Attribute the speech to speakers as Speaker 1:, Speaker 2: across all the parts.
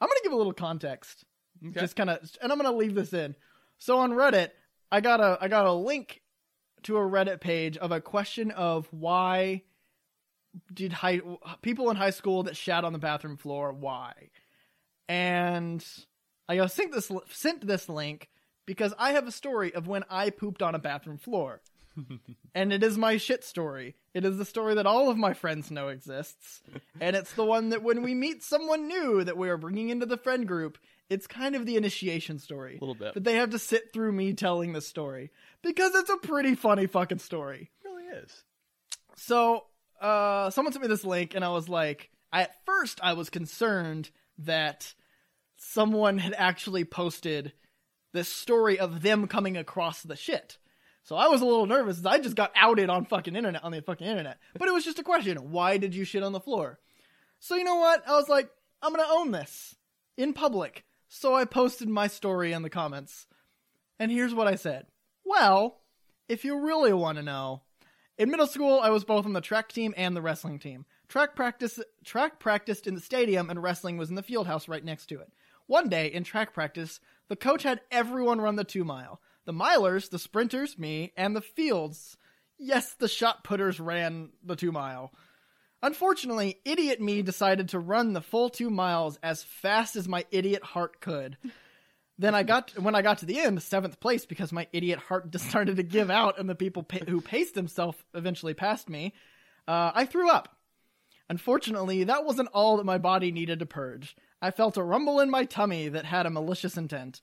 Speaker 1: I'm gonna give a little context.
Speaker 2: Okay.
Speaker 1: Just kind of, and I'm gonna leave this in. So on Reddit, I got a I got a link to a Reddit page of a question of why did high people in high school that shat on the bathroom floor why, and I sent this sent this link because I have a story of when I pooped on a bathroom floor. and it is my shit story. It is the story that all of my friends know exists, and it's the one that when we meet someone new that we are bringing into the friend group, it's kind of the initiation story.
Speaker 2: A little bit.
Speaker 1: That they have to sit through me telling the story because it's a pretty funny fucking story.
Speaker 2: really is.
Speaker 1: So, uh, someone sent me this link, and I was like, I, at first, I was concerned that someone had actually posted this story of them coming across the shit. So I was a little nervous. I just got outed on fucking internet on the fucking internet. But it was just a question: Why did you shit on the floor? So you know what? I was like, I'm gonna own this in public. So I posted my story in the comments, and here's what I said: Well, if you really want to know, in middle school, I was both on the track team and the wrestling team. Track practice track practiced in the stadium and wrestling was in the field house right next to it. One day in track practice, the coach had everyone run the 2 mile. The milers, the sprinters, me, and the fields. Yes, the shot putters ran the 2 mile. Unfortunately, idiot me decided to run the full 2 miles as fast as my idiot heart could. Then I got when I got to the end, seventh place, because my idiot heart just started to give out, and the people pa- who paced themselves eventually passed me. Uh, I threw up. Unfortunately, that wasn't all that my body needed to purge. I felt a rumble in my tummy that had a malicious intent.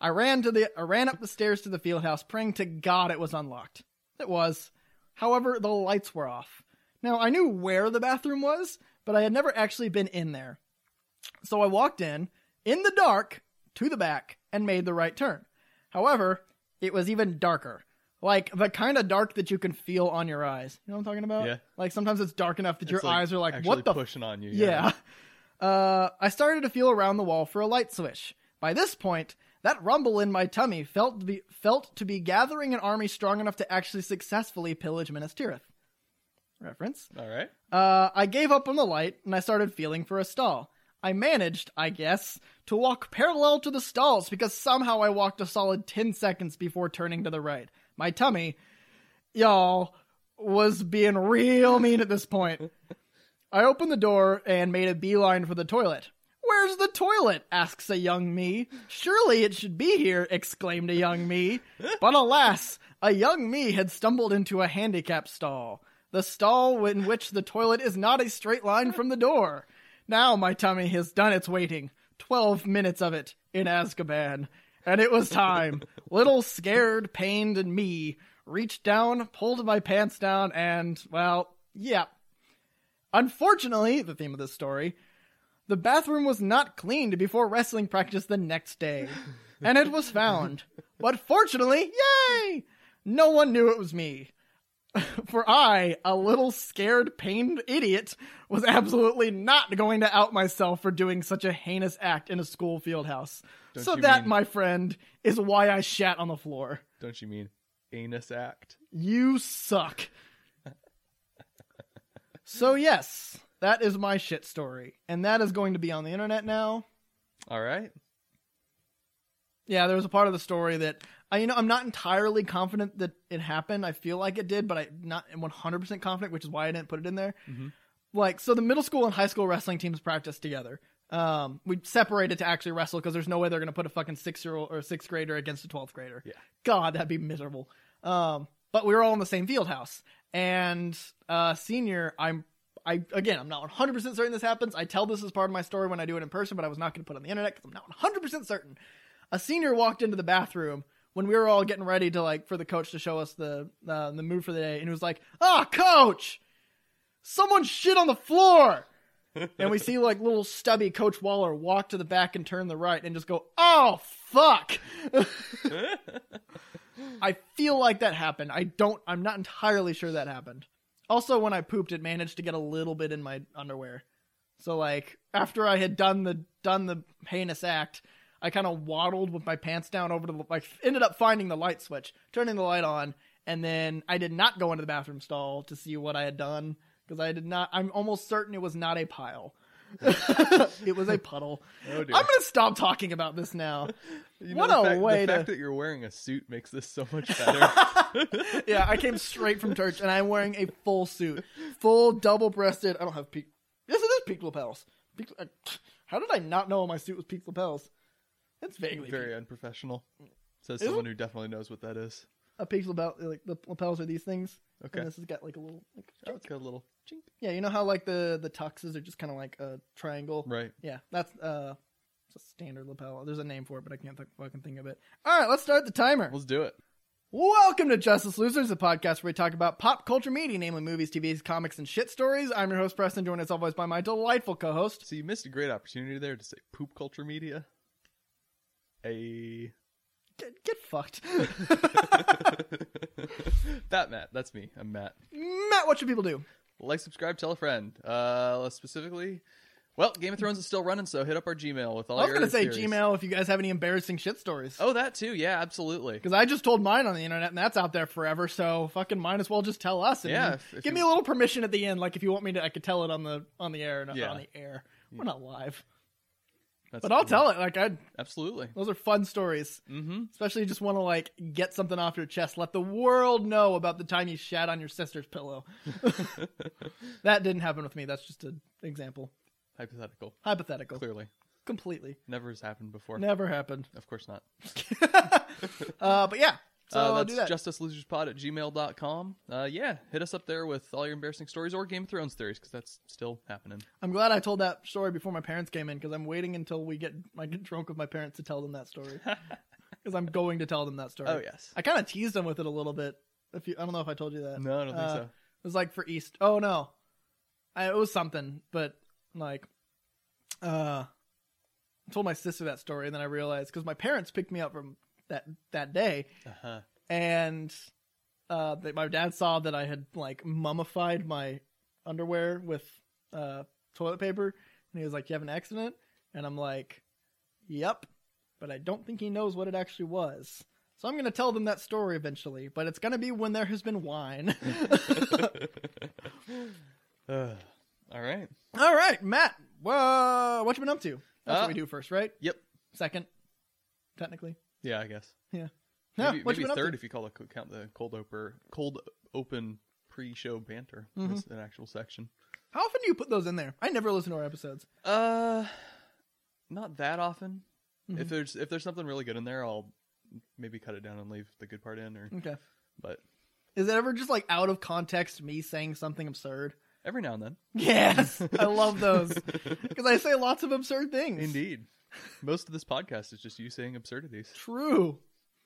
Speaker 1: I ran to the I ran up the stairs to the field house, praying to God it was unlocked. It was. However, the lights were off. Now I knew where the bathroom was, but I had never actually been in there. So I walked in, in the dark, to the back, and made the right turn. However, it was even darker. Like the kind of dark that you can feel on your eyes. You know what I'm talking about?
Speaker 2: Yeah.
Speaker 1: Like sometimes it's dark enough that your
Speaker 2: It's, like,
Speaker 1: eyes are like,
Speaker 2: actually
Speaker 1: what the
Speaker 2: pushing on you?
Speaker 1: yeah. Uh, I started to feel around the wall for a light switch. By this point, that rumble in my tummy felt to be, felt to be gathering an army strong enough to actually successfully pillage Minas Tirith. Reference.
Speaker 2: All right.
Speaker 1: Uh, I gave up on the light and I started feeling for a stall. I managed, I guess, to walk parallel to the stalls because somehow I walked a solid 10 seconds before turning to the right. My tummy, y'all, was being real mean at this point. I opened the door and made a beeline for the toilet. Where's the toilet? asks a young me. Surely it should be here, exclaimed a young me. But alas, a young me had stumbled into a handicap stall, the stall in which the toilet is not a straight line from the door. Now my tummy has done its waiting. Twelve minutes of it in Azkaban. And it was time. Little scared, pained, and me reached down, pulled my pants down, and, well, yeah, Unfortunately, the theme of this story, the bathroom was not cleaned before wrestling practice the next day, and it was found. But fortunately, yay! No one knew it was me. For I, a little scared, pained idiot, was absolutely not going to out myself for doing such a heinous act in a school fieldhouse.
Speaker 2: Don't
Speaker 1: so
Speaker 2: you
Speaker 1: that,
Speaker 2: mean-
Speaker 1: my friend, is why I shat on the floor.
Speaker 2: Don't you mean anus act?
Speaker 1: You suck. so yes, that is my shit story, and that is going to be on the internet now.
Speaker 2: All right.
Speaker 1: Yeah, there was a part of the story that I, you know, I'm not entirely confident that it happened. I feel like it did, but I'm not 100 percent confident, which is why I didn't put it in there.
Speaker 2: Mhm.
Speaker 1: Like, so the middle school and high school wrestling teams practice together. Um, we separated to actually wrestle because there's no way they're gonna put a fucking six year old or sixth grader against a 12th grader.
Speaker 2: Yeah.
Speaker 1: God, that'd be miserable. Um, but we were all in the same field house. And uh, senior, I'm I again, I'm not 100% certain this happens. I tell this as part of my story when I do it in person, but I was not going to put it on the internet because I'm not 100% certain. A senior walked into the bathroom when we were all getting ready to like for the coach to show us the uh, the move for the day, and he was like, "Ah, coach, someone shit on the floor." and we see like little stubby Coach Waller walk to the back and turn the right and just go, "Oh fuck." I feel like that happened. I don't. I'm not entirely sure that happened. Also, when I pooped, it managed to get a little bit in my underwear. So like after I had done the done the heinous act, I kind of waddled with my pants down over to the like ended up finding the light switch, turning the light on, and then I did not go into the bathroom stall to see what I had done because I did not. I'm almost certain it was not a pile. it was a puddle.
Speaker 2: Oh dear.
Speaker 1: I'm gonna stop talking about this now.
Speaker 2: You
Speaker 1: what
Speaker 2: the
Speaker 1: a
Speaker 2: fact,
Speaker 1: way
Speaker 2: The
Speaker 1: to-
Speaker 2: fact that you're wearing a suit makes this so much better.
Speaker 1: yeah, I came straight from church and I'm wearing a full suit, full double breasted. I don't have peak. Yes, it is peaked lapels. Peaked, uh, how did I not know my suit was peaked lapels? It's vaguely
Speaker 2: Very unprofessional. Says
Speaker 1: Is it?
Speaker 2: someone who definitely knows what that is.
Speaker 1: a peaked lapel. Like the lapels are these things.
Speaker 2: uh, Okay.
Speaker 1: And this has got like a little. Like,
Speaker 2: Oh, it's got a little chink.
Speaker 1: yeah, you know how like the the tuxes are just kind of like a triangle.
Speaker 2: Right.
Speaker 1: Yeah, that's uh, it's a standard lapel. There's a name for it, but I can't th- fucking think of it. All right, let's start the timer.
Speaker 2: Let's do it.
Speaker 1: Welcome to Justice Losers, a podcast where we talk about pop culture media, namely movies, TVs, comics, and shit stories. I'm your host, Preston, joined as always by my delightful co-host.
Speaker 2: So you missed a great opportunity there to say poop culture media. A
Speaker 1: Get, get fucked.
Speaker 2: that Matt, that's me. I'm Matt.
Speaker 1: Matt, what should people do?
Speaker 2: Like, subscribe, tell a friend. Uh, specifically, well, Game of Thrones is still running, so hit up our Gmail with all.
Speaker 1: I was
Speaker 2: going to
Speaker 1: say Gmail if you guys have any embarrassing shit stories.
Speaker 2: Oh, that too. Yeah, absolutely.
Speaker 1: Because I just told mine on the internet, and that's out there forever. So fucking might as well just tell us. And
Speaker 2: Yeah,
Speaker 1: then
Speaker 2: if- if
Speaker 1: give
Speaker 2: you-
Speaker 1: me a little permission at the end, like if you want me to, I could tell it on the on the air. Not
Speaker 2: Yeah.
Speaker 1: on the air. We're not live,
Speaker 2: That's
Speaker 1: but I'll tell it. Like I,
Speaker 2: Absolutely.
Speaker 1: those are fun stories.
Speaker 2: Mm-hmm.
Speaker 1: Especially you just want to like get something off your chest. Let the world know about the time you shat on your sister's pillow. that didn't happen with me. That's just an example,
Speaker 2: Hypothetical.
Speaker 1: hypothetical,
Speaker 2: Clearly,
Speaker 1: completely
Speaker 2: never has happened before.
Speaker 1: never happened.
Speaker 2: Of course not.
Speaker 1: uh, but yeah, so
Speaker 2: uh,
Speaker 1: do
Speaker 2: that's
Speaker 1: that.
Speaker 2: justiceloserspod at gmail.com. Uh, yeah, hit us up there with all your embarrassing stories or Game of Thrones theories because that's still happening.
Speaker 1: I'm glad I told that story before my parents came in because I'm waiting until we get I get drunk with my parents to tell them that story because I'm going to tell them that story.
Speaker 2: Oh, yes.
Speaker 1: I kind of teased them with it a little bit. If you, I don't know if I told you that.
Speaker 2: No, I don't think
Speaker 1: Uh,
Speaker 2: so.
Speaker 1: It was like for East. Oh no, I, it was something, but like, uh, I told my sister that story and then I realized because my parents picked me up from that that day
Speaker 2: Uh-huh.
Speaker 1: and uh, that my dad saw that I had like mummified my underwear with uh, toilet paper, and he was like, "You have an accident," and I'm like, "Yep," but I don't think he knows what it actually was. So I'm gonna tell them that story eventually, but it's gonna be when there has been wine.
Speaker 2: Uh, all right.
Speaker 1: All right, Matt. Whoa, what you been up to? That's
Speaker 2: Uh,
Speaker 1: what we do first, right?
Speaker 2: Yep.
Speaker 1: Second, technically.
Speaker 2: Yeah, I guess.
Speaker 1: Yeah,
Speaker 2: maybe
Speaker 1: what you
Speaker 2: maybe
Speaker 1: been up to?
Speaker 2: third if you call the count the cold open cold open pre-show banter.
Speaker 1: Mhm.
Speaker 2: It's an actual section.
Speaker 1: How often do you put those in there? I never listen to our episodes.
Speaker 2: Uh, not that often.
Speaker 1: Mhm.
Speaker 2: If there's if there's something really good in there, I'll maybe cut it down and leave the good part in. Or
Speaker 1: Okay.
Speaker 2: but
Speaker 1: Is it ever just like out of context me saying something absurd?
Speaker 2: every now and then,
Speaker 1: Yes, I love those because I say lots of absurd things.
Speaker 2: indeed, most of this podcast is just you saying absurdities.
Speaker 1: True.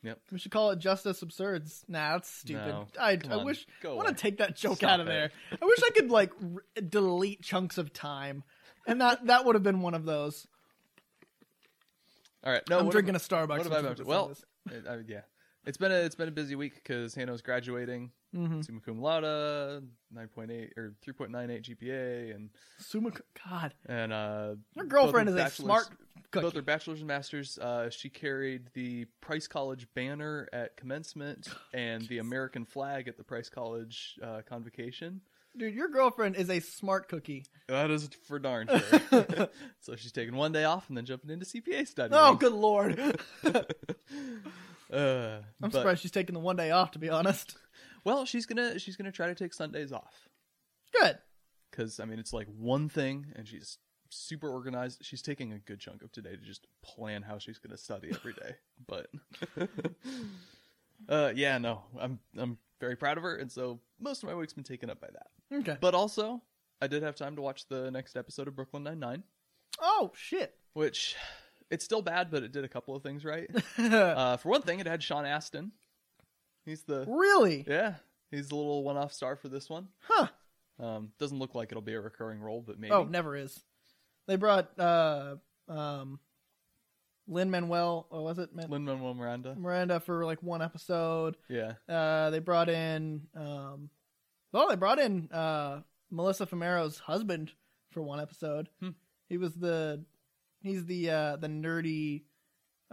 Speaker 2: Yep.
Speaker 1: We should call it Justice Absurds. Nah, that's stupid.
Speaker 2: No,
Speaker 1: I,
Speaker 2: come
Speaker 1: I
Speaker 2: on,
Speaker 1: wish.
Speaker 2: go
Speaker 1: I want
Speaker 2: away.
Speaker 1: to take that joke
Speaker 2: Stop
Speaker 1: out of
Speaker 2: it.
Speaker 1: there. I wish I could like r- delete chunks of time, and that that would have been one of those.
Speaker 2: All right, no,
Speaker 1: I'm
Speaker 2: what
Speaker 1: drinking a
Speaker 2: am-
Speaker 1: Starbucks.
Speaker 2: What
Speaker 1: which
Speaker 2: have I
Speaker 1: is
Speaker 2: been up to?
Speaker 1: this
Speaker 2: Well,
Speaker 1: is.
Speaker 2: it- I mean, yeah, it's been a it's been a busy week because Hano's graduating,
Speaker 1: Mhm.
Speaker 2: summa cum laude, nine point eight or three point nine eight GPA, and
Speaker 1: Suma, God,
Speaker 2: and uh,
Speaker 1: your girlfriend is
Speaker 2: both her
Speaker 1: a
Speaker 2: bachelor's-
Speaker 1: smart cookie.
Speaker 2: Both her bachelors and masters. Uh, she carried the Price College banner at commencement and the American flag at the Price College uh, convocation.
Speaker 1: Dude, your girlfriend is a smart cookie.
Speaker 2: That is for darn sure. so she's taking one day off and then jumping into CPA study.
Speaker 1: Oh, good lord!
Speaker 2: Uh,
Speaker 1: I'm
Speaker 2: but-
Speaker 1: surprised she's taking the one day off. To be honest,
Speaker 2: Well, she's gonna she's gonna try to take Sundays off
Speaker 1: good.
Speaker 2: because I mean it's like one thing, and she's super organized. She's taking a good chunk of today to just plan how she's gonna study every day. But uh, yeah, no, I'm I'm very proud of her, and so most of my week's been taken up by that.
Speaker 1: Okay.
Speaker 2: But also, I did have time to watch the next episode of Brooklyn Nine Nine,
Speaker 1: Oh shit.
Speaker 2: which it's still bad, but it did a couple of things right. Uh, for one thing, it had Sean Astin. He's the
Speaker 1: really?
Speaker 2: yeah, he's the little one-off star for this one.
Speaker 1: Huh.
Speaker 2: Um, doesn't look like it'll be a recurring role, but maybe.
Speaker 1: Oh, never is. They brought uh um Lynn Manuel or was it Man-
Speaker 2: Lin Manuel Miranda.
Speaker 1: Miranda for like one episode.
Speaker 2: Yeah.
Speaker 1: Uh they brought in um well, they brought in uh Melissa Famero's husband for one episode.
Speaker 2: Hmm.
Speaker 1: He was the he's the uh the nerdy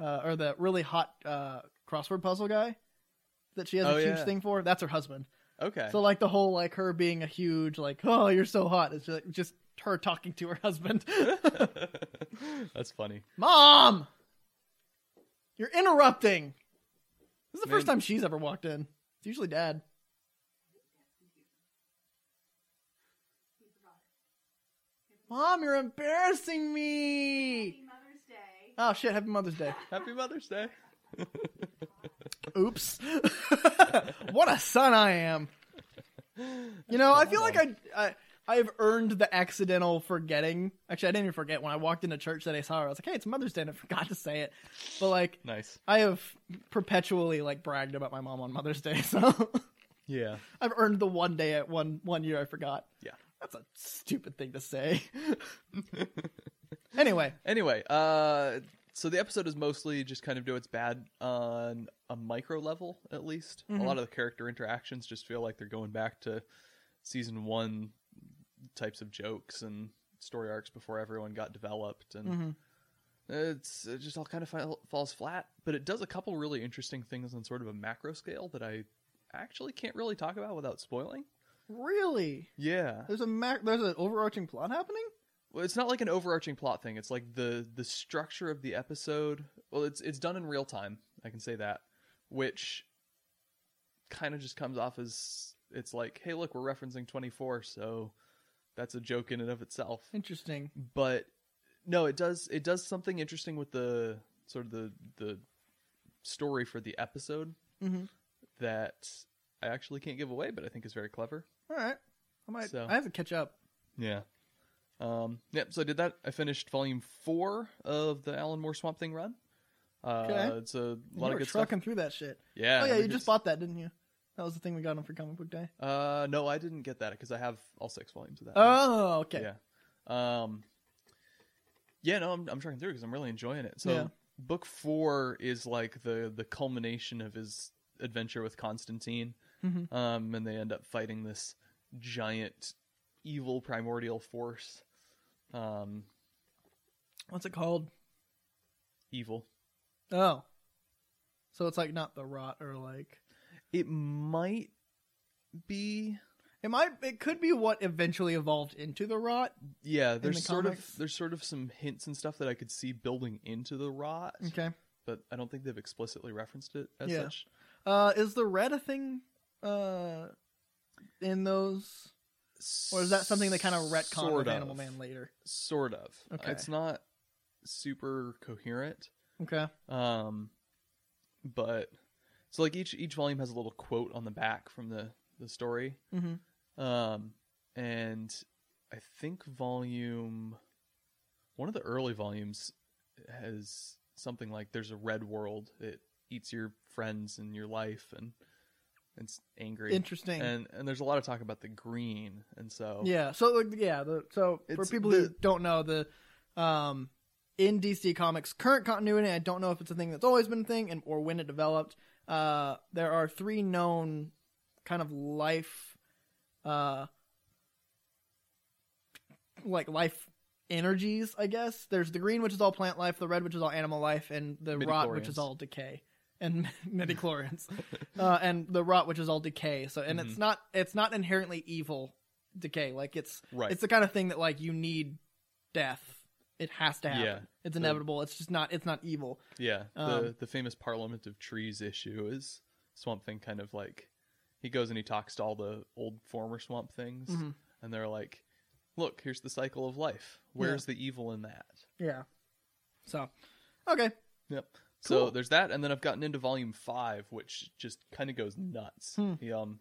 Speaker 1: uh or the really hot uh crossword puzzle guy that she has
Speaker 2: Oh,
Speaker 1: a huge
Speaker 2: yeah.
Speaker 1: thing for. That's her husband.
Speaker 2: Okay.
Speaker 1: So like the whole like her being a huge like oh you're so hot it's just, just her talking to her husband.
Speaker 2: That's funny.
Speaker 1: Mom, you're interrupting. This is the first
Speaker 2: Man.
Speaker 1: time she's ever walked in. It's usually dad. Mom, you're embarrassing me.
Speaker 3: Happy Mother's Day.
Speaker 1: Oh shit! Happy Mother's Day.
Speaker 2: Happy Mother's Day.
Speaker 1: Oops. what a son I am. You know, I feel like I, I I've earned the accidental forgetting. Actually, I didn't even forget when I walked into church that I saw her. I was like, "Hey, it's Mother's Day," and I forgot to say it. But like,
Speaker 2: Nice.
Speaker 1: I have perpetually like bragged about my mom on Mother's Day, so
Speaker 2: Yeah.
Speaker 1: I've earned the one day at one one year I forgot.
Speaker 2: Yeah.
Speaker 1: That's a stupid thing to say. anyway,
Speaker 2: Anyway, uh, so the episode is mostly just kind of do its bad on a micro level, at least. A lot of the character interactions just feel like they're going back to season one types of jokes and story arcs before everyone got developed, and
Speaker 1: Mhm.
Speaker 2: it's it just all kind of fall, falls flat. But it does a couple really interesting things on sort of a macro scale that I actually can't really talk about without spoiling.
Speaker 1: really,
Speaker 2: Yeah,
Speaker 1: there's a mac- there's an overarching plot happening.
Speaker 2: Well, it's not like an overarching plot thing. It's like the the structure of the episode. Well, it's it's done in real time. I can say that, which kind of just comes off as it's like, hey, look, we're referencing 24, so that's a joke in and of itself.
Speaker 1: Interesting.
Speaker 2: But no, it does it does something interesting with the sort of the the story for the episode
Speaker 1: Mhm.
Speaker 2: that I actually can't give away, but I think is very clever.
Speaker 1: All right, I might.
Speaker 2: So-
Speaker 1: I have to catch up.
Speaker 2: Yeah. Um, yep. So I did that. I finished volume four of the Alan Moore Swamp Thing run. Uh,
Speaker 1: Okay.
Speaker 2: It's a
Speaker 1: You
Speaker 2: lot
Speaker 1: were
Speaker 2: of good stuff.
Speaker 1: trucking through that shit.
Speaker 2: Yeah.
Speaker 1: oh yeah,
Speaker 2: we
Speaker 1: you just
Speaker 2: s-
Speaker 1: bought that, didn't you? That was the thing we got on for comic book day.
Speaker 2: Uh, no, I didn't get that because I have all six volumes of that.
Speaker 1: Oh, okay.
Speaker 2: Yeah. Um. Yeah. No, I'm I'm trucking through because I'm really enjoying it. So
Speaker 1: Yeah.
Speaker 2: book four is like the the culmination of his adventure with Constantine.
Speaker 1: Mhm.
Speaker 2: Um, and they end up fighting this giant evil primordial force. Um,
Speaker 1: What's it called?
Speaker 2: evil.
Speaker 1: Oh, so it's like not the rot or like
Speaker 2: It might be.
Speaker 1: it might. It could be what eventually evolved into the rot.
Speaker 2: Yeah, there's
Speaker 1: the
Speaker 2: sort
Speaker 1: comics?
Speaker 2: of there's sort of some hints and stuff that I could see building into the rot,
Speaker 1: Okay.
Speaker 2: but I don't think they've explicitly referenced it as
Speaker 1: Yeah.
Speaker 2: such.
Speaker 1: Uh, is the red a thing? Uh, in those, or is that something they kind of retcon
Speaker 2: Sort
Speaker 1: with Animal Man later?
Speaker 2: Sort of.
Speaker 1: Okay.
Speaker 2: It's not super coherent.
Speaker 1: Okay.
Speaker 2: Um, but so like each each volume has a little quote on the back from the the story.
Speaker 1: hmm
Speaker 2: Um, and I think volume one of the early volumes has something like there's a red world. It eats your friends and your life and it's angry.
Speaker 1: Interesting.
Speaker 2: And and there's a lot of talk about the green and so
Speaker 1: Yeah. So like, yeah. The, so for
Speaker 2: It's
Speaker 1: people who
Speaker 2: the-
Speaker 1: don't know, the um, in DC Comics current continuity, I don't know if it's a thing that's always been a thing and or when it developed. Uh, there are three known kind of life, uh, like life energies. I guess there's the green, which is all plant life; the red, which is all animal life; and the rot, which
Speaker 2: Midichlorians.
Speaker 1: is all decay and midichlorians. uh, and the rot, which is all decay. So, and
Speaker 2: Mm-hmm.
Speaker 1: it's not it's not inherently evil decay. Like it's
Speaker 2: Right.
Speaker 1: it's the kind of thing that like you need death. It has to happen.
Speaker 2: Yeah.
Speaker 1: It's inevitable. It's just not it's not evil.
Speaker 2: yeah. the
Speaker 1: Um,
Speaker 2: the famous Parliament of Trees issue is Swamp Thing kind of like he goes and he talks to all the old former Swamp Things
Speaker 1: Mhm.
Speaker 2: and they're like, Look, here's the cycle of life. Where's the evil in that?
Speaker 1: Yeah. So, okay.
Speaker 2: Yep.
Speaker 1: Cool.
Speaker 2: So there's that, and then I've gotten into volume five, which just kind of goes nuts.
Speaker 1: Hmm.
Speaker 2: He, um,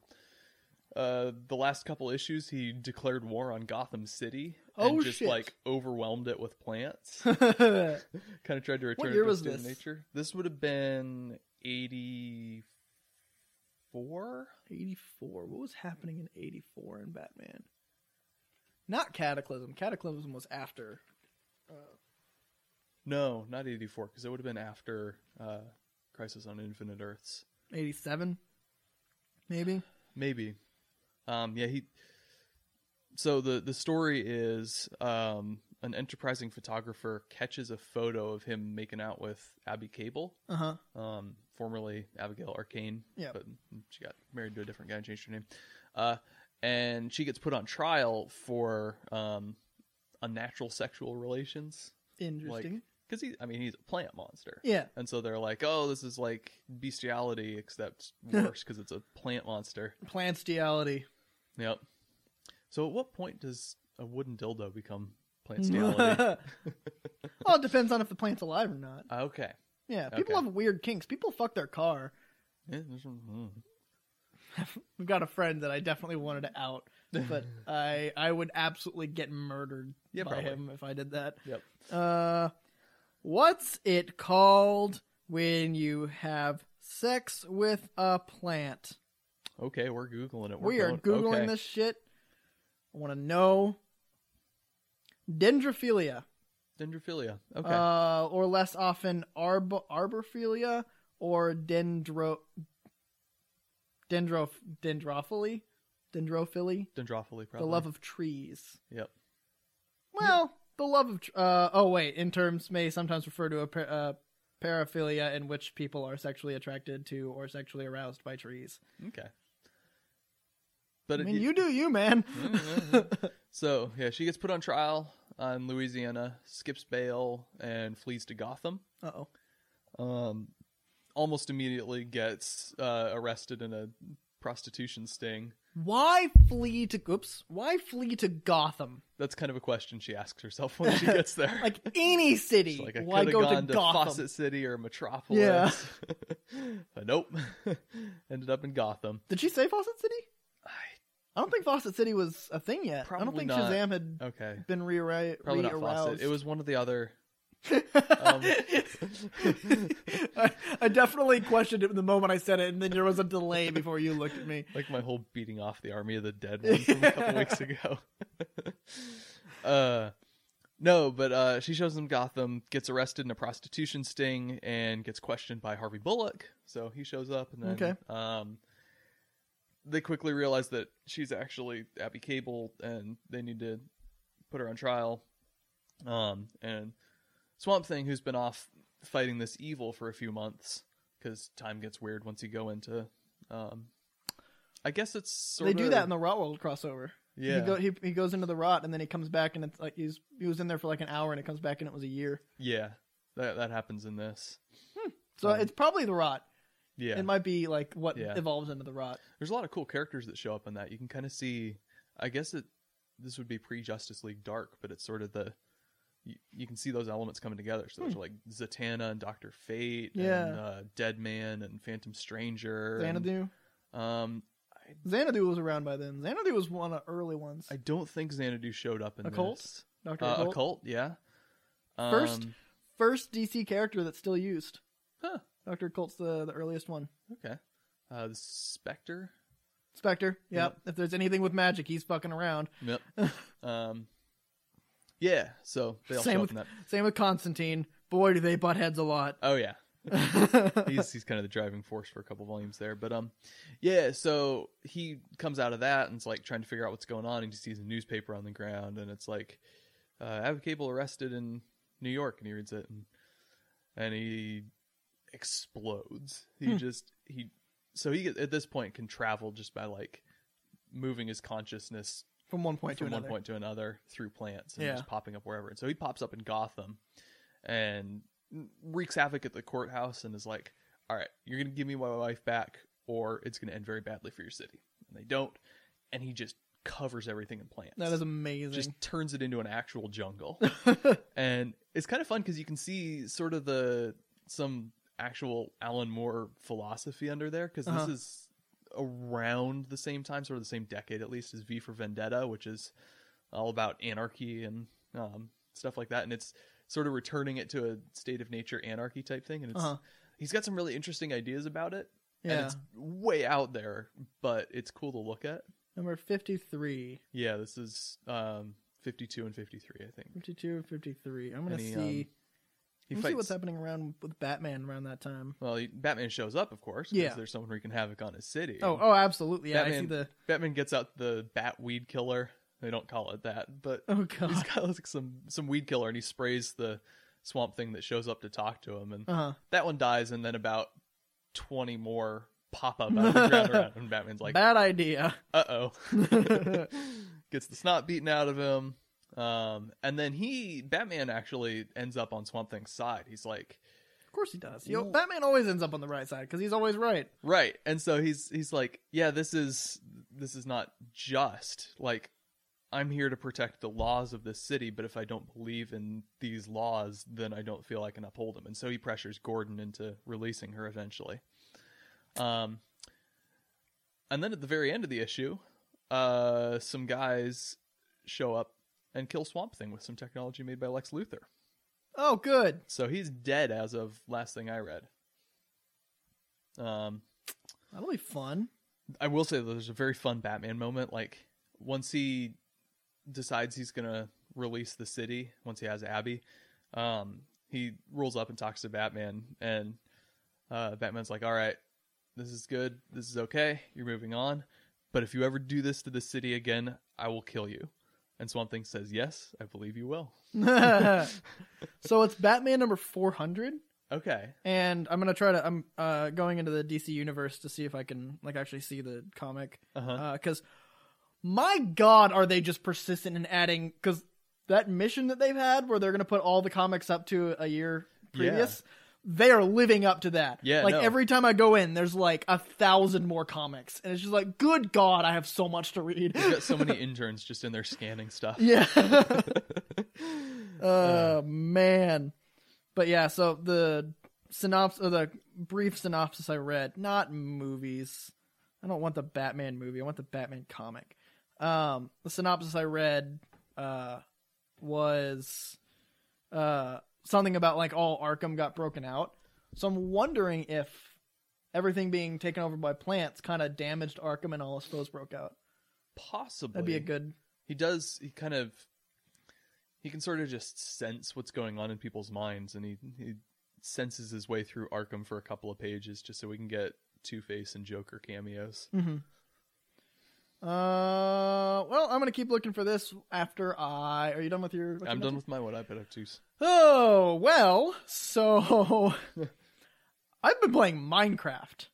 Speaker 2: uh, the last couple issues, he declared war on Gotham City and
Speaker 1: Oh,
Speaker 2: just
Speaker 1: shit.
Speaker 2: like overwhelmed it with plants.
Speaker 1: okay.
Speaker 2: kind of tried to return
Speaker 1: year
Speaker 2: it to
Speaker 1: was
Speaker 2: its native
Speaker 1: this?
Speaker 2: nature. This would have been eighty four.
Speaker 1: 84. What was happening in 84 in Batman? Not Cataclysm. Cataclysm was after.
Speaker 2: No, not eighty four, because it would have been after uh, Crisis on Infinite Earths.
Speaker 1: 87 maybe.
Speaker 2: Maybe. Um, yeah, he. So the the story is um, an enterprising photographer catches a photo of him making out with Abby Cable,
Speaker 1: Uh-huh.
Speaker 2: um, formerly Abigail Arcane.
Speaker 1: Yeah.
Speaker 2: but she got married to a different guy and changed her name. Uh, and she gets put on trial for um, unnatural sexual relations.
Speaker 1: Interesting.
Speaker 2: Because he, I mean, he's a plant monster.
Speaker 1: yeah.
Speaker 2: And so they're like, oh, this is like bestiality, except worse because it's a plant monster.
Speaker 1: Plants duality.
Speaker 2: Yep. So at what point does a wooden dildo become plant steality?
Speaker 1: well, it depends on if the plant's alive or not.
Speaker 2: okay.
Speaker 1: Yeah, people
Speaker 2: Okay.
Speaker 1: have weird kinks. People fuck their car.
Speaker 2: Yeah, there's one- hmm.
Speaker 1: We've got a friend that I definitely wanted to out, but I I would absolutely get murdered
Speaker 2: Yeah,
Speaker 1: by
Speaker 2: probably.
Speaker 1: him if I did that.
Speaker 2: Yep.
Speaker 1: Uh, what's it called when you have sex with a plant?
Speaker 2: Okay, we're googling it. We're
Speaker 1: We are
Speaker 2: going-
Speaker 1: googling
Speaker 2: okay.
Speaker 1: this shit. I want to know dendrophilia,
Speaker 2: Dendrophilia. Okay.
Speaker 1: uh, or less often arb- arborphilia or dendro dendro dendrophily dendrophily.
Speaker 2: Dendrophily. Probably.
Speaker 1: The love of trees.
Speaker 2: Yep.
Speaker 1: Well, the love of. Tr- uh, oh, wait. In terms may sometimes refer to a par- uh, paraphilia in which people are sexually attracted to or sexually aroused by trees.
Speaker 2: Okay. But
Speaker 1: I
Speaker 2: it-
Speaker 1: mean, you do you, man.
Speaker 2: Mm-hmm. so yeah, she gets put on trial uh, in Louisiana, skips bail, and flees to Gotham.
Speaker 1: uh oh.
Speaker 2: Um, almost immediately gets uh, arrested in a prostitution sting.
Speaker 1: Why flee to. Oops. Why flee to Gotham?
Speaker 2: That's kind of a question she asks herself when she gets there.
Speaker 1: Like any
Speaker 2: It's
Speaker 1: city.
Speaker 2: like I
Speaker 1: why
Speaker 2: could have
Speaker 1: go
Speaker 2: gone
Speaker 1: to
Speaker 2: to,
Speaker 1: Gotham?
Speaker 2: Fawcett City or Metropolis. but nope. Ended up in Gotham.
Speaker 1: Did she say Fawcett City?
Speaker 2: I,
Speaker 1: I don't think Fawcett City was a thing yet. I don't
Speaker 2: Probably
Speaker 1: think
Speaker 2: not.
Speaker 1: Shazam had
Speaker 2: okay.
Speaker 1: been re
Speaker 2: Probably not Fawcett. It was one of the other.
Speaker 1: I, I definitely questioned it the moment I said it, and then there was a delay before you looked at me.
Speaker 2: like my whole beating off the army of the dead one from a couple weeks ago. uh, no, but uh, she shows them Gotham, gets arrested in a prostitution sting, and gets questioned by Harvey Bullock. So he shows up, and then
Speaker 1: Okay.
Speaker 2: um, they quickly realize that she's actually Abby Cable, and they need to put her on trial. Um, and Swamp Thing, who's been off fighting this evil for a few months, because time gets weird once you go into. Um, I guess it's sort
Speaker 1: they
Speaker 2: of
Speaker 1: do that in the Rot World crossover.
Speaker 2: yeah
Speaker 1: He, go, he, he goes into the Rot, and then he comes back, and it's like he's he was in there for like an hour, and it comes back, and it was a year.
Speaker 2: yeah that that happens in this
Speaker 1: So
Speaker 2: Um,
Speaker 1: it's probably the Rot.
Speaker 2: yeah
Speaker 1: It might be like what
Speaker 2: Yeah.
Speaker 1: evolves into the Rot.
Speaker 2: there's a lot of cool characters that show up in that you can kind of see I guess it this would be pre Justice League Dark but it's sort of the you, you can see those elements coming together so there's like Zatanna and Doctor Fate and
Speaker 1: Hmm. Yeah.
Speaker 2: uh, Dead Man and Phantom Stranger and,
Speaker 1: Xanadu.
Speaker 2: um
Speaker 1: Xanadu was around by then. Xanadu was one of the early ones.
Speaker 2: I don't think Xanadu showed up in
Speaker 1: Occult?
Speaker 2: this
Speaker 1: Doctor
Speaker 2: uh,
Speaker 1: Occult.
Speaker 2: Occult yeah
Speaker 1: First?
Speaker 2: Um,
Speaker 1: First DC character that's still used.
Speaker 2: Huh.
Speaker 1: Doctor Occult's the the earliest one.
Speaker 2: okay uh, the Spectre
Speaker 1: Spectre. Yep.
Speaker 2: Yep.
Speaker 1: If there's anything with magic, he's fucking around.
Speaker 2: Yep. um, yeah. So they all
Speaker 1: Same
Speaker 2: show
Speaker 1: with-
Speaker 2: up in that.
Speaker 1: Same with Constantine. Boy, do they butt heads a lot.
Speaker 2: Oh yeah,
Speaker 1: yeah.
Speaker 2: he's he's kind of the driving force for a couple volumes there. But um, yeah. So he comes out of that and it's like trying to figure out what's going on. And he sees a newspaper on the ground and it's like, uh, Abby Cable arrested in New York, and he reads it and and he explodes. He
Speaker 1: Hmm.
Speaker 2: just he so he at this point can travel just by like moving his consciousness
Speaker 1: From one point
Speaker 2: from
Speaker 1: to
Speaker 2: one
Speaker 1: another.
Speaker 2: point to another through plants and
Speaker 1: Yeah.
Speaker 2: just popping up wherever. And so he pops up in Gotham and wreaks havoc at the courthouse and is like, "All right, you're gonna give me my wife back, or it's gonna end very badly for your city." And they don't, and he just covers everything in plants.
Speaker 1: That is amazing.
Speaker 2: just turns it into an actual jungle, and it's kind of fun because you can see sort of the some actual Alan Moore philosophy under there because
Speaker 1: Uh-huh.
Speaker 2: this is around the same time, sort of the same decade at least, as V for Vendetta, which is all about anarchy and um, stuff like that. And it's sort of returning it to a state of nature anarchy type thing. And it's,
Speaker 1: Uh-huh.
Speaker 2: he's got some really interesting ideas about it. And
Speaker 1: yeah.
Speaker 2: it's way out there, but it's cool to look at.
Speaker 1: Number 53.
Speaker 2: Yeah, this is um, 52 and 53, I think.
Speaker 1: 52 and 53. I'm going
Speaker 2: And
Speaker 1: to
Speaker 2: he,
Speaker 1: see.
Speaker 2: um, He
Speaker 1: let me see what's
Speaker 2: fights.
Speaker 1: happening around with Batman around that time.
Speaker 2: Well, he, Batman shows up, of course, because
Speaker 1: Yeah.
Speaker 2: there's someone wreaking havoc on his city.
Speaker 1: Oh, oh, absolutely. Yeah, I see
Speaker 2: Batman-
Speaker 1: the.
Speaker 2: Batman gets out the bat weed killer. They don't call it that, but
Speaker 1: Oh,
Speaker 2: he's
Speaker 1: God.
Speaker 2: got like some some weed killer, and he sprays the swamp thing that shows up to talk to him, and
Speaker 1: Uh huh.
Speaker 2: that one dies, and then about twenty more pop up out of the ground around, him, and Batman's like,
Speaker 1: Bad idea.
Speaker 2: "Uh oh," gets the snot beaten out of him. Um, and then he, Batman, actually ends up on Swamp Thing's side. He's like,
Speaker 1: Of course he does. You know,
Speaker 2: Ooh.
Speaker 1: Batman always ends up on the right side because he's always right.
Speaker 2: right, and so he's he's like, yeah, this is this is not just like. I'm here to protect the laws of this city, but if I don't believe in these laws, then I don't feel I can uphold them. And so he pressures Gordon into releasing her eventually. Um, and then at the very end of the issue, uh, some guys show up and kill Swamp Thing with some technology made by Lex Luthor.
Speaker 1: Oh, good.
Speaker 2: So he's dead as of last thing I read. Um,
Speaker 1: That'll be fun.
Speaker 2: I will say that there's a very fun Batman moment. Like once he decides he's gonna release the city, once he has Abby, um, he rolls up and talks to Batman, and uh, Batman's like, "All right, this is good. This is okay. You're moving on. But if you ever do this to the city again, I will kill you." And Swamp Thing says, "Yes, I believe you will."
Speaker 1: so it's Batman number 400
Speaker 2: Okay.
Speaker 1: and I'm going to try to I'm uh going into the DC universe to see if I can like actually see the comic
Speaker 2: Uh-huh.
Speaker 1: because my god are they just persistent in adding because that mission that they've had where they're going to put all the comics up to a year
Speaker 2: Yeah.
Speaker 1: previous they are living up to that
Speaker 2: Yeah,
Speaker 1: like
Speaker 2: no.
Speaker 1: every time i go in there's like a thousand more comics and it's just like good god i have so much to read
Speaker 2: We've got so many interns just in there scanning stuff.
Speaker 1: yeah uh man but yeah so the synopsis or the brief synopsis i read not movies i don't want the batman movie i want the batman comic um the synopsis i read uh was uh something about like all arkham got broken out so i'm wondering if everything being taken over by plants kind of damaged arkham and all its foes broke out
Speaker 2: Possibly.
Speaker 1: that'd be a good
Speaker 2: He does. He kind of. He can sort of just sense what's going on in people's minds, and he he senses his way through Arkham for a couple of pages just so we can get Two Face and Joker cameos.
Speaker 1: Mm-hmm. Uh, well, I'm gonna keep looking for this after I. Are you done with your? what
Speaker 2: I'm
Speaker 1: you
Speaker 2: done
Speaker 1: mentioned?
Speaker 2: with my what I've been up to.
Speaker 1: Oh well, so I've been playing Minecraft.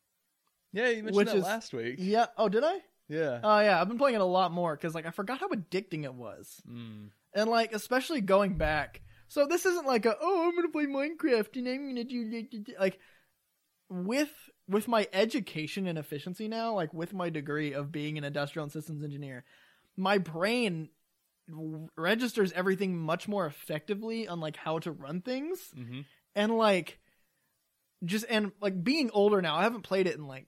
Speaker 2: Yeah, you mentioned
Speaker 1: Which
Speaker 2: that
Speaker 1: is-
Speaker 2: last week.
Speaker 1: Yeah. Oh, did I?
Speaker 2: Yeah.
Speaker 1: Oh yeah, I've been playing it a lot more because like I forgot how addicting it was,
Speaker 2: Mm.
Speaker 1: and like especially going back. So this isn't like a oh I'm gonna play Minecraft and I'm gonna do da- da- da," like with with my education and efficiency now, like with my degree of being an industrial and systems engineer, my brain w- registers everything much more effectively on like how to run things
Speaker 2: hmm
Speaker 1: and like just and like being older now i haven't played it in like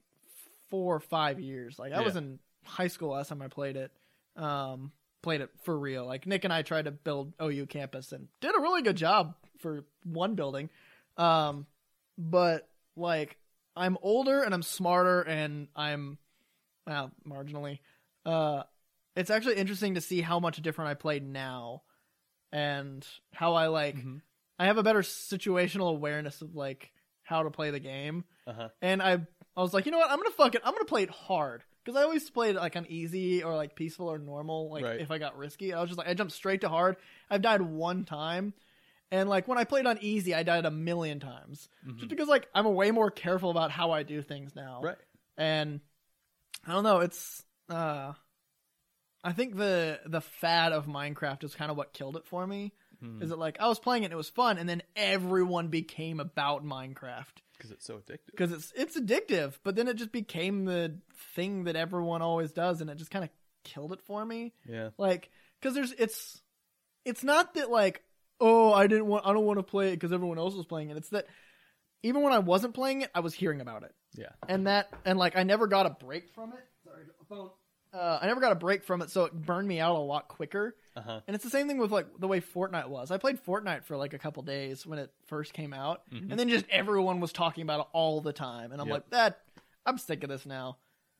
Speaker 1: four or five years like i was
Speaker 2: Yeah.
Speaker 1: in high school last time i played it um played it for real like nick and i tried to build ou campus and did a really good job for one building um but like i'm older and i'm smarter and i'm well marginally uh it's actually interesting to see how much different i play now and how i like
Speaker 2: hmm
Speaker 1: I have a better situational awareness of like how to play the game.
Speaker 2: Uh-huh.
Speaker 1: And I I was like, you know what? I'm gonna fuck it. I'm gonna play it hard because I always played like on easy or like peaceful or normal. Like
Speaker 2: Right.
Speaker 1: if I got risky, I was just like I jumped straight to hard. I've died one time, and like when I played on easy, I died a million times
Speaker 2: Mhm.
Speaker 1: just because like I'm way more careful about how I do things now.
Speaker 2: Right.
Speaker 1: And I don't know. It's uh, I think the the fad of Minecraft is kind of what killed it for me. Is
Speaker 2: Because
Speaker 1: it like I was playing it and it was fun, and then everyone became about Minecraft
Speaker 2: it's so addictive.
Speaker 1: because it's it's addictive. But then it just became the thing that everyone always does, and it just kind of killed it for me.
Speaker 2: Yeah.
Speaker 1: Like because there's it's it's not that like oh I didn't want I don't want to play it because everyone else was playing it. It's that even when I wasn't playing it, I was hearing about it
Speaker 2: Yeah.
Speaker 1: and that and like I never got a break from it. Sorry, phone. Uh, I never got a break from it, so it burned me out a lot quicker.
Speaker 2: Uh huh.
Speaker 1: And it's the same thing with like the way Fortnite was. I played Fortnite for like a couple days when it first came out,
Speaker 2: Mhm.
Speaker 1: and then just everyone was talking about it all the time, and I'm
Speaker 2: Yep.
Speaker 1: like, that I'm sick of this now.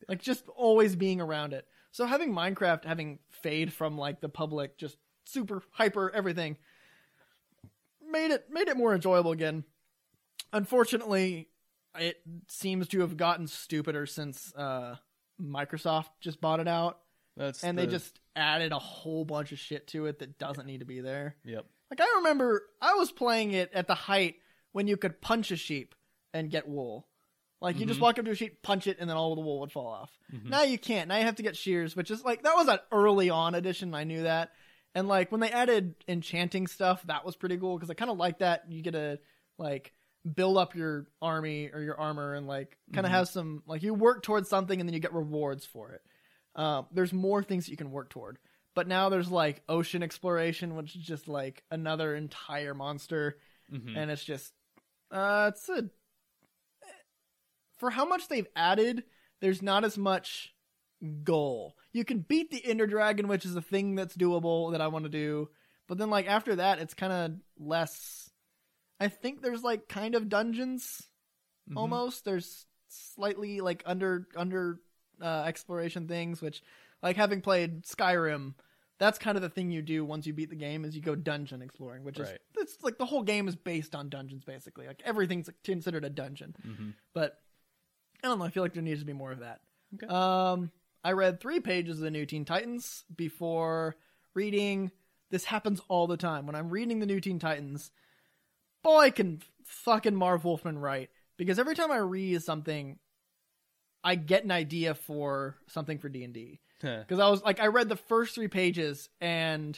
Speaker 1: Like just always being around it. So having Minecraft having fade from like the public, just super hyper everything, made it made it more enjoyable again. Unfortunately, it seems to have gotten stupider since uh, Microsoft just bought it out
Speaker 2: That's
Speaker 1: and they
Speaker 2: the-
Speaker 1: just added a whole bunch of shit to it that doesn't need to be there.
Speaker 2: Yep.
Speaker 1: Like I remember I was playing it at the height when you could punch a sheep and get wool. Like you just
Speaker 2: Mhm.
Speaker 1: walk up to a sheep, punch it, and then all the wool would fall off.
Speaker 2: Mhm.
Speaker 1: Now you can't. Now you have to get shears, which is like that was an early on edition. I knew that, And like when they added enchanting stuff, that was pretty cool because I kind of like that. You get to like build up your army or your armor and like kind of
Speaker 2: Mhm.
Speaker 1: have some like you work towards something and then you get rewards for it. Uh, there's more things that you can work toward, but now there's like ocean exploration, which is just like another entire monster,
Speaker 2: Mhm.
Speaker 1: and it's just uh, it's a for how much they've added. There's not as much goal. You can beat the Ender Dragon, which is a thing that's doable that I want to do. But then, like after that, it's kind of less. I think there's like kind of dungeons
Speaker 2: Mhm.
Speaker 1: almost. There's slightly like under under uh, exploration things, which like having played Skyrim, that's kind of the thing you do once you beat the game is you go dungeon exploring, which is
Speaker 2: Right.
Speaker 1: it's like the whole game is based on dungeons basically. Like everything's considered a dungeon
Speaker 2: Mhm.
Speaker 1: but I don't know. I feel like there needs to be more of that.
Speaker 2: Okay.
Speaker 1: Um, I read three pages of the New Teen Titans before reading. This happens all the time when I'm reading the New Teen Titans. Boy, can fucking Marv Wolfman write because every time I read something, I get an idea for something for D and D
Speaker 2: Heh.
Speaker 1: because I was like, I read the first three pages and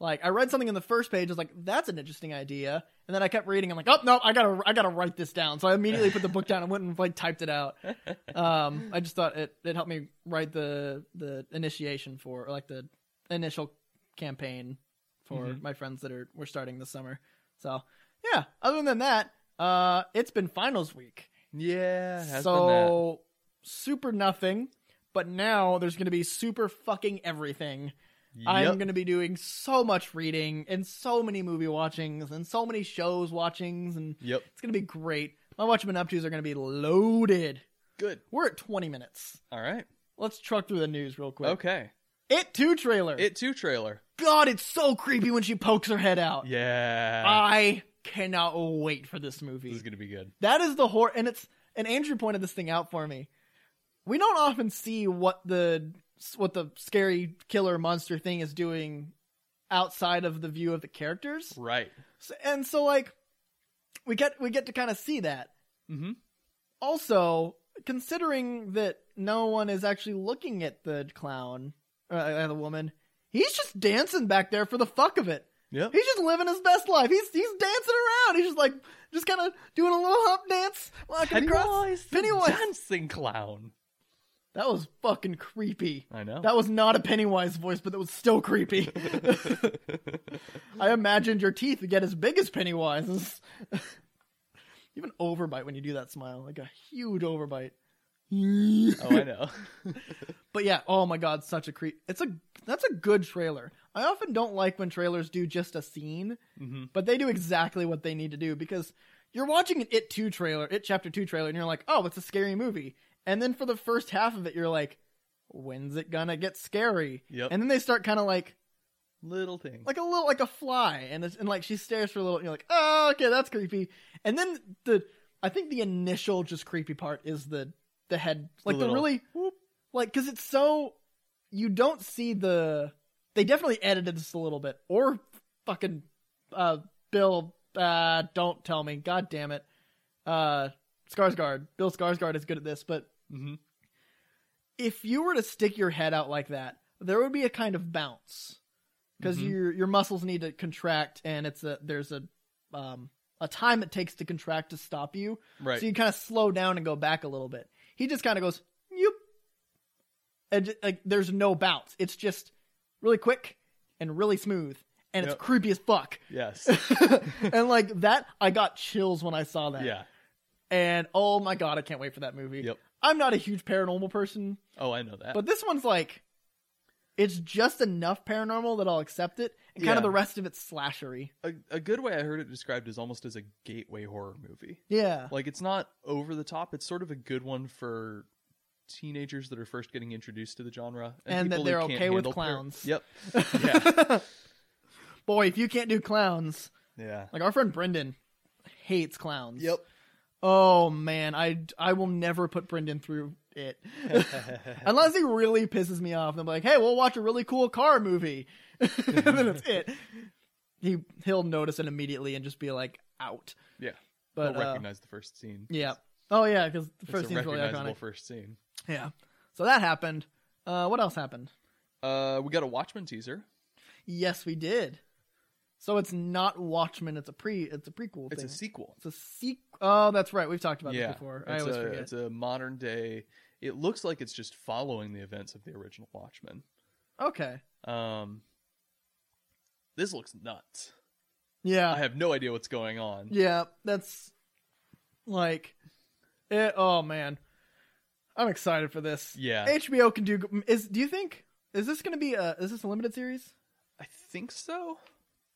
Speaker 1: like I read something in the first page. I was like, that's an interesting idea. And then I kept reading. I'm like, oh no, I gotta, I gotta write this down. So I immediately put the book down and went and like typed it out. Um, I just thought it, it helped me write the the initiation for or, like the initial campaign for
Speaker 2: Mhm.
Speaker 1: my friends that are we're starting this summer. So yeah. Other than that, uh, it's been finals week
Speaker 2: yeah, it has been
Speaker 1: so super nothing but now there's going to be super fucking everything
Speaker 2: that.
Speaker 1: i'm
Speaker 2: Yep.
Speaker 1: going to be doing so much reading and so many movie watchings and so many shows watchings and
Speaker 2: Yep.
Speaker 1: it's going to be great my watchmen up to's are going to be loaded
Speaker 2: Good.
Speaker 1: we're at 20 minutes
Speaker 2: All right.
Speaker 1: let's truck through the news real quick
Speaker 2: Okay.
Speaker 1: it 2 trailer
Speaker 2: It too trailer.
Speaker 1: god it's so creepy when she pokes her head out
Speaker 2: Yeah.
Speaker 1: i cannot wait for this movie
Speaker 2: this is gonna be good.
Speaker 1: That is the horror, and it's and Andrew pointed this thing out for me. We don't often see what the what the scary killer monster thing is doing outside of the view of the characters,
Speaker 2: Right.
Speaker 1: so, and so like we get we get to kind of see that.
Speaker 2: Mm-hmm.
Speaker 1: Also, considering that no one is actually looking at the clown uh, uh, the woman, he's just dancing back there for the fuck of it.
Speaker 2: Yep.
Speaker 1: He's just living his best life. He's he's dancing around. He's just like just kind of doing a little hump dance, walking across.
Speaker 2: Pennywise,
Speaker 1: Pennywise.
Speaker 2: dancing clown.
Speaker 1: That was fucking creepy.
Speaker 2: I know.
Speaker 1: That was not a Pennywise voice, but that was still creepy. I imagined your teeth would get as big as Pennywise's. you have an overbite when you do that smile, like a huge overbite.
Speaker 2: oh, I know.
Speaker 1: But yeah, oh my god, such a creep. It's a that's a good trailer. I often don't like when trailers do just a scene.
Speaker 2: hmm
Speaker 1: but they do exactly what they need to do because you're watching an It 2 trailer, It Chapter 2 trailer, and you're like, oh, it's a scary movie. And then for the first half of it, you're like, when's it gonna get scary?
Speaker 2: Yep.
Speaker 1: And then they start kind of like,
Speaker 2: Little thing.
Speaker 1: like a little, like a fly, and it's, and like she stares for a little, and you're like, oh, okay, that's creepy. And then the, I think the initial just creepy part is the the head, like the,
Speaker 2: little-
Speaker 1: really, like because it's so you don't see the they definitely edited this a little bit or fucking uh bill uh don't tell me god damn it uh Skarsgård bill Skarsgård is good at this but
Speaker 2: hmm
Speaker 1: if you were to stick your head out like that there would be a kind of bounce because
Speaker 2: Mhm.
Speaker 1: your your muscles need to contract and it's a there's a um a time it takes to contract to stop you
Speaker 2: Right.
Speaker 1: so you kind of slow down and go back a little bit. He just kind of goes, "Yup," and ju- like there's no bounce. It's just really quick and really smooth, and it's
Speaker 2: Yep.
Speaker 1: creepy as fuck.
Speaker 2: yes.
Speaker 1: and like that, I got chills when I saw that.
Speaker 2: yeah.
Speaker 1: And oh my god, I can't wait for that movie.
Speaker 2: Yep.
Speaker 1: I'm not a huge paranormal person,
Speaker 2: Oh, I know that.
Speaker 1: but this one's like, it's just enough paranormal that I'll accept it, and kind
Speaker 2: Yeah.
Speaker 1: of the rest of it's slashery.
Speaker 2: a, a good way I heard it described is almost as a gateway horror movie.
Speaker 1: Yeah.
Speaker 2: Like it's not over the top. It's sort of a good one for teenagers that are first getting introduced to the genre
Speaker 1: And that
Speaker 2: people who
Speaker 1: they're
Speaker 2: can't
Speaker 1: okay with
Speaker 2: handle par-
Speaker 1: clowns.
Speaker 2: yep. Yeah.
Speaker 1: Boy, if you can't do clowns.
Speaker 2: yeah.
Speaker 1: Like our friend Brendan hates clowns.
Speaker 2: Yep.
Speaker 1: Oh man, I I will never put Brendan through it. Unless he really pisses me off and I'm like, "Hey, we'll watch a really cool car movie." and then it's it. He he'll notice it immediately and just be like out.
Speaker 2: Yeah.
Speaker 1: But
Speaker 2: They'll
Speaker 1: uh,
Speaker 2: recognize the first scene.
Speaker 1: yeah. Oh yeah, cuz the
Speaker 2: It's
Speaker 1: first
Speaker 2: a
Speaker 1: scene's really
Speaker 2: recognizable
Speaker 1: iconic.
Speaker 2: first scene.
Speaker 1: Yeah. So that happened. Uh what else happened?
Speaker 2: Uh, we got a Watchmen teaser.
Speaker 1: Yes, we did. So it's not Watchmen. It's a pre. It's a prequel.
Speaker 2: It's
Speaker 1: thing.
Speaker 2: a sequel.
Speaker 1: It's a sequel. Oh, that's right. We've talked about
Speaker 2: yeah,
Speaker 1: this before. I
Speaker 2: it's
Speaker 1: always
Speaker 2: a
Speaker 1: forget.
Speaker 2: it's a modern day. It looks like it's just following the events of the original Watchmen.
Speaker 1: Okay.
Speaker 2: Um, this looks nuts.
Speaker 1: Yeah.
Speaker 2: I have no idea what's going on.
Speaker 1: Yeah, that's like, it, oh man, I'm excited for this.
Speaker 2: Yeah.
Speaker 1: HBO can do. Is do you think is this going to be a is this a limited series?
Speaker 2: I think so.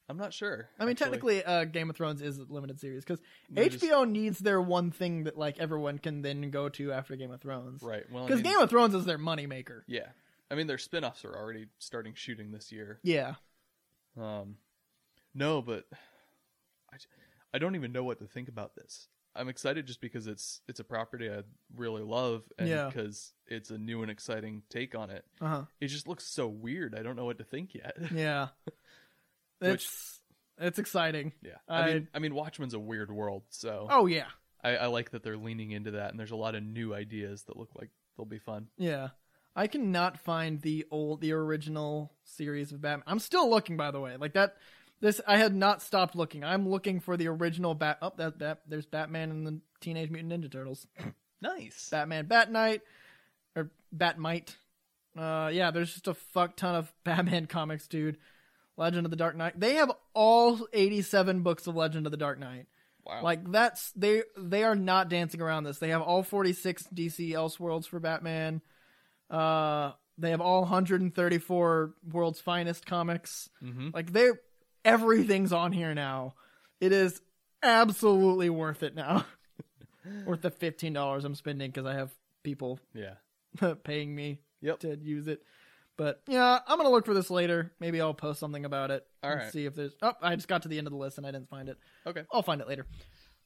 Speaker 2: I'm not sure.
Speaker 1: I mean,
Speaker 2: actually.
Speaker 1: technically, uh, Game of Thrones is a limited series because
Speaker 2: They're just-
Speaker 1: HBO needs their one thing that like everyone can then go to after Game of Thrones,
Speaker 2: right? Well, I
Speaker 1: Because
Speaker 2: mean,
Speaker 1: Game of Thrones is their moneymaker.
Speaker 2: yeah. I mean, their spin-offs are already starting shooting this year.
Speaker 1: Yeah,
Speaker 2: Um, no, but I, j- I don't even know what to think about this. I'm excited just because it's it's a property I really love, and
Speaker 1: Yeah.
Speaker 2: because it's a new and exciting take on it.
Speaker 1: uh huh,
Speaker 2: It just looks so weird. I don't know what to think yet.
Speaker 1: yeah.
Speaker 2: Which-
Speaker 1: it's it's exciting.
Speaker 2: yeah, I,
Speaker 1: I-
Speaker 2: mean, I mean, Watchmen's a weird world, so
Speaker 1: Oh yeah,
Speaker 2: I, I like that they're leaning into that, and there's a lot of new ideas that look like they'll be fun.
Speaker 1: Yeah. I cannot find the old the original series of Batman. I'm still looking by the way. Like that this I had not stopped looking. I'm looking for the original Bat up that that there's Batman and the Teenage Mutant Ninja Turtles.
Speaker 2: Nice.
Speaker 1: Batman Bat Knight or Batmite. Uh yeah, there's just a fuck ton of Batman comics, dude. Legend of the Dark Knight. They have all 87 books of Legend of the Dark Knight.
Speaker 2: wow.
Speaker 1: Like that's they they are not dancing around this. They have all 46 DC Elseworlds for Batman. Uh they have all 134 World's Finest comics.
Speaker 2: hmm
Speaker 1: Like they everything's on here now. It is absolutely worth it now. worth the $15 I'm spending cuz I have people
Speaker 2: Yeah.
Speaker 1: paying me
Speaker 2: Yep.
Speaker 1: to use it. But yeah, I'm gonna look for this later. Maybe I'll post something about it.
Speaker 2: All
Speaker 1: and
Speaker 2: right.
Speaker 1: See if there's. Oh, I just got to the end of the list and I didn't find it.
Speaker 2: Okay.
Speaker 1: I'll find it later.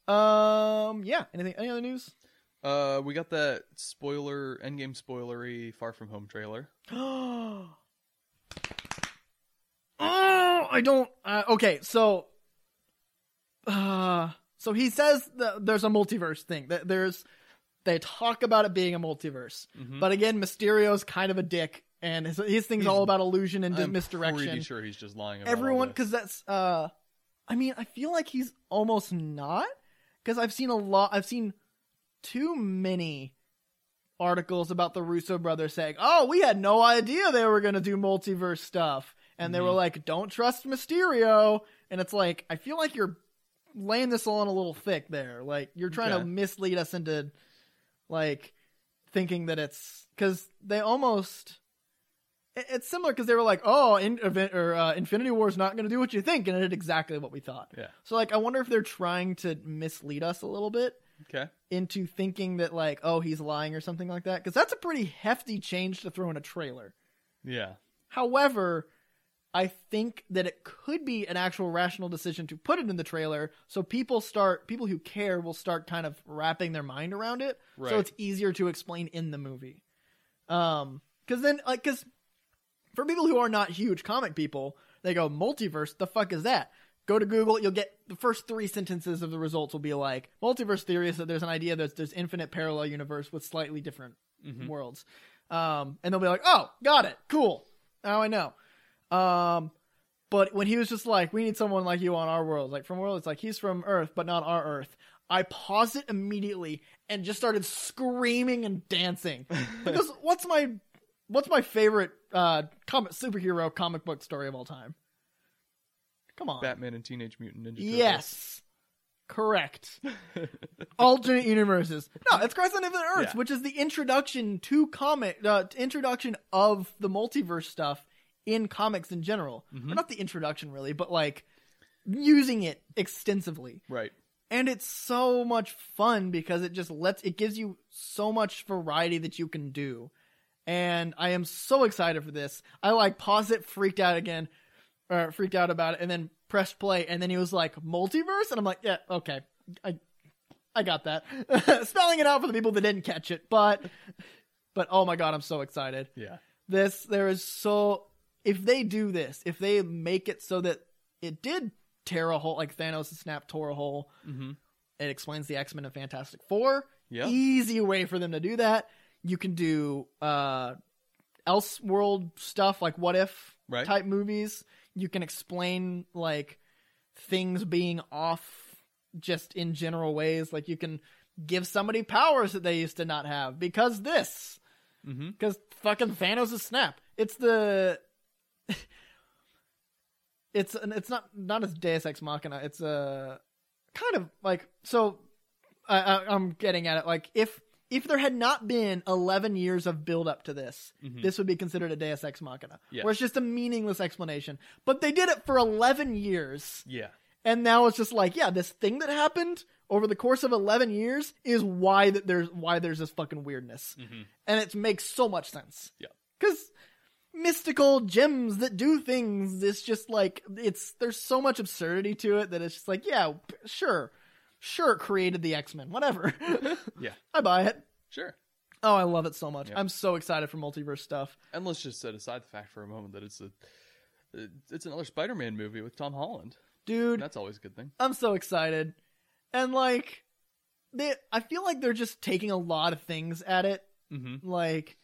Speaker 1: Um. Yeah. Anything? Any other news?
Speaker 2: Uh, we got that spoiler, endgame spoilery, Far From Home trailer.
Speaker 1: oh, I don't. Uh, okay. So. Uh, so he says that there's a multiverse thing. That there's. They talk about it being a multiverse,
Speaker 2: Mhm.
Speaker 1: but again, Mysterio's kind of a dick, and his, his thing's
Speaker 2: He's-
Speaker 1: all about illusion and
Speaker 2: I'm
Speaker 1: misdirection.
Speaker 2: Pretty sure he's just lying about all
Speaker 1: Everyone,
Speaker 2: this.
Speaker 1: because that's. Uh, I mean, I feel like he's almost not because I've seen a lot. I've seen too many articles about the Russo brothers saying, "Oh, we had no idea they were going to do multiverse stuff," and they were
Speaker 2: Mhm.
Speaker 1: like, "Don't trust Mysterio," and it's like, I feel like you're laying this on a little thick there. Like you're trying
Speaker 2: Okay.
Speaker 1: to mislead us into like thinking that it's because they almost. it- It's similar because they were like, "Oh, in, event, or uh, Infinity War is not going to do what you think," and it did exactly what we thought.
Speaker 2: Yeah.
Speaker 1: So, like, I wonder if they're trying to mislead us a little bit
Speaker 2: Okay.
Speaker 1: into thinking that like oh he's lying or something like that because that's a pretty hefty change to throw in a trailer
Speaker 2: Yeah.
Speaker 1: however i think that it could be an actual rational decision to put it in the trailer so people start people who care will start kind of wrapping their mind around it
Speaker 2: Right.
Speaker 1: so it's easier to explain in the movie um because then like because for people who are not huge comic people they go multiverse the fuck is that go to google you'll get the first three sentences of the results will be like multiverse theory is that there's an idea that there's infinite parallel universe with slightly different
Speaker 2: Mhm.
Speaker 1: worlds um and they'll be like oh got it cool now i know um but when he was just like we need someone like you on our world like from world it's like he's from earth but not our earth i paused it immediately and just started screaming and dancing because what's my what's my favorite uh comic superhero comic book story of all time? Come on.
Speaker 2: Batman and Teenage Mutant Ninja Turtles.
Speaker 1: yes. Correct. Alternate universes. No, it's Crisis on Infinite Earths,
Speaker 2: Yeah.
Speaker 1: which is the introduction to comic uh, introduction of the multiverse stuff in comics in general.
Speaker 2: Mhm.
Speaker 1: Or not the introduction really, but like using it extensively
Speaker 2: Right.
Speaker 1: and it's so much fun because it just lets it gives you so much variety that you can do and i am so excited for this i like pause it freaked out again or freaked out about it and then pressed play and then he was like multiverse and i'm like yeah okay i i got that spelling it out for the people that didn't catch it but but oh my god i'm so excited
Speaker 2: Yeah.
Speaker 1: this there is so if they do this if they make it so that it did tear a hole like thanos snap tore a hole
Speaker 2: Mm-hmm.
Speaker 1: it explains the X Men and Fantastic Four.
Speaker 2: Yeah.
Speaker 1: Easy way for them to do that. You can do uh, Elseworld stuff like What If
Speaker 2: Right.
Speaker 1: type movies. you can explain like things being off just in general ways. Like you can give somebody powers that they used to not have because this,
Speaker 2: Mm-hmm.
Speaker 1: because fucking Thanos is snap. It's the it's an, it's not not as Deus Ex Machina. It's a kind of like so. I, I, I'm getting at it. Like if if there had not been 11 years of build up to this,
Speaker 2: Mhm.
Speaker 1: this would be considered a Deus Ex Machina,
Speaker 2: Yeah.
Speaker 1: where it's just a meaningless explanation. But they did it for 11 years,
Speaker 2: Yeah.
Speaker 1: and now it's just like, yeah, this thing that happened over the course of 11 years is why that there's why there's this fucking weirdness
Speaker 2: Mm-hmm.
Speaker 1: and it makes so much sense.
Speaker 2: Yeah.
Speaker 1: Because mystical gems that do things, it's just like it's there's so much absurdity to it that it's just like, yeah, p- sure, sure, it created the X Men, whatever.
Speaker 2: Yeah.
Speaker 1: I buy it.
Speaker 2: Sure.
Speaker 1: Oh, I love it so much.
Speaker 2: Yeah.
Speaker 1: I'm so excited for multiverse stuff.
Speaker 2: And let's just set aside the fact for a moment that it's a uh, it's another Spider-Man movie with Tom Holland.
Speaker 1: Dude,
Speaker 2: That's always a good thing.
Speaker 1: I'm so excited. And like they I feel like they're just taking a lot of things at it
Speaker 2: Mm-hmm.
Speaker 1: like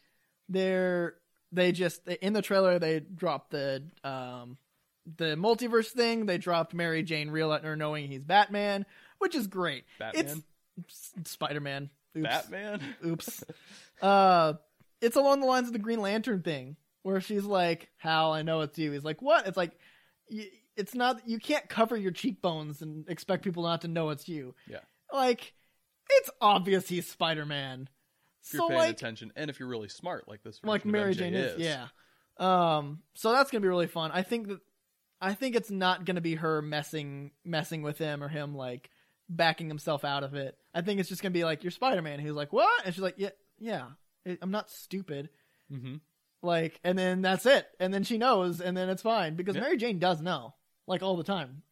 Speaker 1: they're they just in the trailer they dropped the um the multiverse thing they dropped mary jane realizing or knowing he's batman which is great
Speaker 2: Batman.
Speaker 1: it's oops, spider-man oops
Speaker 2: Batman.
Speaker 1: oops uh it's along the lines of the green lantern thing where she's like hal i know it's you he's like what it's like y- it's not you can't cover your cheekbones and expect people not to know it's you
Speaker 2: Yeah.
Speaker 1: like it's obvious he's spider-man
Speaker 2: If you're
Speaker 1: so
Speaker 2: paying
Speaker 1: like
Speaker 2: attention, and if you're really smart, like this,
Speaker 1: like
Speaker 2: version of
Speaker 1: Mary
Speaker 2: MJ
Speaker 1: Jane is. Yeah. Um. So that's gonna be really fun. I think that I think it's not gonna be her messing messing with him or him like backing himself out of it. I think it's just gonna be like you're Spider Man. He's like what? And she's like yeah yeah. I- I'm not stupid.
Speaker 2: Mm-hmm.
Speaker 1: Like and then that's it. And then she knows. And then it's fine because
Speaker 2: Yeah.
Speaker 1: Mary Jane does know like all the time.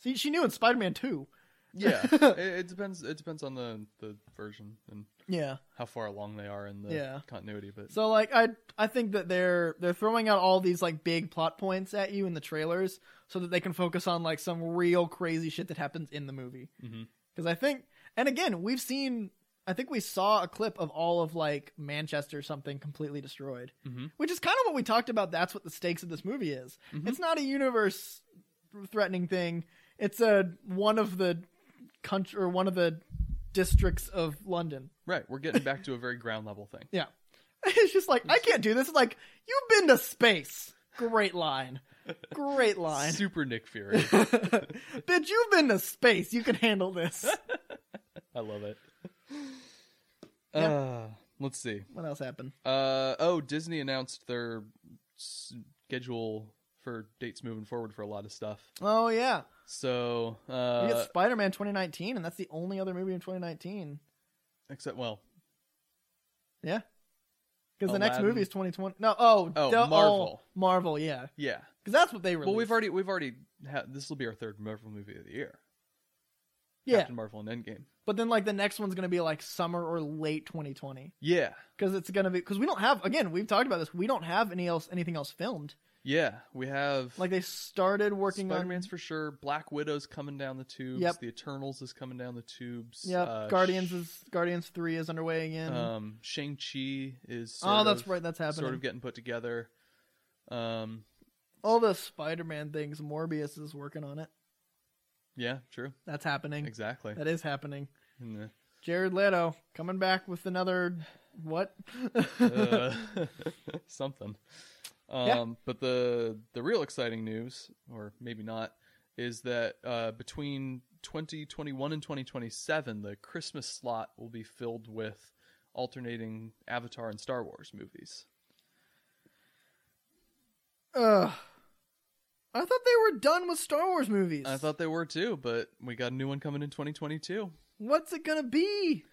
Speaker 1: See, she knew in Spider Man Two.
Speaker 2: Yeah. it, it depends. It depends on the the version and
Speaker 1: Yeah.
Speaker 2: how far along they are in the
Speaker 1: Yeah.
Speaker 2: continuity. But
Speaker 1: So like I I think that they're they're throwing out all these like big plot points at you in the trailers so that they can focus on like some real crazy shit that happens in the movie.
Speaker 2: Mhm.
Speaker 1: Cuz I think and again, we've seen I think we saw a clip of all of like Manchester or something completely destroyed,
Speaker 2: Mhm.
Speaker 1: which is kind of what we talked about. That's what the stakes of this movie is.
Speaker 2: Mhm.
Speaker 1: It's not a universe threatening thing. It's a one of the country or one of the districts of London.
Speaker 2: right, we're getting back to a very ground level thing.
Speaker 1: Yeah. It's just like, I can't do this. It's like, you've been to space. Great line. Great line.
Speaker 2: Super Nick Fury.
Speaker 1: Bitch, you've been to space. You can handle this.
Speaker 2: I love it.
Speaker 1: Yeah.
Speaker 2: Uh, let's see.
Speaker 1: What else happened?
Speaker 2: Uh, oh, Disney announced their schedule for dates moving forward for a lot of stuff.
Speaker 1: Oh, yeah.
Speaker 2: So,
Speaker 1: You
Speaker 2: uh,
Speaker 1: get Spider Man 2019, and that's the only other movie in 2019.
Speaker 2: except well,
Speaker 1: Because the next
Speaker 2: Oh, Aladdin.
Speaker 1: movie is 2020. No, oh,
Speaker 2: Oh,
Speaker 1: duh,
Speaker 2: Marvel.
Speaker 1: Marvel, yeah.
Speaker 2: yeah.
Speaker 1: Because that's what they released.
Speaker 2: Well, we've already we've already had this will be our third Marvel movie of the year.
Speaker 1: Yeah.
Speaker 2: Captain Marvel and Endgame.
Speaker 1: But then, like, the next one's going to be, like, summer or late 2020.
Speaker 2: Yeah,
Speaker 1: Because it's going to be. Because we don't have, again, we've talked about this. We don't have any else, anything else filmed.
Speaker 2: yeah. We have
Speaker 1: Like, they started working on.
Speaker 2: Spider-Man's for sure. Black Widow's coming down the tubes.
Speaker 1: Yep.
Speaker 2: The Eternals is coming down the tubes.
Speaker 1: Yeah,
Speaker 2: Uh,
Speaker 1: Guardians
Speaker 2: Sh-
Speaker 1: is Guardians three is underway again.
Speaker 2: um, Shang Chi is.
Speaker 1: oh,
Speaker 2: sort
Speaker 1: that's
Speaker 2: of-
Speaker 1: right, that's happening.
Speaker 2: Sort of getting put together. Um,
Speaker 1: All the Spider-Man things, Morbius is working on it.
Speaker 2: yeah, true,
Speaker 1: That's happening.
Speaker 2: exactly.
Speaker 1: That is happening.
Speaker 2: And, uh,
Speaker 1: Jared Leto coming back with another what?
Speaker 2: uh, something. Um, But the the real exciting news, or maybe not, is that uh, between 2021 and 2027, the Christmas slot will be filled with alternating Avatar and Star Wars movies.
Speaker 1: Ugh. I thought they were done with Star Wars movies.
Speaker 2: I thought they were too, but we got a new one coming in 2022.
Speaker 1: What's it gonna be?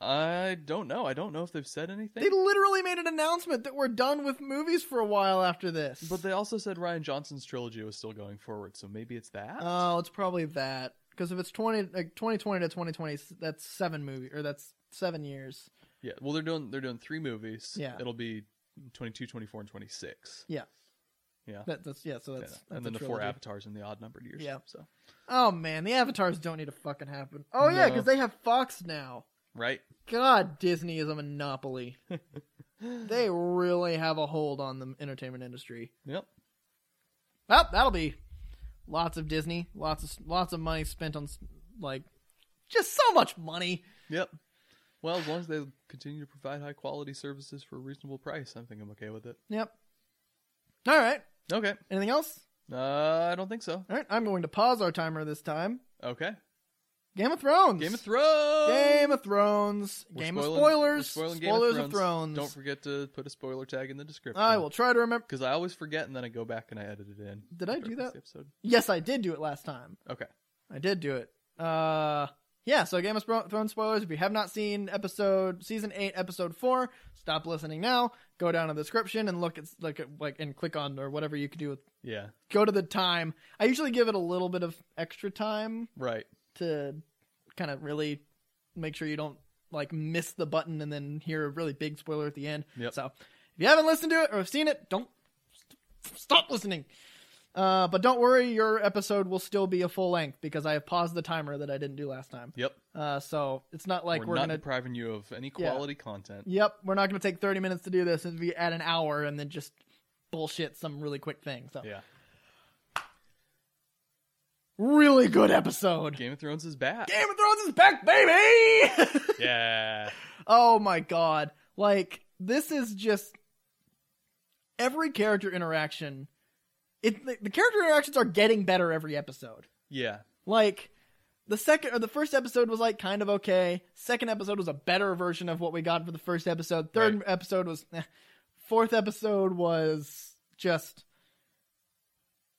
Speaker 2: I don't know. I don't know if they've said anything.
Speaker 1: They literally made an announcement that we're done with movies for a while after this.
Speaker 2: but they also said Ryan Johnson's trilogy was still going forward, so maybe it's that.
Speaker 1: Oh, it's probably that. Because if it's 20, like 2020 to 2020, that's seven movie or that's seven years.
Speaker 2: Yeah. Well, they're doing they're doing three movies.
Speaker 1: Yeah.
Speaker 2: It'll be 22, 24, and 26.
Speaker 1: Yeah.
Speaker 2: Yeah.
Speaker 1: That, that's yeah. So
Speaker 2: Yeah.
Speaker 1: that's, that's
Speaker 2: and then
Speaker 1: a
Speaker 2: the four
Speaker 1: trilogy.
Speaker 2: avatars in the odd numbered years.
Speaker 1: Yeah.
Speaker 2: So
Speaker 1: Oh man, the avatars don't need to fucking happen. Oh yeah,
Speaker 2: No.
Speaker 1: because they have Fox now.
Speaker 2: right.
Speaker 1: God, Disney is a monopoly. they really have a hold on the entertainment industry.
Speaker 2: Yep.
Speaker 1: Well, that'll be lots of Disney, lots of lots of money spent on like just so much money.
Speaker 2: Yep. Well, as long as they continue to provide high quality services for a reasonable price, I think I'm okay with it.
Speaker 1: Yep. All right.
Speaker 2: Okay.
Speaker 1: Anything else?
Speaker 2: Uh, I don't think so.
Speaker 1: All right. I'm going to pause our timer this time.
Speaker 2: Okay.
Speaker 1: Game of Thrones.
Speaker 2: Game of Thrones.
Speaker 1: Game of Thrones.
Speaker 2: We're
Speaker 1: Game
Speaker 2: spoiling-
Speaker 1: of
Speaker 2: we're
Speaker 1: spoilers.
Speaker 2: spoiling Game
Speaker 1: spoilers of Thrones.
Speaker 2: Don't forget to put a spoiler tag in the description.
Speaker 1: I will try to remember.
Speaker 2: Because I always forget, and then I go back and I edit it in.
Speaker 1: Did I
Speaker 2: after
Speaker 1: do
Speaker 2: it was
Speaker 1: that?
Speaker 2: the episode.
Speaker 1: Yes, I did do it last time.
Speaker 2: Okay.
Speaker 1: I did do it. Uh, yeah. So Game of Spro- Thrones spoilers. If you have not seen episode season eight, episode four, stop listening now. Go down to the description and look at look at like and click on or whatever you could do with.
Speaker 2: Yeah.
Speaker 1: Go to the time. I usually give it a little bit of extra time
Speaker 2: Right.
Speaker 1: to kind of really make sure you don't like miss the button and then hear a really big spoiler at the end.
Speaker 2: Yep.
Speaker 1: So if you haven't listened to it or have seen it, don't st- stop listening. Uh, but don't worry, your episode will still be a full length because I have paused the timer that I didn't do last time.
Speaker 2: Yep.
Speaker 1: Uh, so it's not like
Speaker 2: we're,
Speaker 1: we're,
Speaker 2: not
Speaker 1: gonna.
Speaker 2: depriving you of any
Speaker 1: Yeah.
Speaker 2: quality content.
Speaker 1: yep, we're not gonna take thirty minutes to do this, and we add an hour and then just bullshit some really quick thing. So
Speaker 2: Yeah.
Speaker 1: really good episode.
Speaker 2: Game of Thrones is back.
Speaker 1: Game of Thrones is back, baby.
Speaker 2: yeah.
Speaker 1: Oh my god. Like this is just every character interaction it the, the character interactions are getting better every episode.
Speaker 2: Yeah.
Speaker 1: Like the second or the first episode was like kind of okay. Second episode was a better version of what we got for the first episode. Third
Speaker 2: Right.
Speaker 1: episode was eh. fourth episode was just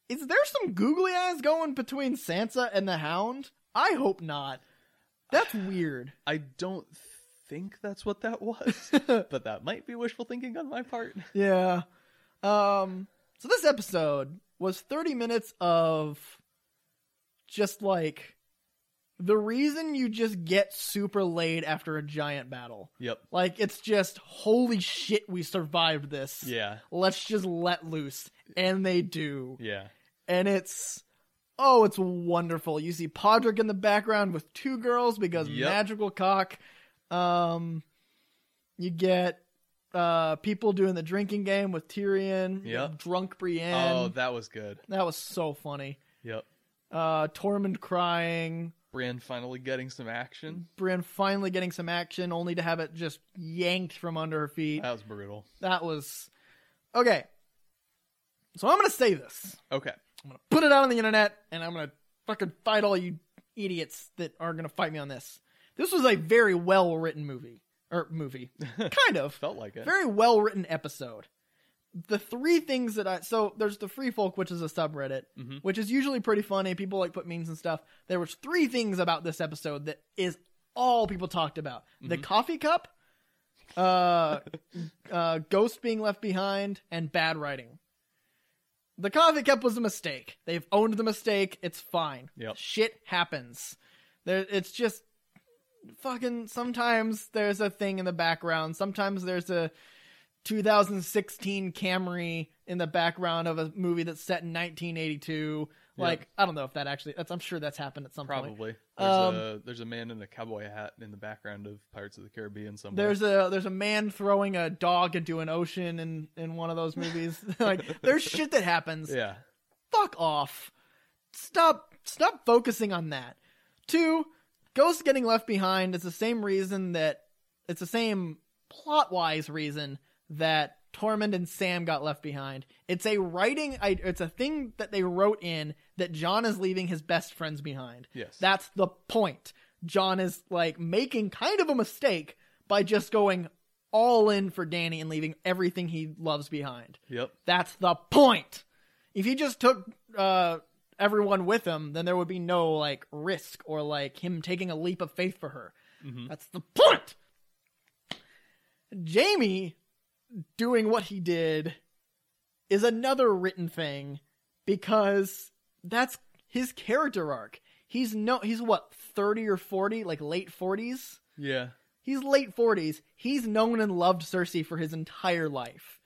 Speaker 1: Is there some googly eyes going between Sansa and the Hound? I hope not. That's weird.
Speaker 2: I don't think that's what that was, but that might be wishful thinking on my part.
Speaker 1: Yeah. Um so this episode was 30 minutes of just like the reason you just get super laid after a giant battle.
Speaker 2: Yep.
Speaker 1: Like it's just holy shit we survived this.
Speaker 2: Yeah.
Speaker 1: Let's just let loose and they do.
Speaker 2: Yeah.
Speaker 1: And it's oh, it's wonderful. You see Podrick in the background with two girls because
Speaker 2: Yep.
Speaker 1: magical cock. Um you get uh people doing the drinking game with Tyrion, you
Speaker 2: Yep.
Speaker 1: get drunk Brienne.
Speaker 2: oh, that was good.
Speaker 1: that was so funny.
Speaker 2: Yep.
Speaker 1: Uh Tormund crying,
Speaker 2: Bran finally getting some action.
Speaker 1: Brienne finally getting some action only to have it just yanked from under her feet.
Speaker 2: That was brutal.
Speaker 1: That was Okay. So I'm going to say this.
Speaker 2: Okay.
Speaker 1: I'm gonna put it out on the internet, and I'm gonna fucking fight all you idiots that are gonna fight me on this. This was a very well written movie, or movie, kind of
Speaker 2: Felt like it.
Speaker 1: very well written episode. The three things that I so there's the Free Folk, which is a subreddit,
Speaker 2: Mhm.
Speaker 1: which is usually pretty funny. People like put memes and stuff. There was three things about this episode that is all people talked about: the
Speaker 2: Mm-hmm.
Speaker 1: coffee cup, uh, uh, ghost being left behind, and bad writing. The coffee cup was a mistake. They've owned the mistake. It's fine.
Speaker 2: Yep.
Speaker 1: Shit happens. There, it's just fucking. Sometimes there's a thing in the background. Sometimes there's a 2016 Camry in the background of a movie that's set in 1982.
Speaker 2: Yeah.
Speaker 1: Like I don't know if that actually. That's, I'm sure that's happened at some point.
Speaker 2: Probably. There's,
Speaker 1: Um,
Speaker 2: a, there's a man in a cowboy hat in the background of Pirates of the Caribbean somewhere.
Speaker 1: There's a there's a man throwing a dog into an ocean in in one of those movies. like there's shit that happens.
Speaker 2: yeah.
Speaker 1: fuck off. Stop stop focusing on that. Two, Ghost getting left behind is the same reason that it's the same plot wise reason that Tormund and Sam got left behind. It's a writing I- it's a thing that they wrote in that John is leaving his best friends behind.
Speaker 2: Yes.
Speaker 1: That's the point. John is like making kind of a mistake by just going all in for Danny and leaving everything he loves behind.
Speaker 2: Yep.
Speaker 1: That's the point. If he just took uh, everyone with him, then there would be no like risk or like him taking a leap of faith for her.
Speaker 2: Mhm.
Speaker 1: That's the point. Jamie doing what he did is another written thing because that's his character arc. He's no he's what 30 or 40, like late 40s.
Speaker 2: Yeah.
Speaker 1: He's late 40s. He's known and loved Cersei for his entire life.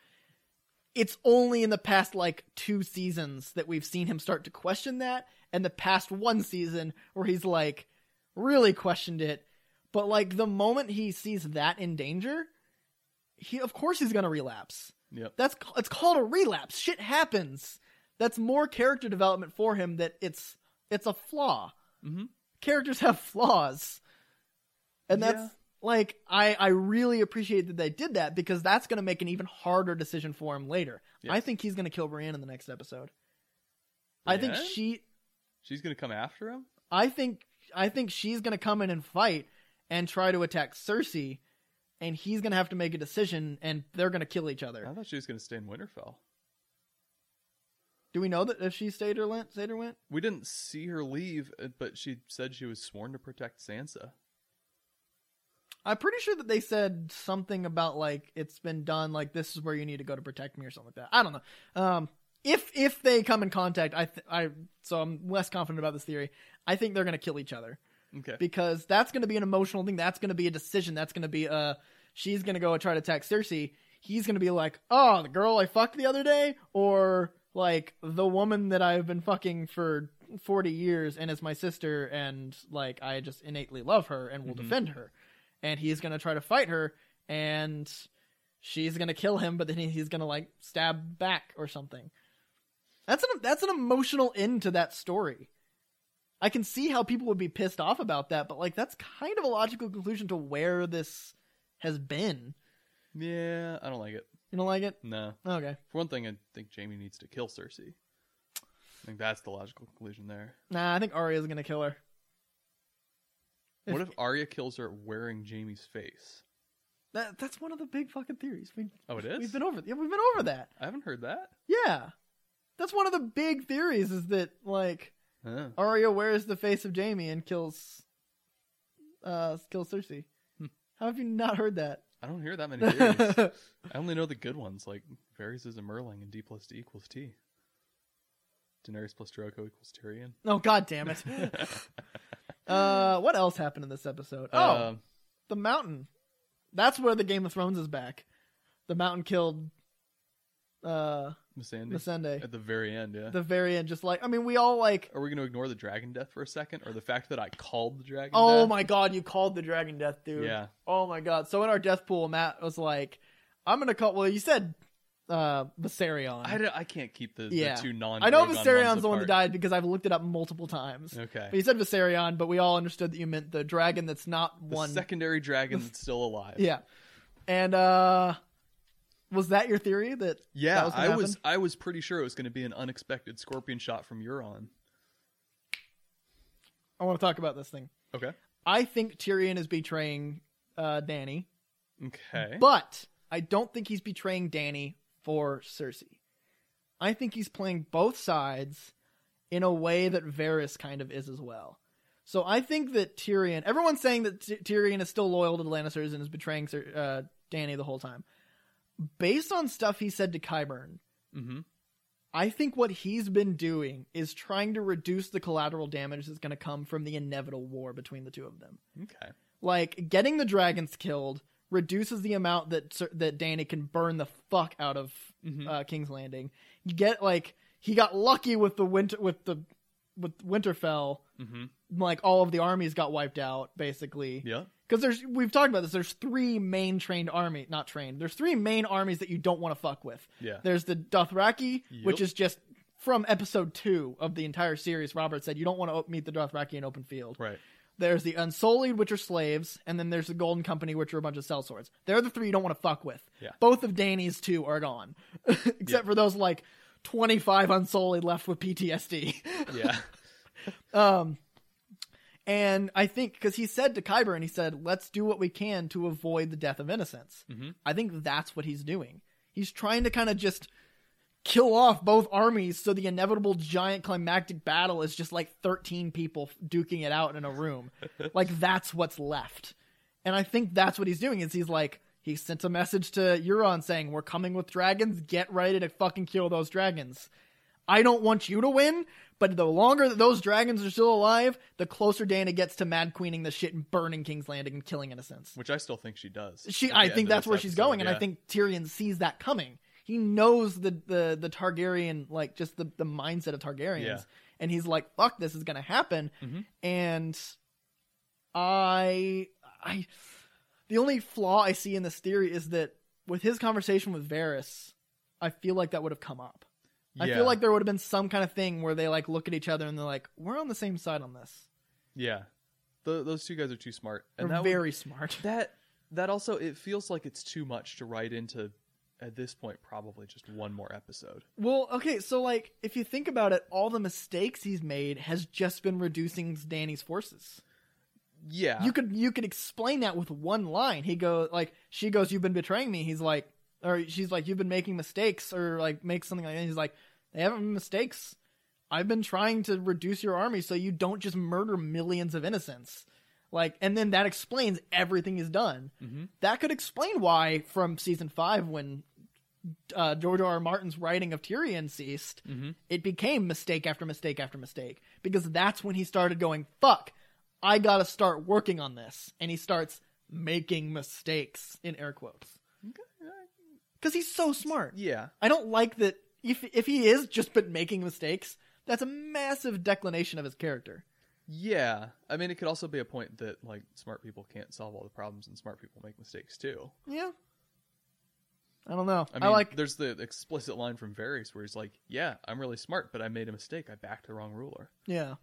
Speaker 1: It's only in the past like two seasons that we've seen him start to question that, and the past one season where he's like really questioned it. But like the moment he sees that in danger, he of course he's gonna relapse.
Speaker 2: Yep.
Speaker 1: That's it's called a relapse. Shit happens. that's more character development for him that it's it's a flaw.
Speaker 2: Mhm.
Speaker 1: Characters have flaws. And that's
Speaker 2: Yeah.
Speaker 1: like I I really appreciate that they did that because that's going to make an even harder decision for him later. I
Speaker 2: Yes.
Speaker 1: think he's going to kill Brienne in the next episode. I think
Speaker 2: Brienne?
Speaker 1: she
Speaker 2: She's gonna come after him.
Speaker 1: I think I think she's gonna come in and fight and try to attack Cersei, and he's gonna have to make a decision, and they're gonna kill each other.
Speaker 2: I thought she was gonna stay in Winterfell.
Speaker 1: Do we know that if she stayed or went, stayed or went?
Speaker 2: We didn't see her leave, uh, but she said she was sworn to protect Sansa.
Speaker 1: I'm pretty sure that they said something about like it's been done, like this is where you need to go to protect me or something like that. I don't know. Um, if if they come in contact, I th- I so I'm less confident about this theory. I think they're gonna kill each other.
Speaker 2: Okay.
Speaker 1: because that's going to be an emotional thing. That's going to be a decision. That's going to be uh she's going to go and try to attack Cersei. He's going to be like, "Oh, the girl I fucked the other day," or like the woman that I've been fucking for forty years and is my sister, and like I just innately love her and will
Speaker 2: Mhm.
Speaker 1: defend her. And he's going to try to fight her, and she's going to kill him, but then he- he's going to like stab back or something. That's an that's an emotional end to that story. I can see how people would be pissed off about that, but like that's kind of a logical conclusion to where this has been.
Speaker 2: yeah, I don't like it.
Speaker 1: You don't like it?
Speaker 2: No.
Speaker 1: Okay.
Speaker 2: For one thing, I think Jamie needs to kill Cersei. I think that's the logical conclusion there.
Speaker 1: Nah, I think Arya's gonna kill her.
Speaker 2: What if Arya kills her wearing Jamie's face?
Speaker 1: that, that's one of the big fucking theories? We
Speaker 2: Oh, it is?
Speaker 1: we've been over yeah, we've been over that.
Speaker 2: I haven't heard that.
Speaker 1: Yeah, that's one of the big theories is that like
Speaker 2: Huh.
Speaker 1: Arya wears the face of Jamie and kills uh kills Cersei.
Speaker 2: Hmm.
Speaker 1: How have you not heard that?
Speaker 2: I don't hear that many theories. I only know the good ones, like Varys is a Merling and D plus D equals T. Daenerys plus Drogo equals Tyrion.
Speaker 1: oh god damn it. uh what else happened in this episode? Oh,
Speaker 2: Um,
Speaker 1: the mountain. That's where the Game of Thrones is back. The mountain killed uh
Speaker 2: Missandei.
Speaker 1: Missandei.
Speaker 2: At the very end, yeah.
Speaker 1: The very end, just like I mean, we all like.
Speaker 2: Are we going to ignore the dragon death for a second, or the fact that I called the dragon?
Speaker 1: Oh
Speaker 2: death?
Speaker 1: my god, you called the dragon death, dude.
Speaker 2: Yeah,
Speaker 1: Oh my god. So in our death pool, Matt was like, "I'm gonna call." Well, you said uh Viserion.
Speaker 2: I, don't- I can't keep the,
Speaker 1: Yeah.
Speaker 2: the two non.
Speaker 1: I know
Speaker 2: Drogon
Speaker 1: Viserion's
Speaker 2: ones
Speaker 1: the one that
Speaker 2: apart.
Speaker 1: died because I've looked it up multiple times. But
Speaker 2: Okay,
Speaker 1: you said Viserion, but we all understood that you meant the dragon that's not
Speaker 2: the
Speaker 1: one.
Speaker 2: secondary dragon that's still alive.
Speaker 1: yeah. And uh was that your theory that
Speaker 2: yeah.
Speaker 1: That was
Speaker 2: I
Speaker 1: gonna
Speaker 2: was I was pretty sure it was going to be an unexpected scorpion shot from Euron.
Speaker 1: I want to talk about this thing?
Speaker 2: Okay,
Speaker 1: I think Tyrion is betraying uh, Danny,
Speaker 2: okay.
Speaker 1: but I don't think he's betraying Danny for Cersei. I think he's playing both sides in a way that Varys kind of is as well. So I think that Tyrion, everyone's saying that Ty- Tyrion is still loyal to the Lannisters and is betraying Cer- uh, Danny the whole time. Based on stuff he said to Kyburn,
Speaker 2: mm-hmm.
Speaker 1: I think what he's been doing is trying to reduce the collateral damage that's going to come from the inevitable war between the two of them.
Speaker 2: Okay.
Speaker 1: Like getting the dragons killed reduces the amount that Cer- that Danny can burn the fuck out of
Speaker 2: Mm-hmm.
Speaker 1: uh, King's Landing. You get like he got lucky with the winter with the with Winterfell.
Speaker 2: mm-hmm.
Speaker 1: Like all of the armies got wiped out basically.
Speaker 2: Yeah.
Speaker 1: Because there's we've talked about this. There's three main trained army, not trained. There's three main armies that you don't want to fuck with.
Speaker 2: Yeah.
Speaker 1: There's the Dothraki, which
Speaker 2: Yup.
Speaker 1: is just from episode two of the entire series. Robert said you don't want to meet the Dothraki in open field.
Speaker 2: Right.
Speaker 1: There's the Unsullied, which are slaves, and then there's the Golden Company, which are a bunch of sellswords. They're the three you don't want to fuck with.
Speaker 2: Yeah.
Speaker 1: Both of Danny's two are gone, except
Speaker 2: Yeah.
Speaker 1: for those like 25 Unsullied left with PTSD.
Speaker 2: Yeah.
Speaker 1: Um, and I think because he said to Kyber, and he said, "Let's do what we can to avoid the death of innocence."
Speaker 2: Mhm.
Speaker 1: I think that's what he's doing. He's trying to kind of just kill off both armies, so the inevitable giant climactic battle is just like thirteen people duking it out in a room. like that's what's left, and I think that's what he's doing. Is he's like. He sent a message to Euron saying, "We're coming with dragons. Get ready to fucking kill those dragons." I don't want you to win, but the longer that those dragons are still alive, the closer Dana gets to mad queening the shit and burning King's Landing and killing innocents.
Speaker 2: Which I still think she does.
Speaker 1: She,
Speaker 2: at the
Speaker 1: I
Speaker 2: end
Speaker 1: think
Speaker 2: of
Speaker 1: that's
Speaker 2: this
Speaker 1: where she's
Speaker 2: episode,
Speaker 1: going, and
Speaker 2: yeah.
Speaker 1: I think Tyrion sees that coming. He knows the the the Targaryen, like just the the mindset of Targaryens,
Speaker 2: Yeah.
Speaker 1: and he's like, "Fuck, this is gonna happen."
Speaker 2: Mhm.
Speaker 1: And I, I, the only flaw I see in this theory is that with his conversation with Varys, I feel like that would have come up. I
Speaker 2: Yeah.
Speaker 1: feel like there would have been some kind of thing where they like look at each other and they're like, "We're on the same side on this."
Speaker 2: yeah, Tho- those two guys are too smart, and
Speaker 1: They're
Speaker 2: that would-
Speaker 1: very smart.
Speaker 2: that that also it feels like it's too much to write into at this point. Probably just one more episode.
Speaker 1: Well, okay, so like if you think about it, all the mistakes he's made has just been reducing Danny's forces.
Speaker 2: Yeah,
Speaker 1: You could you could explain that with one line. He goes like she goes, "You've been betraying me." He's like, or she's like, "You've been making mistakes," or like make something like that. He's like, "They haven't been mistakes. I've been trying to reduce your army so you don't just murder millions of innocents." Like, and then that explains everything he's done.
Speaker 2: Mhm.
Speaker 1: That could explain why from season five when. Uh, George R. R. Martin's writing of Tyrion ceased
Speaker 2: hmm
Speaker 1: it became mistake after mistake after mistake because that's when he started going fuck i gotta start working on this and he starts making mistakes in air quotes because he's so smart
Speaker 2: Yeah,
Speaker 1: i don't like that if, if he is just been making mistakes that's a massive declination of his character
Speaker 2: yeah. I mean, it could also be a point that like smart people can't solve all the problems, and smart people make mistakes too.
Speaker 1: yeah i don't know
Speaker 2: I mean,
Speaker 1: i like
Speaker 2: there's the explicit line from Varys where he's like, "Yeah, I'm really smart, but I made a mistake. I backed the wrong ruler."
Speaker 1: yeah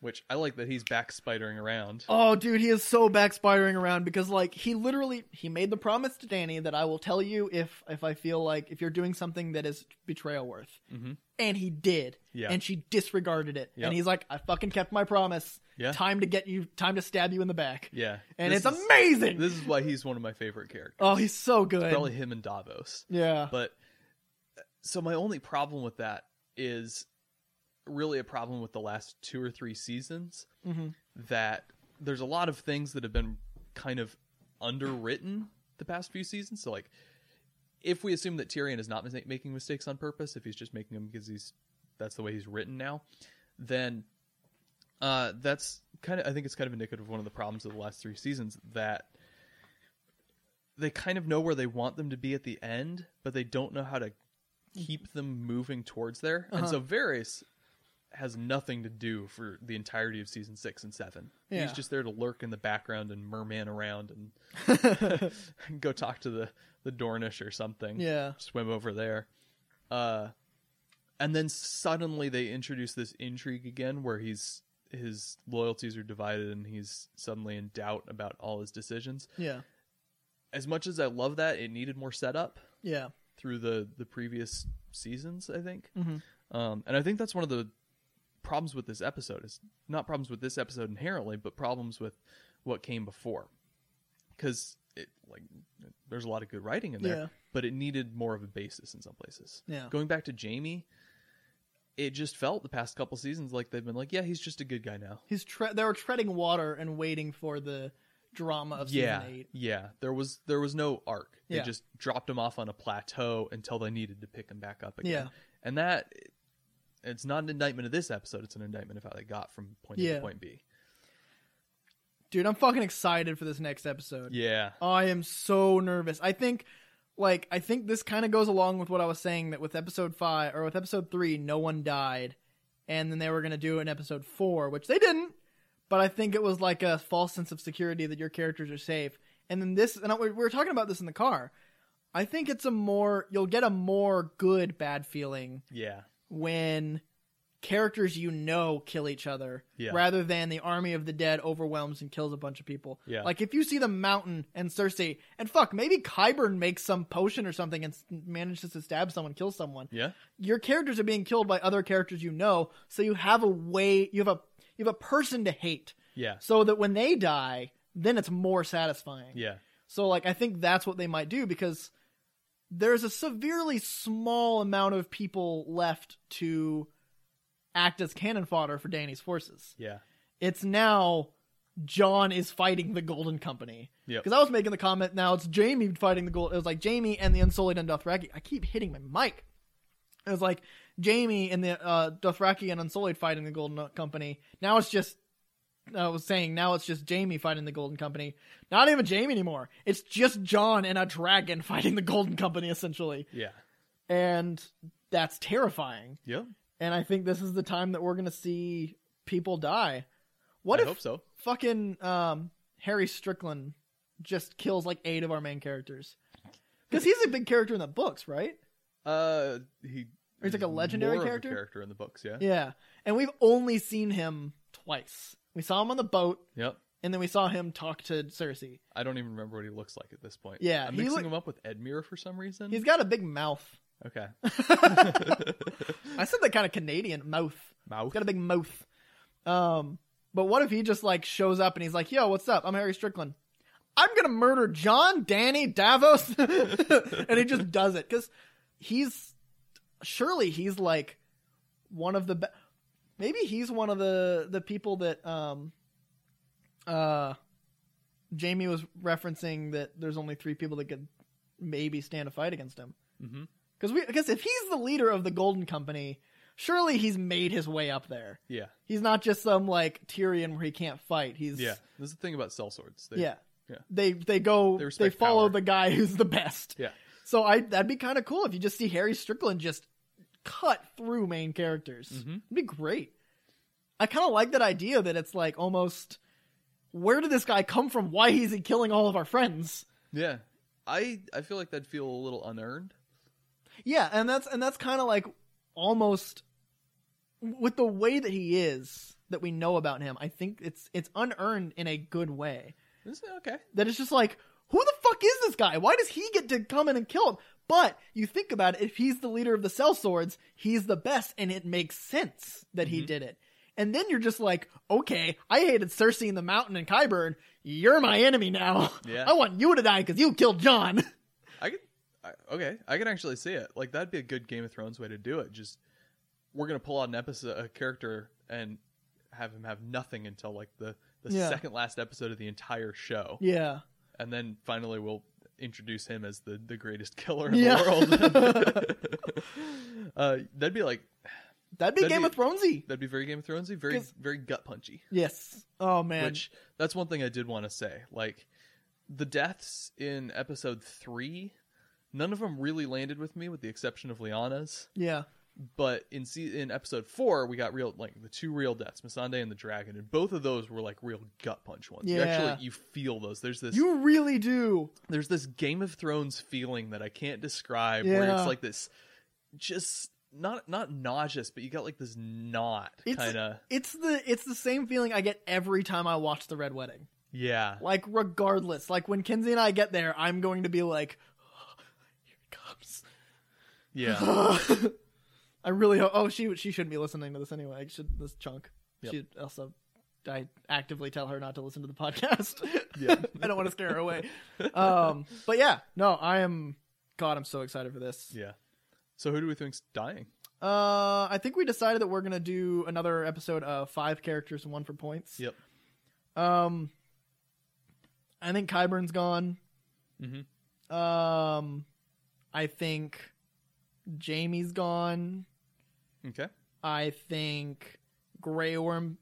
Speaker 2: Which I like that he's back spidering around.
Speaker 1: Oh, dude, he is so backspiring around because like he literally he made the promise to Danny that I will tell you if if I feel like if you're doing something that is betrayal worth,
Speaker 2: Mhm.
Speaker 1: and he did,
Speaker 2: Yeah.
Speaker 1: and she disregarded it,
Speaker 2: Yep.
Speaker 1: and he's like, I fucking kept my promise.
Speaker 2: Yeah.
Speaker 1: time to get you, time to stab you in the back,
Speaker 2: Yeah,
Speaker 1: and
Speaker 2: This
Speaker 1: it's
Speaker 2: is-
Speaker 1: amazing.
Speaker 2: This is why he's one of my favorite characters.
Speaker 1: oh, he's so good.
Speaker 2: probably him and Davos.
Speaker 1: yeah,
Speaker 2: But so my only problem with that is really a problem with the last two or three seasons
Speaker 1: Mhm.
Speaker 2: that there's a lot of things that have been kind of underwritten the past few seasons. So like if we assume that Tyrion is not mis- making mistakes on purpose, if he's just making them because he's that's the way he's written now, then uh, that's kind of I think it's kind of indicative of one of the problems of the last three seasons that they kind of know where they want them to be at the end, but they don't know how to keep them moving towards there. And
Speaker 1: Uh-huh.
Speaker 2: so Varys has nothing to do for the entirety of season six and seven.
Speaker 1: Yeah.
Speaker 2: He's just there to lurk in the background and merman around and
Speaker 1: Mm-hmm.
Speaker 2: go talk to the the Dornish or something
Speaker 1: yeah,
Speaker 2: swim over there. Uh, and then suddenly they introduce this intrigue again, where he's his loyalties are divided, and he's suddenly in doubt about all his decisions.
Speaker 1: yeah,
Speaker 2: As much as I love that, it needed more setup
Speaker 1: yeah,
Speaker 2: through the the previous seasons, I think.
Speaker 1: Mhm.
Speaker 2: Um, and I think that's one of the problems with this episode is not problems with this episode inherently, but problems with what came before. Because it like there's a lot of good writing in there,
Speaker 1: Yeah.
Speaker 2: but it needed more of a basis in some places.
Speaker 1: Yeah.
Speaker 2: Going back to Jamie, it just felt the past couple seasons like they've been like, yeah, he's just a good guy now.
Speaker 1: he's tre- they were treading water and waiting for the drama of
Speaker 2: yeah,
Speaker 1: season eight.
Speaker 2: yeah. There was there was no arc. They
Speaker 1: Yeah.
Speaker 2: just dropped him off on a plateau until they needed to pick him back up again.
Speaker 1: Yeah.
Speaker 2: and that it's not an indictment of this episode. It's an indictment of how they got from point A
Speaker 1: Yeah.
Speaker 2: to point B.
Speaker 1: Dude, I'm fucking excited for this next episode.
Speaker 2: Yeah,
Speaker 1: I am so nervous. I think like I think this kind of goes along with what I was saying that with episode 5 or with episode 3 no one died and then they were going to do an episode 4 which they didn't but I think it was like a false sense of security that your characters are safe and then this and I, we were talking about this in the car. I think it's a more you'll get a more good bad feeling
Speaker 2: yeah,
Speaker 1: when characters you know kill each other
Speaker 2: Yeah.
Speaker 1: rather than the army of the dead overwhelms and kills a bunch of people.
Speaker 2: Yeah.
Speaker 1: Like if you see the mountain and Cersei and fuck, maybe Kyburn makes some potion or something and s- manages to stab someone, kill someone.
Speaker 2: yeah,
Speaker 1: Your characters are being killed by other characters you know, so you have a way you have a you have a person to hate
Speaker 2: yeah,
Speaker 1: so that when they die, then it's more satisfying.
Speaker 2: yeah,
Speaker 1: So like I think that's what they might do because there's a severely small amount of people left to act as cannon fodder for Danny's forces.
Speaker 2: yeah,
Speaker 1: It's now John is fighting the Golden Company.
Speaker 2: Yep.
Speaker 1: Because I was making the comment now it's Jamie fighting the gold it was like Jamie and the Unsullied and Dothraki. I keep hitting my mic. It was like Jamie and the uh, Dothraki and Unsullied fighting the Golden Company. Now it's just I was saying now it's just Jamie fighting the Golden Company. Not even Jamie anymore. It's just John and a dragon fighting the Golden Company essentially.
Speaker 2: yeah,
Speaker 1: And that's terrifying.
Speaker 2: yeah.
Speaker 1: And I think this is the time that we're going to see people die. What
Speaker 2: I
Speaker 1: if
Speaker 2: hope so.
Speaker 1: fucking um, Harry Strickland just kills like eight of our main characters? Because he's a big character in the books, right?
Speaker 2: Uh, he
Speaker 1: Or he's like a legendary
Speaker 2: more of a
Speaker 1: character?
Speaker 2: character in the books, yeah.
Speaker 1: Yeah. And we've only seen him twice. We saw him on the boat,
Speaker 2: Yep.
Speaker 1: and then we saw him talk to Cersei.
Speaker 2: I don't even remember what he looks like at this point.
Speaker 1: Yeah,
Speaker 2: I'm
Speaker 1: he
Speaker 2: mixing
Speaker 1: look-
Speaker 2: him up with Edmure for some reason.
Speaker 1: He's got a big mouth.
Speaker 2: Okay.
Speaker 1: I said that kind of Canadian mouth. He's
Speaker 2: Mouth.
Speaker 1: got a big mouth. Um, but what if he just like shows up and he's like, "Yo, what's up? I'm Harry Strickland. I'm gonna murder John, Danny, Davos," and he just does it because he's surely he's like one of the be- maybe he's one of the the people that um uh Jamie was referencing that there's only three people that could maybe stand a fight against him.
Speaker 2: hmm
Speaker 1: Because we, because if he's the leader of the Golden Company, surely he's made his way up there.
Speaker 2: Yeah.
Speaker 1: He's not just some like Tyrion where he can't fight. He's
Speaker 2: Yeah. This is the thing about cell swords. They,
Speaker 1: yeah,
Speaker 2: yeah.
Speaker 1: They they go
Speaker 2: They
Speaker 1: they,
Speaker 2: respect
Speaker 1: follow
Speaker 2: power.
Speaker 1: the guy who's the best.
Speaker 2: Yeah.
Speaker 1: So I that'd be kind of cool if you just see Harry Strickland just cut through main characters.
Speaker 2: Mhm.
Speaker 1: It'd be great. I kind of like that idea that it's like almost where did this guy come from? Why is he killing all of our friends?
Speaker 2: Yeah. I I feel like that'd feel a little unearned.
Speaker 1: Yeah, and that's and that's kind of like almost with the way that he is that we know about him. I think it's it's unearned in a good way.
Speaker 2: This is okay.
Speaker 1: That it's just like who the fuck is this guy? Why does he get to come in and kill him? But you think about it, if he's the leader of the Cell Swords, he's the best, and it makes sense that he
Speaker 2: Mhm.
Speaker 1: did it. And then you're just like, okay, I hated Cersei in the Mountain and Kyburn. You're my enemy now.
Speaker 2: Yeah.
Speaker 1: I want you to die because you killed John.
Speaker 2: I could. I, okay, I can actually see it. Like that'd be a good Game of Thrones way to do it. Just we're gonna pull out an episode, a character, and have him have nothing until like the the
Speaker 1: Yeah.
Speaker 2: second last episode of the entire show,
Speaker 1: yeah.
Speaker 2: and then finally we'll introduce him as the the greatest killer in
Speaker 1: Yeah.
Speaker 2: the world. uh, that'd be like
Speaker 1: That'd be
Speaker 2: That'd
Speaker 1: Game
Speaker 2: be-
Speaker 1: of Thronesy.
Speaker 2: that'd be very Game of Thronesy, very
Speaker 1: 'Cause-
Speaker 2: very gut punchy.
Speaker 1: Yes. Oh man.
Speaker 2: Which that's one thing I did want to say. Like the deaths in episode three, none of them really landed with me, with the exception of Liana's.
Speaker 1: yeah.
Speaker 2: But in se- in episode four, we got real like the two real deaths, Masande and the dragon, and both of those were like real gut punch ones. You
Speaker 1: Yeah.
Speaker 2: actually you feel those. There's this
Speaker 1: You really do.
Speaker 2: there's this Game of Thrones feeling that I can't describe, where
Speaker 1: Yeah.
Speaker 2: it's like this just not not nauseous, but you got like this knot
Speaker 1: It's-
Speaker 2: kind of
Speaker 1: It's the it's the same feeling I get every time I watch the Red Wedding.
Speaker 2: yeah
Speaker 1: Like regardless, like when Kinsey and I get there, I'm going to be like, here it comes.
Speaker 2: yeah
Speaker 1: I really hope. Oh, she she shouldn't be listening to this anyway. I Should this chunk?
Speaker 2: Yep.
Speaker 1: She also. I actively tell her not to listen to the podcast.
Speaker 2: Yeah.
Speaker 1: I don't want to scare her away. Um, but yeah, no, I am. God, I'm so excited for this.
Speaker 2: yeah. So who do we think's dying?
Speaker 1: Uh, I think we decided that we're gonna do another episode of five characters and one for points.
Speaker 2: Yep.
Speaker 1: Um, I think Kyburn's gone.
Speaker 2: Mhm.
Speaker 1: Um, I think Jamie's gone.
Speaker 2: Okay.
Speaker 1: I think Grey Worm.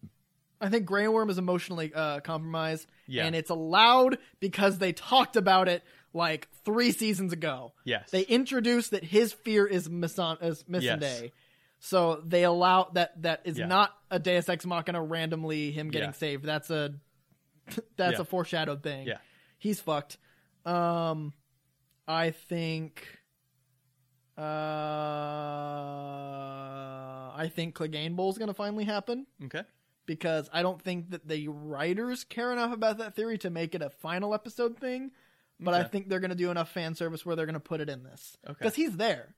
Speaker 1: I think Grey Worm is emotionally uh, compromised,
Speaker 2: Yeah.
Speaker 1: and it's allowed because they talked about it like three seasons ago.
Speaker 2: yes.
Speaker 1: They introduce that his fear is misan is missing
Speaker 2: Yes.
Speaker 1: day. So they allow that that is
Speaker 2: Yeah.
Speaker 1: not a Deus Ex Machina randomly him getting
Speaker 2: Yeah.
Speaker 1: saved. That's a that's
Speaker 2: Yeah.
Speaker 1: a foreshadowed thing.
Speaker 2: Yeah.
Speaker 1: He's fucked. Um I think uh I think Clegane Bowl's gonna finally happen
Speaker 2: okay.
Speaker 1: because I don't think that the writers care enough about that theory to make it a final episode thing. But I
Speaker 2: Okay.
Speaker 1: think they're going to do enough fan service where they're going to put it in this
Speaker 2: Okay.
Speaker 1: because he's there,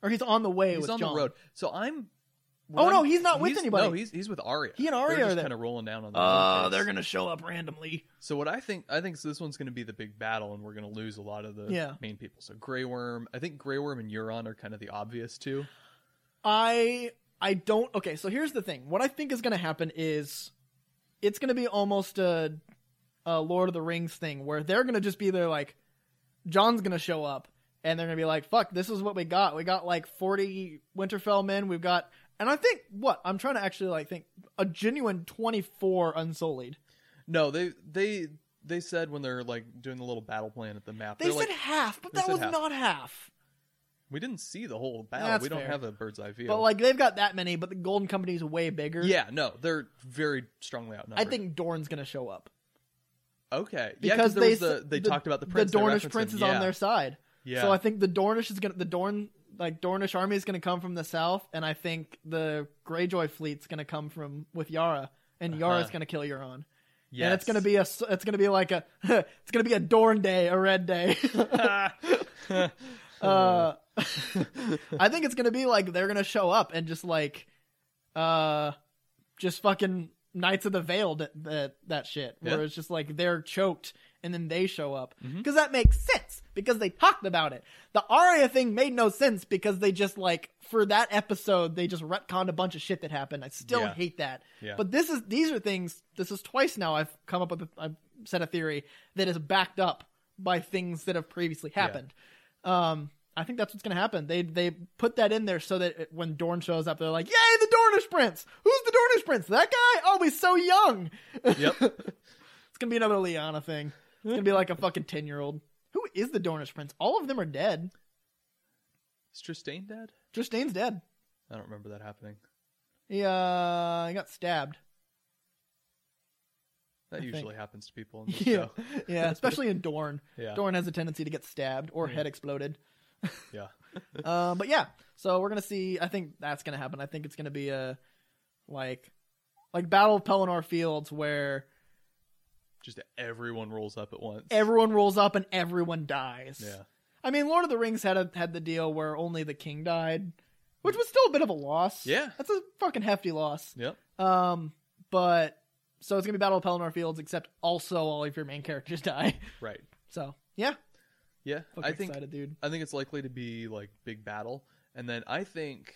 Speaker 1: or he's on the way
Speaker 2: he's
Speaker 1: with
Speaker 2: on
Speaker 1: John.
Speaker 2: the road. So I'm.
Speaker 1: Oh, no, he's not with anybody.
Speaker 2: No, he's he's with Arya.
Speaker 1: He and Arya
Speaker 2: They're
Speaker 1: are
Speaker 2: just
Speaker 1: there.
Speaker 2: kind of rolling down on the.
Speaker 1: Uh,
Speaker 2: road
Speaker 1: they're
Speaker 2: face.
Speaker 1: going to show up randomly.
Speaker 2: So what I think, I think this one's going to be the big battle, and we're going to lose a lot of the
Speaker 1: Yeah.
Speaker 2: main people. So Grey Worm, I think Grey Worm and Euron are kind of the obvious two.
Speaker 1: I I don't. Okay, so here's the thing. What I think is going to happen is it's going to be almost a, a Lord of the Rings thing where they're going to just be there like John's going to show up and they're going to be like, "Fuck, this is what we got. We got like 40 Winterfell men. We've got and I think what I'm trying to actually like think a genuine 24 unsullied.
Speaker 2: No, they they they said when they're like doing the little battle plan at the map,
Speaker 1: They
Speaker 2: they're
Speaker 1: said
Speaker 2: like,
Speaker 1: half, but
Speaker 2: they
Speaker 1: that
Speaker 2: said
Speaker 1: was
Speaker 2: half.
Speaker 1: not half.
Speaker 2: we didn't see the whole battle.
Speaker 1: That's
Speaker 2: we don't
Speaker 1: fair.
Speaker 2: have a bird's eye view.
Speaker 1: But like they've got that many, but the Golden Company's way bigger.
Speaker 2: yeah, no, they're very strongly outnumbered.
Speaker 1: I think Dorne's going to show up.
Speaker 2: okay, yeah,
Speaker 1: because
Speaker 2: there
Speaker 1: they
Speaker 2: was the,
Speaker 1: s-
Speaker 2: they talked about the prince.
Speaker 1: The
Speaker 2: they
Speaker 1: Dornish
Speaker 2: referenced
Speaker 1: prince
Speaker 2: him.
Speaker 1: is
Speaker 2: yeah.
Speaker 1: on their side.
Speaker 2: Yeah.
Speaker 1: So I think the Dornish is gonna the Dorn like Dornish army is going to come from the south, and I think the Greyjoy fleet's going to come from with Yara, and Yara's
Speaker 2: Uh-huh.
Speaker 1: going to kill Euron.
Speaker 2: Yes.
Speaker 1: And it's going to be a s- it's going to be like a it's going to be a Dorn day, a red day.
Speaker 2: be.
Speaker 1: uh, I think it's gonna be like they're gonna show up and just like, uh, just fucking Knights of the Veil that that, that shit. Where
Speaker 2: Yeah.
Speaker 1: it's just like they're choked and then they show up because
Speaker 2: Mhm.
Speaker 1: that makes sense because they talked about it. The Arya thing made no sense because they just like for that episode they just retconned a bunch of shit that happened. I still
Speaker 2: Yeah.
Speaker 1: hate that.
Speaker 2: Yeah.
Speaker 1: But this is these are things. This is twice now I've come up with. A, I've said a theory that is backed up by things that have previously
Speaker 2: Yeah.
Speaker 1: happened. Um, I think that's what's going to happen. They they put that in there so that it- when Dorn shows up, they're like, "Yay, the Dornish prince! Who's the Dornish prince? That guy? Oh, he's so young."
Speaker 2: Yep.
Speaker 1: It's gonna be another Liana thing. It's gonna be like a fucking ten year old. Who is the Dornish prince? All of them are dead.
Speaker 2: Is Tristane dead?
Speaker 1: Tristane's dead.
Speaker 2: I don't remember that happening.
Speaker 1: He uh, he got stabbed.
Speaker 2: That
Speaker 1: I think-
Speaker 2: usually happens to people in this
Speaker 1: Yeah,
Speaker 2: show.
Speaker 1: yeah. Especially in Dorn.
Speaker 2: Yeah. Mm.
Speaker 1: Dorn has a tendency to get stabbed or
Speaker 2: Yeah.
Speaker 1: head exploded.
Speaker 2: Yeah.
Speaker 1: um, but yeah, so we're gonna see. I think that's gonna happen. I think it's gonna be a like like Battle of Pelennor Fields where
Speaker 2: Just everyone rolls up at once.
Speaker 1: everyone rolls up and everyone dies.
Speaker 2: Yeah.
Speaker 1: I mean, Lord of the Rings had a, had the deal where only the king died, which was still a bit of a loss.
Speaker 2: Yeah.
Speaker 1: that's a fucking hefty loss.
Speaker 2: Yep.
Speaker 1: Um, but so it's gonna be Battle of Pelennor Fields, except also all of your main characters die.
Speaker 2: Right.
Speaker 1: So yeah,
Speaker 2: Yeah.
Speaker 1: fucking
Speaker 2: I think
Speaker 1: excited, dude.
Speaker 2: I think it's likely to be like big battle, and then I think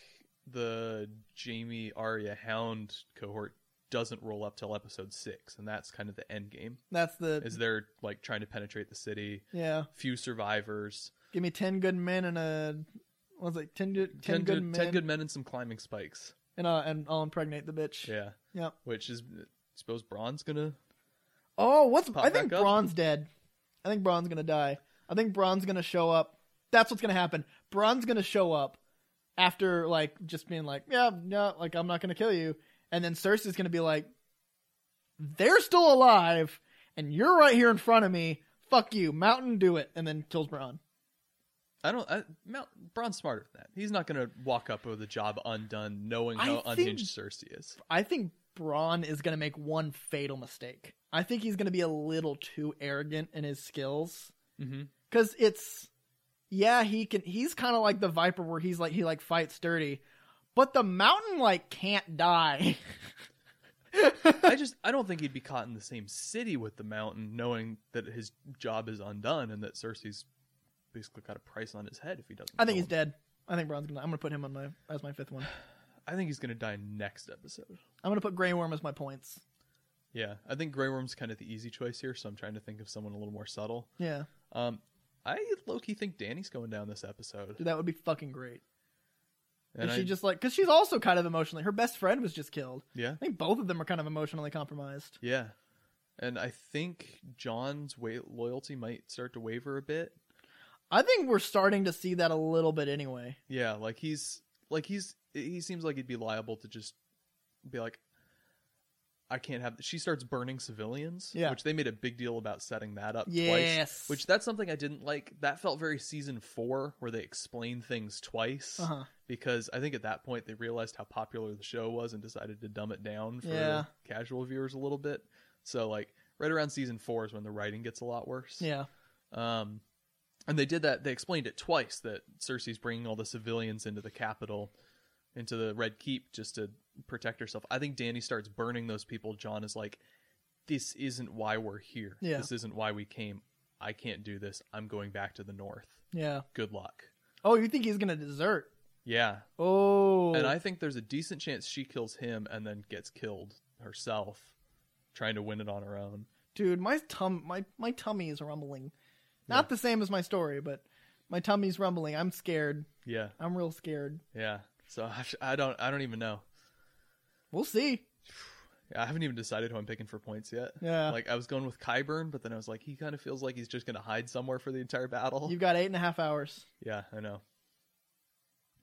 Speaker 2: the Jamie Arya Hound cohort doesn't roll up till episode six, and that's kind of the end game.
Speaker 1: That's the
Speaker 2: Is they're like trying to penetrate the city,
Speaker 1: yeah.
Speaker 2: few survivors,
Speaker 1: Give me ten good men and a what was it? Ten good, 10
Speaker 2: ten,
Speaker 1: good
Speaker 2: good,
Speaker 1: men
Speaker 2: ten good men and some climbing spikes.
Speaker 1: and uh, and I'll impregnate the bitch.
Speaker 2: Yeah,
Speaker 1: Yep.
Speaker 2: which is I suppose Braun's gonna.
Speaker 1: Oh, what's
Speaker 2: Pop
Speaker 1: I think
Speaker 2: back up.
Speaker 1: Braun's dead. I think Braun's gonna die. I think Braun's gonna show up. That's what's gonna happen. Braun's gonna show up after like just being like, yeah, no, like I'm not gonna kill you, and then Cersei's gonna be like, they're still alive, and you're right here in front of me. Fuck you, Mountain, do it, and then kills Braun.
Speaker 2: I don't. I, Mount, Braun's smarter than that. He's not gonna walk up with a job undone, knowing
Speaker 1: I
Speaker 2: how
Speaker 1: think-
Speaker 2: unhinged Cersei is.
Speaker 1: I think Braun is going to make one fatal mistake. I think he's going to be a little too arrogant in his skills
Speaker 2: Mm-hmm.
Speaker 1: because it's yeah he can he's kind of like the Viper where he's like he like fights dirty, but the Mountain like can't die.
Speaker 2: I just I don't think he'd be caught in the same city with the mountain, knowing that his job is undone and that Cersei's basically got a price on his head if he doesn't.
Speaker 1: I think he's
Speaker 2: kill him.
Speaker 1: dead. I think Braun's gonna. I'm gonna put him on my as my fifth one.
Speaker 2: I think he's gonna die next episode.
Speaker 1: I'm gonna put Grey Worm as my points.
Speaker 2: Yeah, I think Grey Worm's kind of the easy choice here, so I'm trying to think of someone a little more subtle.
Speaker 1: Yeah,
Speaker 2: Um, I low key think Danny's going down this episode.
Speaker 1: dude, that would be fucking great.
Speaker 2: And
Speaker 1: if she
Speaker 2: I-
Speaker 1: just like because she's also kind of emotionally. Her best friend was just killed.
Speaker 2: yeah,
Speaker 1: I think both of them are kind of emotionally compromised.
Speaker 2: yeah, and I think John's wa- loyalty might start to waver a bit.
Speaker 1: I think we're starting to see that a little bit anyway.
Speaker 2: Yeah, like he's like he's he seems like he'd be liable to just be like I can't have she starts burning civilians,
Speaker 1: Yeah.
Speaker 2: which they made a big deal about setting that up twice.
Speaker 1: Yes.
Speaker 2: Which that's something I didn't like. That felt very season 4 where they explain things twice
Speaker 1: uh-huh.
Speaker 2: because I think at that point they realized how popular the show was and decided to dumb it down for
Speaker 1: Yeah.
Speaker 2: casual viewers a little bit. So like right around season 4 is when the writing gets a lot worse.
Speaker 1: Yeah.
Speaker 2: Um, and they did that. They explained it twice that Cersei's bringing all the civilians into the capital, into the Red Keep, just to protect herself. I think Danny starts burning those people. John is like, "This isn't why we're here.
Speaker 1: Yeah.
Speaker 2: This isn't why we came. I can't do this. I'm going back to the North.
Speaker 1: Yeah.
Speaker 2: Good luck."
Speaker 1: Oh, you think he's gonna desert?
Speaker 2: Yeah,
Speaker 1: Oh.
Speaker 2: and I think there's a decent chance she kills him and then gets killed herself, trying to win it on her own.
Speaker 1: dude, my tum my my tummy is rumbling. Not
Speaker 2: Yeah.
Speaker 1: the same as my story, but my tummy's rumbling. I'm scared.
Speaker 2: Yeah,
Speaker 1: I'm real scared.
Speaker 2: yeah. So I, I don't, I don't even know.
Speaker 1: We'll see.
Speaker 2: I haven't even decided who I'm picking for points yet.
Speaker 1: Yeah.
Speaker 2: Like I was going with Kyburn, but then I was like, he kind of feels like he's just going to hide somewhere for the entire battle.
Speaker 1: You've got eight and a half hours.
Speaker 2: Yeah, I know.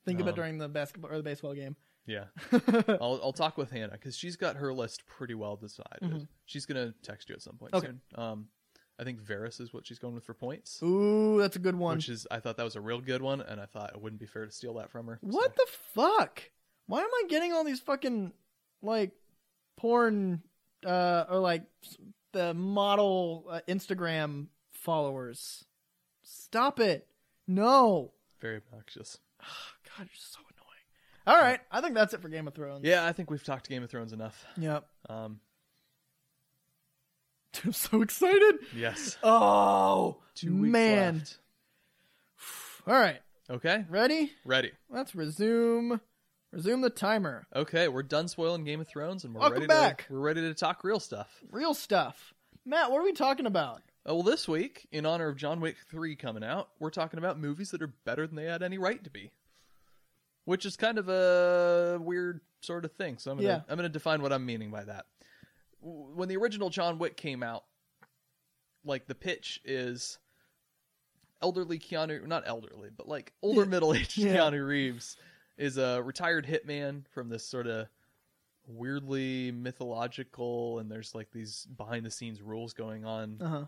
Speaker 1: Think about
Speaker 2: Um,
Speaker 1: during the basketball or the baseball game.
Speaker 2: Yeah, I'll I'll talk with Hannah because she's got her list pretty well decided.
Speaker 1: Mhm.
Speaker 2: She's going to text you at some point
Speaker 1: Okay.
Speaker 2: soon. Um, I think Varus is what she's going with for points,
Speaker 1: Ooh, that's a good one.
Speaker 2: which is I thought that was a real good one, and I thought it wouldn't be fair to steal that from her.
Speaker 1: What the fuck? Why am I getting all these fucking like porn uh or like s- the model uh, Instagram followers? Stop it. No.
Speaker 2: the? Very obnoxious.
Speaker 1: God, you're so annoying. All right, I think that's it for Game of Thrones.
Speaker 2: Yeah, I think we've talked Game of Thrones enough.
Speaker 1: Yep.
Speaker 2: Um,
Speaker 1: I'm so excited.
Speaker 2: yes.
Speaker 1: Oh,
Speaker 2: Two weeks
Speaker 1: man.
Speaker 2: left.
Speaker 1: All right.
Speaker 2: Okay,
Speaker 1: Ready?
Speaker 2: ready.
Speaker 1: Let's resume resume the timer.
Speaker 2: Okay, we're done spoiling Game of Thrones, and we're
Speaker 1: Welcome
Speaker 2: ready
Speaker 1: back.
Speaker 2: to we're ready to talk real stuff.
Speaker 1: Real stuff. Matt, what are we talking about?
Speaker 2: Uh, well, this week, in honor of John Wick 3 coming out, we're talking about movies that are better than they had any right to be. Which is kind of a weird sort of thing. So I'm gonna
Speaker 1: Yeah.
Speaker 2: I'm gonna define what I'm meaning by that. W- When the original John Wick came out, like the pitch is elderly Keanu not elderly, but like older
Speaker 1: Yeah.
Speaker 2: middle aged
Speaker 1: Yeah.
Speaker 2: Keanu Reeves is a retired hitman from this sort of weirdly mythological and there's like these behind the scenes rules going on
Speaker 1: Uh-huh.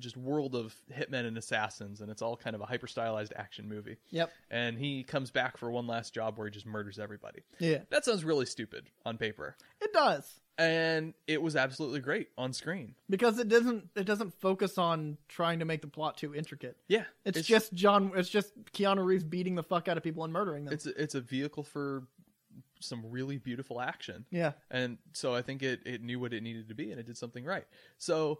Speaker 2: just world of hitmen and assassins, and it's all kind of a hyper stylized action movie.
Speaker 1: Yep.
Speaker 2: And he comes back for one last job where he just murders everybody.
Speaker 1: Yeah.
Speaker 2: That sounds really stupid on paper,
Speaker 1: It does.
Speaker 2: and it was absolutely great on screen.
Speaker 1: because it doesn't it doesn't focus on trying to make the plot too intricate.
Speaker 2: Yeah,
Speaker 1: It's, just John. It's just Keanu Reeves beating the fuck out of people and murdering them.
Speaker 2: it's a, it's a vehicle for some really beautiful action,
Speaker 1: yeah,
Speaker 2: and so I think it it knew what it needed to be, and it did something right. So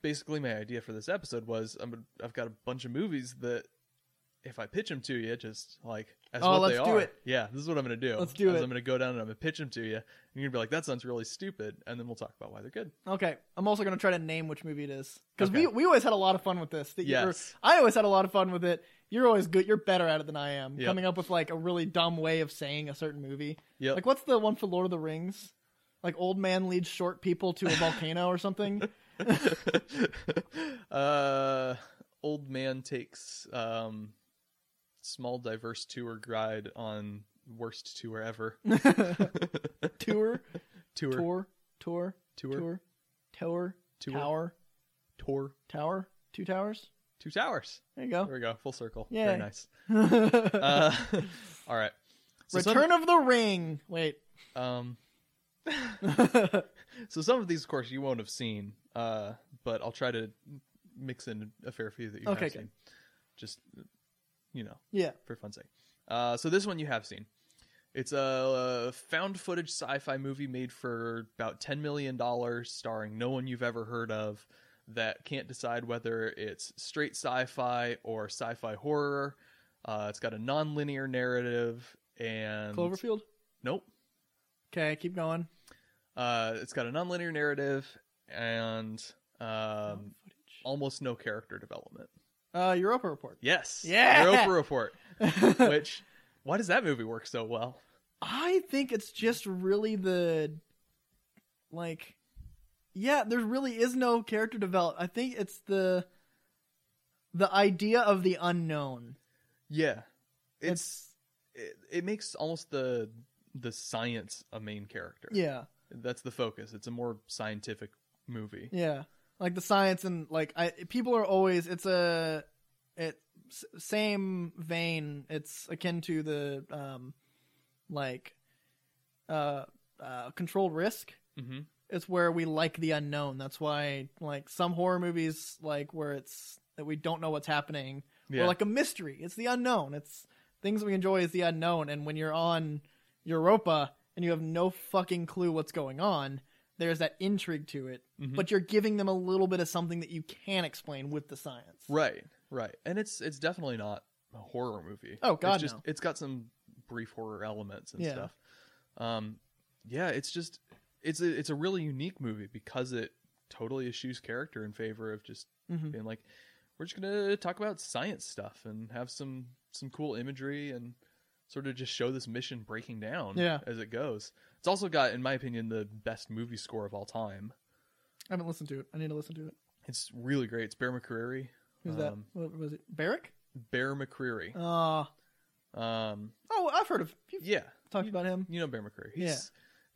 Speaker 2: basically, my idea for this episode was I'm a, I've got a bunch of movies that. If I pitch them to you, just like as
Speaker 1: Oh,
Speaker 2: what
Speaker 1: let's
Speaker 2: they
Speaker 1: do
Speaker 2: are,
Speaker 1: it.
Speaker 2: yeah, this is what I'm gonna do.
Speaker 1: Let's do
Speaker 2: is
Speaker 1: it.
Speaker 2: I'm gonna go down and I'm gonna pitch them to you, and you're gonna be like, "That sounds really stupid," and then we'll talk about why they're good.
Speaker 1: okay. I'm also gonna try to name which movie it is because we
Speaker 2: Okay.
Speaker 1: we always had a lot of fun with this. That you were-
Speaker 2: Yes.
Speaker 1: I always had a lot of fun with it. You're always good. You're better at it than I am.
Speaker 2: Yep.
Speaker 1: Coming up with like a really dumb way of saying a certain movie.
Speaker 2: Yep.
Speaker 1: Like what's the one for Lord of the Rings? Like old man leads short people to a volcano or something.
Speaker 2: uh, old man takes um, small diverse tour guide on worst tour ever.
Speaker 1: Tour,
Speaker 2: tour, tour,
Speaker 1: tour, tour,
Speaker 2: tour,
Speaker 1: tour, tour,
Speaker 2: Tour.
Speaker 1: tower,
Speaker 2: tour,
Speaker 1: tower, two towers.
Speaker 2: two towers.
Speaker 1: There you
Speaker 2: There we go, full circle.
Speaker 1: Oh. Yay.
Speaker 2: Very nice.
Speaker 1: go.
Speaker 2: Uh, all right. So some-
Speaker 1: Return of the Ring. Wait.
Speaker 2: um,
Speaker 1: okay.
Speaker 2: so some of these, of course, you won't have seen, uh, but I'll try to mix in a fair few that you
Speaker 1: Okay,
Speaker 2: have
Speaker 1: good.
Speaker 2: seen. Just you know,
Speaker 1: Yeah.
Speaker 2: for fun's sake. Uh, so this one you have seen. It's a found footage sci-fi movie made for about ten million dollars, starring no one you've ever heard of, that can't decide whether it's straight sci-fi or sci-fi horror. Uh, it's got a non-linear narrative and
Speaker 1: Cloverfield.
Speaker 2: Nope.
Speaker 1: Okay, keep going.
Speaker 2: Uh, it's got a non-linear narrative and um, almost no character development.
Speaker 1: uh, Europa Report.
Speaker 2: Yes.
Speaker 1: Yeah!
Speaker 2: Europa Report. Which, why does that movie work so well?
Speaker 1: I think it's just really the, like, yeah. There really is no character develop. I think it's the, the idea of the unknown.
Speaker 2: Yeah, it's it, it makes almost the the science a main character.
Speaker 1: Yeah.
Speaker 2: that's the focus. It's a more scientific movie.
Speaker 1: Yeah, like the science and like I people are always it's a it s- same vein. It's akin to the um like uh uh controlled risk.
Speaker 2: hmm
Speaker 1: It's where we like the unknown. That's why like some horror movies like where it's that we don't know what's happening
Speaker 2: Yeah,
Speaker 1: or like a mystery. It's the unknown. It's things we enjoy is the unknown. And when you're on Europa and you have no fucking clue what's going on, there's that intrigue to it.
Speaker 2: Mhm.
Speaker 1: But you're giving them a little bit of something that you can explain with the science.
Speaker 2: right, right. And it's it's definitely not a horror movie.
Speaker 1: Oh, God,
Speaker 2: it's just
Speaker 1: no.
Speaker 2: it's got some brief horror elements and
Speaker 1: Yeah.
Speaker 2: stuff. Um, yeah, it's just it's a it's a really unique movie because it totally eschews character in favor of just
Speaker 1: hmm
Speaker 2: being like we're just gonna talk about science stuff and have some some cool imagery and sort of just show this mission breaking down
Speaker 1: Yeah.
Speaker 2: as it goes it's also got in my opinion the best movie score of all time
Speaker 1: I haven't listened to it. I need to listen to it.
Speaker 2: it's really great it's bear mccreary
Speaker 1: Who's that?
Speaker 2: Um,
Speaker 1: What was it? Barrick?
Speaker 2: bear mccreary
Speaker 1: Uh,
Speaker 2: um
Speaker 1: oh, I've heard of. You've
Speaker 2: yeah
Speaker 1: talked about him.
Speaker 2: you know bear mccreary he's
Speaker 1: Yeah.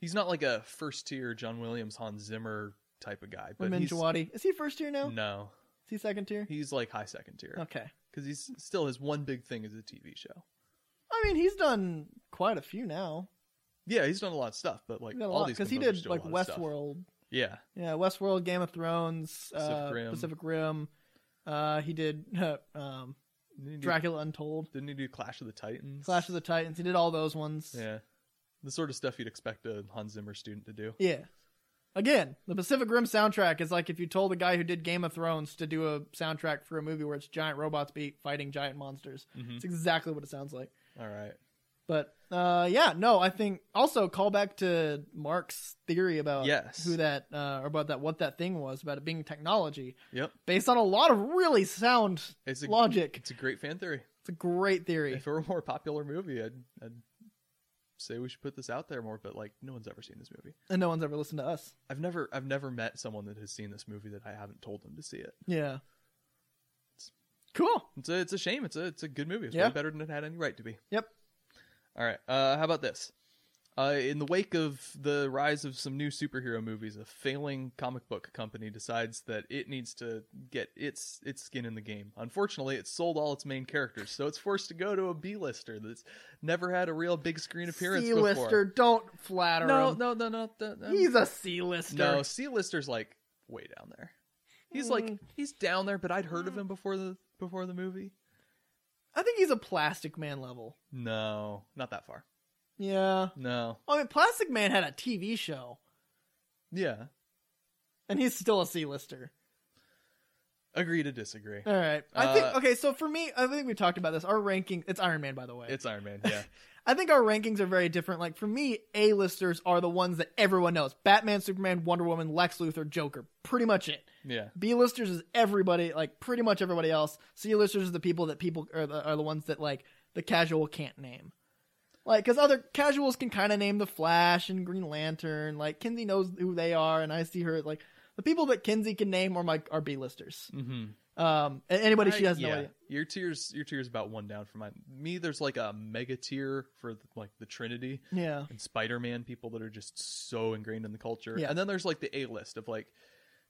Speaker 2: he's not like a first tier john williams hans zimmer type of guy. But
Speaker 1: Ramin
Speaker 2: he's,
Speaker 1: Djawadi. Is he first tier now?
Speaker 2: no,
Speaker 1: Is he second tier?
Speaker 2: he's like high second tier
Speaker 1: Okay.
Speaker 2: because he's still his one big thing is a TV show.
Speaker 1: I mean, he's done quite a few now.
Speaker 2: Yeah, he's done a lot of stuff, but like
Speaker 1: He's done a
Speaker 2: all
Speaker 1: lot
Speaker 2: these
Speaker 1: because he
Speaker 2: composers
Speaker 1: did
Speaker 2: do a
Speaker 1: like
Speaker 2: lot of stuff.
Speaker 1: Westworld.
Speaker 2: Yeah,
Speaker 1: Yeah, Westworld, Game of Thrones, Pacific, uh,
Speaker 2: Rim.
Speaker 1: Rim. Pacific Rim. Uh, he did uh, um,
Speaker 2: Didn't he do-
Speaker 1: Dracula Untold,
Speaker 2: Didn't he do Clash of the Titans?
Speaker 1: Clash of the Titans. He did all those ones.
Speaker 2: Yeah, the sort of stuff you'd expect a Hans Zimmer student to do.
Speaker 1: Yeah. Again, the Pacific Rim soundtrack is like if you told the guy who did Game of Thrones to do a soundtrack for a movie where it's giant robots beat fighting giant monsters.
Speaker 2: Mhm.
Speaker 1: It's exactly what it sounds like.
Speaker 2: All right.
Speaker 1: But uh, yeah, no, I think also call back to Mark's theory about
Speaker 2: Yes.
Speaker 1: who that uh, or about that what that thing was about it being technology
Speaker 2: Yep.
Speaker 1: based on a lot of really sound
Speaker 2: It's a,
Speaker 1: logic.
Speaker 2: It's a great fan theory.
Speaker 1: It's a great theory.
Speaker 2: If it were a more popular movie, I'd, I'd say we should put this out there more. But like, no one's ever seen this movie.
Speaker 1: And no one's ever listened to us.
Speaker 2: I've never I've never met someone that has seen this movie that I haven't told them to see it.
Speaker 1: Yeah. Cool.
Speaker 2: It's a, it's a shame. It's a it's a good movie. It's
Speaker 1: Yeah.
Speaker 2: way better than it had any right to be.
Speaker 1: Yep.
Speaker 2: All right. Uh, how about this? Uh, in the wake of the rise of some new superhero movies, a failing comic book company decides that it needs to get its its skin in the game. Unfortunately, it sold all its main characters, so it's forced to go to a B-lister that's never had a real big screen appearance
Speaker 1: C-lister,
Speaker 2: before.
Speaker 1: don't flatter
Speaker 2: No,
Speaker 1: him.
Speaker 2: no, no, no, no, no.
Speaker 1: He's a C-lister.
Speaker 2: No, C-lister's like way down there. He's like
Speaker 1: Mm.
Speaker 2: he's down there, but I'd heard of him before the before the movie.
Speaker 1: I think he's a Plastic Man level.
Speaker 2: No, not that far.
Speaker 1: Yeah.
Speaker 2: No.
Speaker 1: I mean, Plastic Man had a TV show,
Speaker 2: Yeah.
Speaker 1: and he's still a C-lister.
Speaker 2: Agree to disagree.
Speaker 1: All right. I think
Speaker 2: Uh,
Speaker 1: okay. So for me, I think we talked about this. Our ranking. It's Iron Man, by the way.
Speaker 2: It's Iron Man, yeah.
Speaker 1: I think our rankings are very different. Like for me, A-listers are the ones that everyone knows: Batman, Superman, Wonder Woman, Lex Luthor, Joker. Pretty much it.
Speaker 2: Yeah.
Speaker 1: B-listers is everybody, like pretty much everybody else. C-listers is the people that people are the, are the ones that like the casual can't name. Like, because other casuals can kind of name the Flash and Green Lantern. Like, Kinsey knows who they are, and I see her like the people that Kinsey can name are my are B-listers.
Speaker 2: Mm-hmm.
Speaker 1: Um, a- anybody she has no idea.
Speaker 2: Your tier's your tier's about one down from mine. Me, there's like a mega tier for like the Trinity
Speaker 1: Yeah,
Speaker 2: and Spider-Man people that are just so ingrained in the culture.
Speaker 1: Yeah.
Speaker 2: And then there's like the A list of like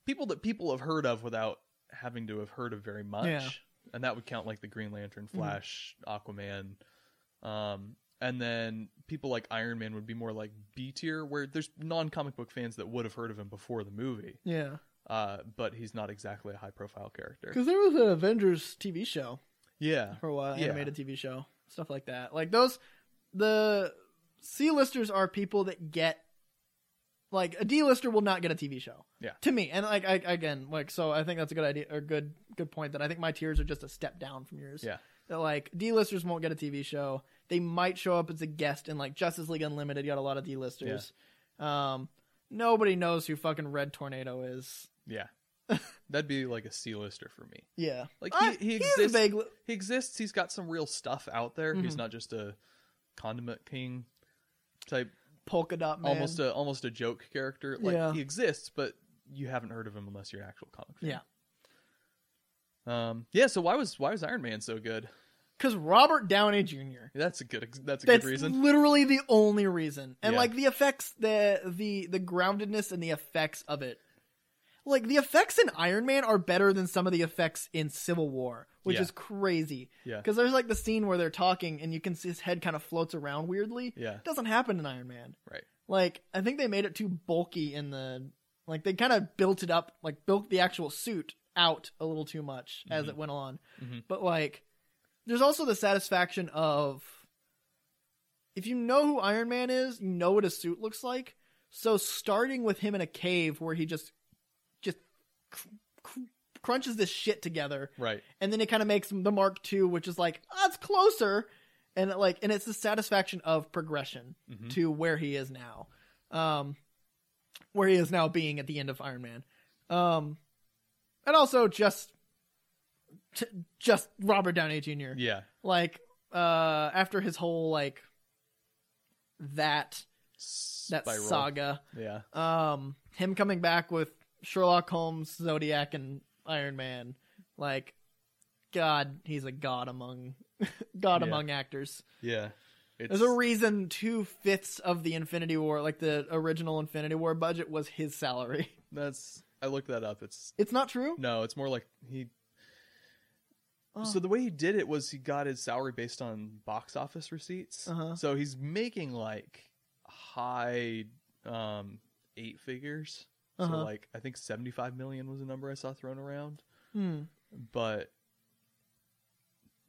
Speaker 2: people that people have heard of without having to have heard of very much.
Speaker 1: Yeah. Mm-hmm.
Speaker 2: And that would count like the Green Lantern, Flash, Aquaman. Um and then people like Iron Man would be more like B tier where there's non-comic book fans that would have heard of him before the movie.
Speaker 1: yeah.
Speaker 2: Uh but he's not exactly a high profile character.
Speaker 1: Because there was an Avengers TV show
Speaker 2: Yeah.
Speaker 1: for a while,
Speaker 2: Yeah.
Speaker 1: animated TV show, stuff like that. Like those, the C-listers are people that get, like a D-lister will not get a TV show.
Speaker 2: Yeah.
Speaker 1: To me, and like I, again, like so, I think that's a good idea or good good point that I think my tiers are just a step down from yours.
Speaker 2: Yeah.
Speaker 1: That like D-listers won't get a TV show. They might show up as a guest in like Justice League Unlimited. You got a lot of D-listers. Um, nobody knows who fucking Red Tornado is.
Speaker 2: Yeah. That'd be like a C lister for me.
Speaker 1: Yeah.
Speaker 2: Like,
Speaker 1: Ah,
Speaker 2: he- he
Speaker 1: he's a
Speaker 2: exists-
Speaker 1: big li-
Speaker 2: He exists, he's got some real stuff out there. He's
Speaker 1: Mhm.
Speaker 2: not just a condiment king type
Speaker 1: polka dot man.
Speaker 2: almost a almost a joke character. Like
Speaker 1: Yeah.
Speaker 2: he exists, but you haven't heard of him unless you're an actual comic fan.
Speaker 1: Yeah.
Speaker 2: Um yeah, so why was why was Iron Man so good?
Speaker 1: Because Robert Downey Jr.
Speaker 2: That's a good ex- that's a
Speaker 1: That's
Speaker 2: good reason.
Speaker 1: literally the only reason, and
Speaker 2: Yeah.
Speaker 1: like the effects, the the the groundedness and the effects of it. Like the effects in Iron Man are better than some of the effects in Civil War, which
Speaker 2: Yeah.
Speaker 1: is crazy.
Speaker 2: Yeah.
Speaker 1: Because there's like the scene where they're talking, and you can see his head kind of floats around weirdly.
Speaker 2: Yeah.
Speaker 1: It doesn't happen in Iron Man.
Speaker 2: Right.
Speaker 1: Like I think they made it too bulky in the like they kind of built it up, like built the actual suit out a little too much as
Speaker 2: Mhm.
Speaker 1: it went on.
Speaker 2: Mhm.
Speaker 1: But like there's also the satisfaction of if you know who Iron Man is, you know what his suit looks like. So starting with him in a cave where he just just cr- cr- crunches this shit together
Speaker 2: Right.
Speaker 1: and then it kind of makes the Mark II, which is like oh, it's closer, and it like and it's the satisfaction of progression
Speaker 2: Mhm.
Speaker 1: to where he is now, um, where he is now being at the end of Iron Man, um, and also just t- just Robert Downey Jr.
Speaker 2: Yeah.
Speaker 1: Like uh, after his whole like that that
Speaker 2: Spiral.
Speaker 1: saga,
Speaker 2: Yeah.
Speaker 1: um, him coming back with Sherlock Holmes, Zodiac, and Iron Man, like, God, he's a god among god
Speaker 2: Yeah.
Speaker 1: among actors.
Speaker 2: Yeah. It's
Speaker 1: There's a reason two fifths of the Infinity War, like the original Infinity War budget, was his salary.
Speaker 2: that's I looked that up. It's
Speaker 1: It's not true.
Speaker 2: no, it's more like he.
Speaker 1: Oh.
Speaker 2: So the way he did it was he got his salary based on box office receipts.
Speaker 1: Uh-huh.
Speaker 2: So he's making like high um eight figures. So
Speaker 1: Uh-huh.
Speaker 2: like I think 75 million was a number I saw thrown around,
Speaker 1: Hmm.
Speaker 2: but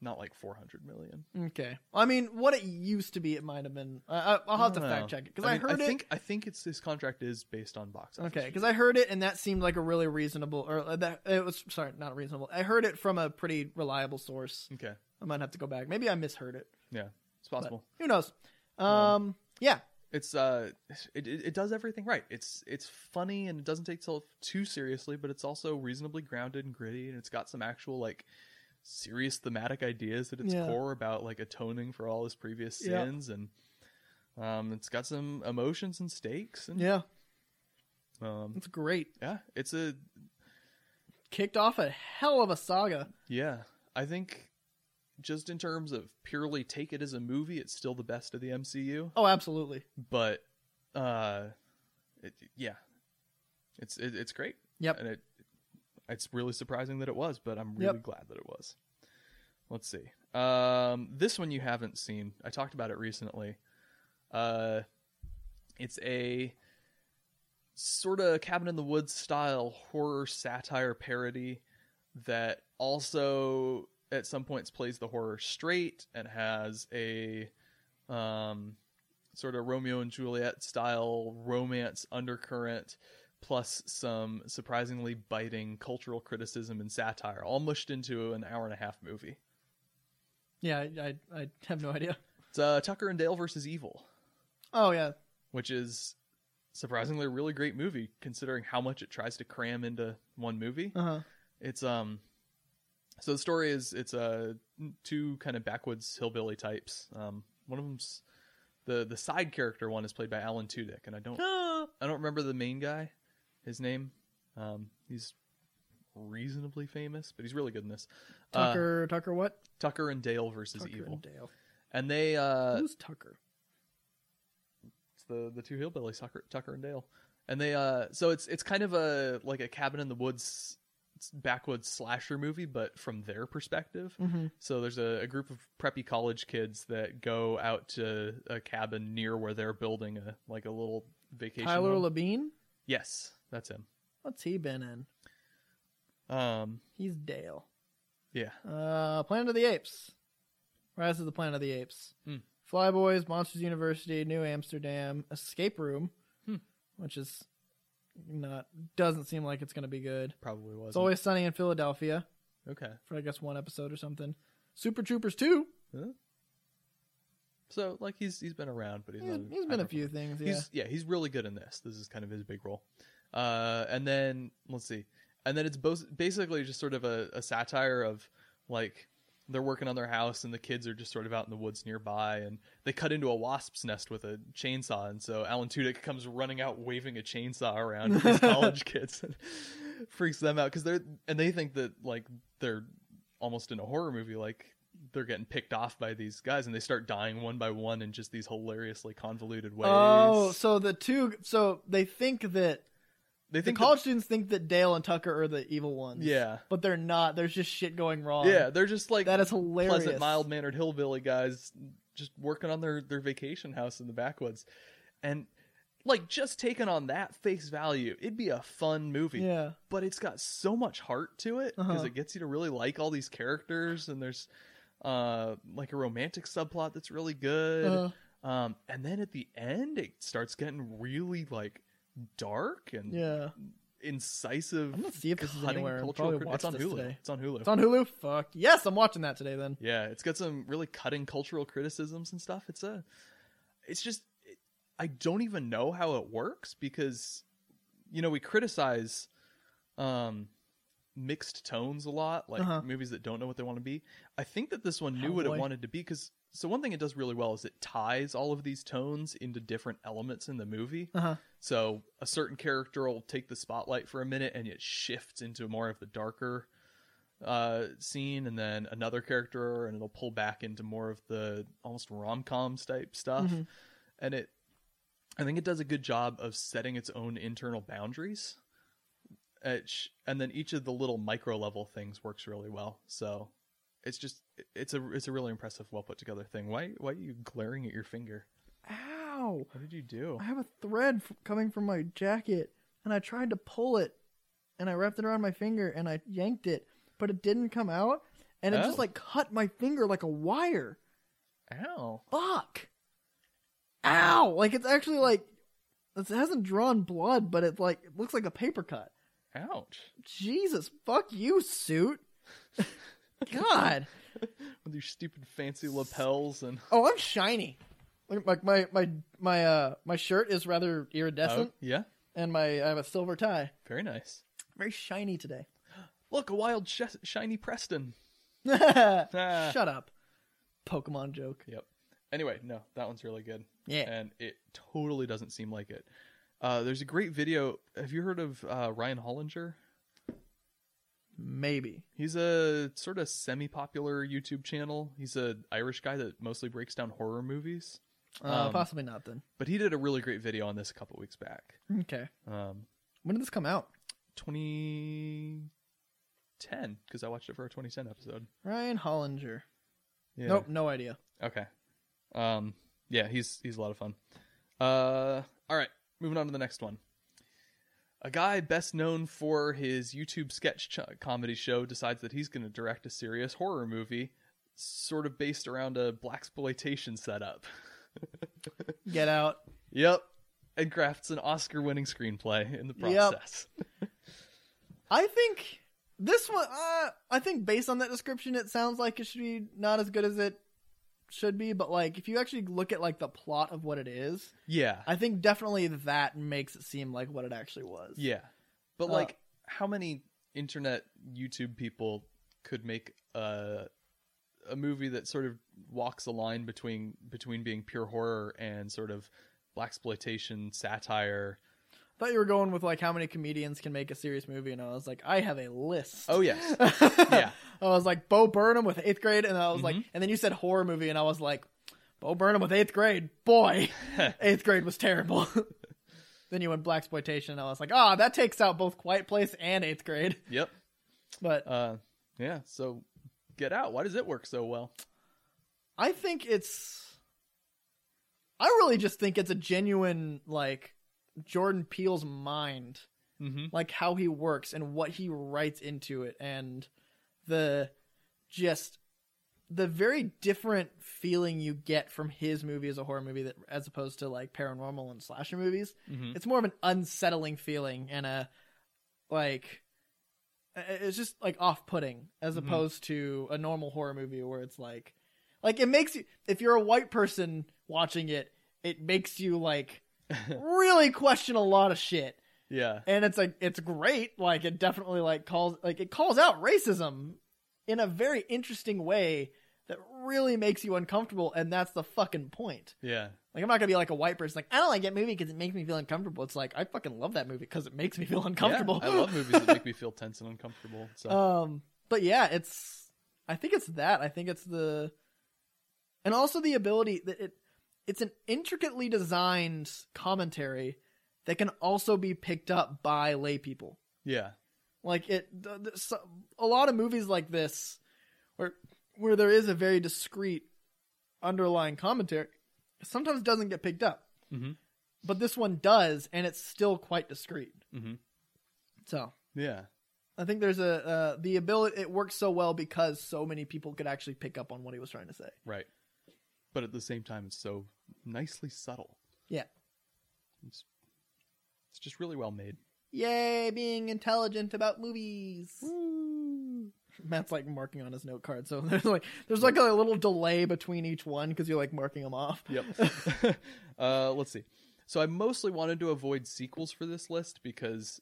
Speaker 2: not like 400 million.
Speaker 1: Okay. I mean, what it used to be, it might have been. I, I- I'll have to
Speaker 2: don't know.
Speaker 1: fact check it because I,
Speaker 2: mean,
Speaker 1: heard
Speaker 2: I
Speaker 1: it.
Speaker 2: Think, I think it's his contract is based on box office.
Speaker 1: Okay, because I heard it and that seemed like a really reasonable, or uh, that it was sorry, not reasonable. I heard it from a pretty reliable source.
Speaker 2: okay,
Speaker 1: I might have to go back. Maybe I misheard it.
Speaker 2: it's
Speaker 1: but
Speaker 2: possible.
Speaker 1: Who knows?
Speaker 2: Yeah.
Speaker 1: Um, yeah,
Speaker 2: It's uh, it, it, it does everything right. It's it's funny and it doesn't take itself too seriously, but it's also reasonably grounded and gritty, and it's got some actual like serious thematic ideas at its
Speaker 1: Yeah.
Speaker 2: core about like atoning for all his previous
Speaker 1: Yeah.
Speaker 2: sins, and um, it's got some emotions and stakes, and
Speaker 1: yeah,
Speaker 2: um,
Speaker 1: it's great.
Speaker 2: yeah, it's a
Speaker 1: Kicked off a hell of a saga.
Speaker 2: Yeah, I think just in terms of purely take it as a movie, it's still the best of the MCU.
Speaker 1: Oh, absolutely.
Speaker 2: But uh, it, yeah, it's it, it's great.
Speaker 1: Yep.
Speaker 2: and it it's really surprising that it was, but I'm really
Speaker 1: Yep.
Speaker 2: glad that it was. Let's see. Um, this one you haven't seen. I talked about it recently. Uh, it's a sort of cabin in the woods style horror satire parody that also at some points plays the horror straight and has a um, sort of Romeo and Juliet style romance undercurrent plus some surprisingly biting cultural criticism and satire all mushed into an hour and a half movie.
Speaker 1: Yeah, I, I, I have no idea.
Speaker 2: It's uh, Tucker and Dale versus Evil,
Speaker 1: Oh yeah,
Speaker 2: which is surprisingly a really great movie considering how much it tries to cram into one movie.
Speaker 1: uh huh.
Speaker 2: It's um so the story is it's uh two kind of backwoods hillbilly types. Um one of them's the the side character one is played by Alan Tudyk and I don't I don't remember the main guy, his name. Um he's reasonably famous, but he's really good in this. Uh,
Speaker 1: Tucker, Tucker, what?
Speaker 2: Tucker and Dale versus
Speaker 1: Tucker
Speaker 2: Evil.
Speaker 1: and Dale.
Speaker 2: And they uh
Speaker 1: Who's Tucker?
Speaker 2: it's the the two hillbillies, Tucker, Tucker and Dale, and they uh so it's it's kind of a like a cabin in the woods s- backwoods slasher movie, but from their perspective.
Speaker 1: Mm-hmm.
Speaker 2: So there's a, a group of preppy college kids that go out to a cabin near where they're building a like a little vacation.
Speaker 1: Tyler
Speaker 2: home.
Speaker 1: Labine.
Speaker 2: yes, that's him.
Speaker 1: What's he been in?
Speaker 2: Um,
Speaker 1: He's Dale.
Speaker 2: yeah,
Speaker 1: Uh, Planet of the Apes. Rise of the Planet of the Apes.
Speaker 2: Hmm.
Speaker 1: Flyboys, Monsters University, New Amsterdam, Escape Room,
Speaker 2: Hmm.
Speaker 1: which is not doesn't seem like it's going to be good.
Speaker 2: probably was.
Speaker 1: It's always sunny in Philadelphia
Speaker 2: okay.
Speaker 1: for I guess one episode or something. Super Troopers two.
Speaker 2: So like he's he's been around, but he's,
Speaker 1: He's,
Speaker 2: not
Speaker 1: he's been a
Speaker 2: high-profile.
Speaker 1: few things. Yeah.
Speaker 2: He's yeah, he's really good in this. This is kind of his big role. Uh, and then let's see. And then it's both basically just sort of a, a satire of like they're working on their house and the kids are just sort of out in the woods nearby and they cut into a wasp's nest with a chainsaw and so Alan Tudyk comes running out waving a chainsaw around at these college kids and freaks them out because they're and they think that like they're almost in a horror movie like they're getting picked off by these guys and they start dying one by one in just these hilariously convoluted ways.
Speaker 1: Oh, so the two. So they think that
Speaker 2: they
Speaker 1: the
Speaker 2: think
Speaker 1: college students think that Dale and Tucker are the evil
Speaker 2: that-
Speaker 1: ones.
Speaker 2: yeah.
Speaker 1: But they're not. There's just shit going wrong.
Speaker 2: Yeah, they're just like
Speaker 1: That is hilarious.
Speaker 2: pleasant, mild mannered hillbilly guys just working on their, their vacation house in the backwoods. And like just taking on that face value, it'd be a fun movie.
Speaker 1: Yeah.
Speaker 2: But it's got so much heart to it because
Speaker 1: Uh-huh.
Speaker 2: it gets you to really like all these characters and there's uh like a romantic subplot that's really good.
Speaker 1: Uh,
Speaker 2: Um and then at the end it starts getting really like dark and
Speaker 1: yeah.
Speaker 2: incisive.
Speaker 1: I'm gonna see if this is
Speaker 2: cutting
Speaker 1: anywhere and
Speaker 2: cultural
Speaker 1: probably
Speaker 2: crit-
Speaker 1: watch
Speaker 2: it's on
Speaker 1: this
Speaker 2: Hulu.
Speaker 1: today.
Speaker 2: It's on Hulu.
Speaker 1: It's on Hulu. Fuck yes, I'm watching that today. Then
Speaker 2: Yeah, it's got some really cutting cultural criticisms and stuff. It's a, it's just, it, I don't even know how it works because, you know, we criticize, um, mixed tones a lot, like
Speaker 1: Uh-huh.
Speaker 2: movies that don't know what they want to be. I think that this one knew
Speaker 1: Oh,
Speaker 2: what it
Speaker 1: boy.
Speaker 2: wanted to be because. So one thing it does really well is it ties all of these tones into different elements in the movie.
Speaker 1: Uh-huh.
Speaker 2: So a certain character will take the spotlight for a minute and it shifts into more of the darker uh, scene and then another character, and it'll pull back into more of the almost rom com type stuff.
Speaker 1: Mhm.
Speaker 2: And it, I think it does a good job of setting its own internal boundaries. Each, and then each of the little micro level things works really well. So it's just it's a it's a really impressive, well put together thing. Why why are you glaring at your finger?
Speaker 1: Ow!
Speaker 2: What did you do?
Speaker 1: I have a thread f- coming from my jacket, and I tried to pull it, and I wrapped it around my finger, and I yanked it, but it didn't come out, and it
Speaker 2: Oh.
Speaker 1: just like cut my finger like a wire.
Speaker 2: Ow!
Speaker 1: Fuck! Ow! Like it's actually like it hasn't drawn blood, but it like it looks like a paper cut.
Speaker 2: Ouch!
Speaker 1: Jesus, fuck you, suit. God.
Speaker 2: With your stupid fancy lapels and
Speaker 1: Oh, I'm shiny. Look, my my my my uh my shirt is rather iridescent,
Speaker 2: Oh, yeah,
Speaker 1: and my I have a silver tie.
Speaker 2: very nice.
Speaker 1: Very shiny today.
Speaker 2: Look, a wild sh- shiny Preston.
Speaker 1: Shut up. Pokemon joke.
Speaker 2: Yep. Anyway, no, that one's really good,
Speaker 1: Yeah.
Speaker 2: and it totally doesn't seem like it. Uh, there's a great video. Have you heard of uh, Ryan Hollinger?
Speaker 1: Maybe.
Speaker 2: He's a sort of semi-popular YouTube channel. He's an Irish guy that mostly breaks down horror movies,
Speaker 1: Uh,
Speaker 2: Um,
Speaker 1: possibly not then.
Speaker 2: but he did a really great video on this a couple weeks back.
Speaker 1: Okay.
Speaker 2: Um,
Speaker 1: When did this come out?
Speaker 2: 2010 because I watched it for our 2010 episode.
Speaker 1: Ryan Hollinger.
Speaker 2: Yeah.
Speaker 1: Nope, no idea.
Speaker 2: Okay. Um. Yeah, he's he's a lot of fun. Uh. All right. Moving on to the next one. A guy best known for his YouTube sketch ch- comedy show decides that he's going to direct a serious horror movie, sort of based around a black exploitation setup.
Speaker 1: Get out.
Speaker 2: yep. And crafts an Oscar-winning screenplay in the
Speaker 1: Yep.
Speaker 2: process.
Speaker 1: I think this one. Uh, I think based on that description, it sounds like it should be not as good as it should be. But like, if you actually look at like the plot of what it is,
Speaker 2: Yeah.
Speaker 1: I think definitely that makes it seem like what it actually was.
Speaker 2: Yeah. But
Speaker 1: Uh,
Speaker 2: like how many internet YouTube people could make a a movie that sort of walks a line between between being pure horror and sort of black exploitation satire.
Speaker 1: Thought you were going with like how many comedians can make a serious movie, and I was like, I have a list.
Speaker 2: Oh yes.
Speaker 1: yeah.
Speaker 2: Yeah.
Speaker 1: I was like Bo Burnham with eighth grade, and I was like,
Speaker 2: Mhm.
Speaker 1: and then you said horror movie, and I was like, Bo Burnham with eighth grade, boy, eighth grade was terrible. then you went black exploitation, and I was like, ah, that takes out both Quiet Place and eighth grade.
Speaker 2: yep.
Speaker 1: But
Speaker 2: Uh yeah, so Get Out. Why does it work so well?
Speaker 1: I think it's, I really just think it's a genuine like Jordan Peele's mind
Speaker 2: Mm-hmm.
Speaker 1: like how he works and what he writes into it and the just the very different feeling you get from his movie as a horror movie that as opposed to like paranormal and slasher movies
Speaker 2: Mm-hmm.
Speaker 1: it's more of an unsettling feeling and a like i- it's just like off-putting as
Speaker 2: Mhm.
Speaker 1: opposed to a normal horror movie where it's like like it makes you if you're a white person watching it it makes you like really question a lot of shit
Speaker 2: yeah.
Speaker 1: and it's like it's great like it definitely like calls like it calls out racism in a very interesting way that really makes you uncomfortable and that's the fucking point
Speaker 2: Yeah.
Speaker 1: like i'm not gonna be like a white person like i don't like that movie because it makes me feel uncomfortable it's like i fucking love that movie because it makes me feel uncomfortable
Speaker 2: Yeah, I love movies that make me feel tense and uncomfortable. So
Speaker 1: um but yeah it's i think it's that i think it's the and also the ability that it it's an intricately designed commentary that can also be picked up by lay people
Speaker 2: yeah.
Speaker 1: like it, th- th- so, a lot of movies like this, where where there is a very discreet underlying commentary, sometimes doesn't get picked up.
Speaker 2: Mhm.
Speaker 1: But this one does, and it's still quite discreet.
Speaker 2: Mm-hmm.
Speaker 1: So
Speaker 2: Yeah.
Speaker 1: I think there's a uh, the ability. It works so well because so many people could actually pick up on what he was trying to say.
Speaker 2: Right. But at the same time, it's so nicely subtle.
Speaker 1: Yeah.
Speaker 2: It's, it's just really well made.
Speaker 1: Yay, being intelligent about movies. Matt's like marking on his note card, so there's like there's like a little delay between each one because you're like marking them off.
Speaker 2: Yep. uh, let's see. So I mostly wanted to avoid sequels for this list because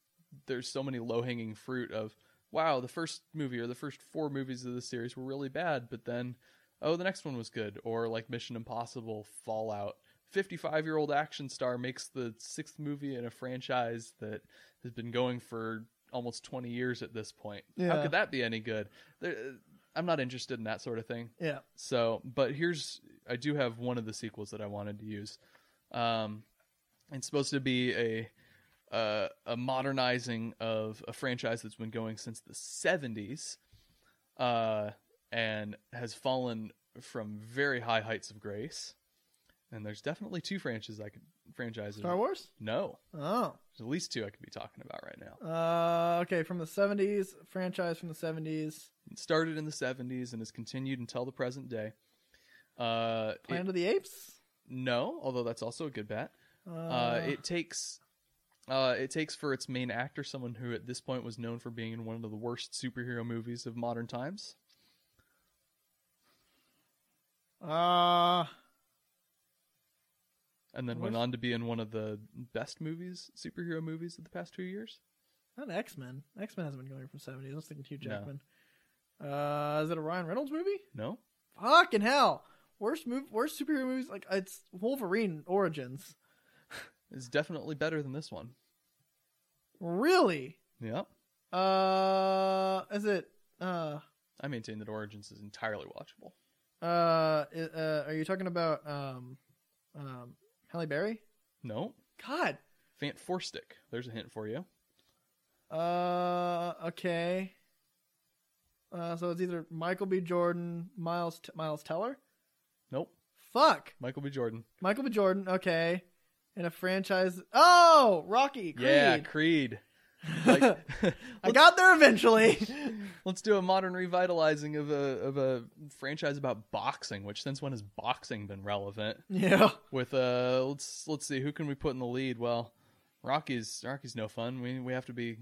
Speaker 2: there's so many low hanging fruit of, wow, the first movie or the first four movies of the series were really bad, but then, oh, the next one was good. Or like Mission Impossible, Fallout. 55 year old action star makes the sixth movie in a franchise that has been going for almost 20 years at this point. How
Speaker 1: Yeah.
Speaker 2: could that be any good? There, uh, I'm not interested in that sort of thing.
Speaker 1: Yeah.
Speaker 2: So, but here's I do have one of the sequels that I wanted to use. Um, it's supposed to be a uh, a modernizing of a franchise that's been going since the 70s uh, and has fallen from very high heights of grace. And there's definitely two franchises I could franchises.
Speaker 1: Star Wars?
Speaker 2: No,
Speaker 1: Oh.
Speaker 2: there's at least two I could be talking about right now.
Speaker 1: Uh, okay, from the 70s, franchise from the 70s,
Speaker 2: It started in the 70s and has continued until the present day. Uh, it-
Speaker 1: Planet of the Apes?
Speaker 2: no, although that's also a good bet.
Speaker 1: Uh,
Speaker 2: Uh, it takes uh, it takes for its main actor someone who at this point was known for being in one of the worst superhero movies of modern times.
Speaker 1: uh,
Speaker 2: And then went
Speaker 1: What?
Speaker 2: on to be in one of the best movies, superhero movies of the past two years.
Speaker 1: not X Men. X Men hasn't been going from 70s. I was thinking Hugh
Speaker 2: No.
Speaker 1: Jackman. Uh, is it a Ryan Reynolds movie?
Speaker 2: No,
Speaker 1: Fucking hell! Worst move, worst superhero movies. Like it's Wolverine Origins.
Speaker 2: it's definitely better than this one.
Speaker 1: Really?
Speaker 2: Yep,
Speaker 1: Uh, is it? Uh,
Speaker 2: I maintain that Origins is entirely watchable.
Speaker 1: uh, uh, are you talking about um, um, Halle Berry?
Speaker 2: No,
Speaker 1: God.
Speaker 2: Fant Four Stick. There's a hint for you.
Speaker 1: Uh, okay. Uh, so it's either Michael B. Jordan, Miles T- Miles Teller.
Speaker 2: Nope,
Speaker 1: Fuck,
Speaker 2: Michael B. Jordan.
Speaker 1: Michael B. Jordan. Okay, in a franchise. Oh, Rocky. Creed.
Speaker 2: Yeah, Creed. Like,
Speaker 1: I got there eventually.
Speaker 2: Let's do a modern revitalizing of a of a franchise about boxing. Which since when has boxing been relevant?
Speaker 1: yeah.
Speaker 2: With uh, let's let's see who can we put in the lead. Well, Rocky's Rocky's no fun. We we have to be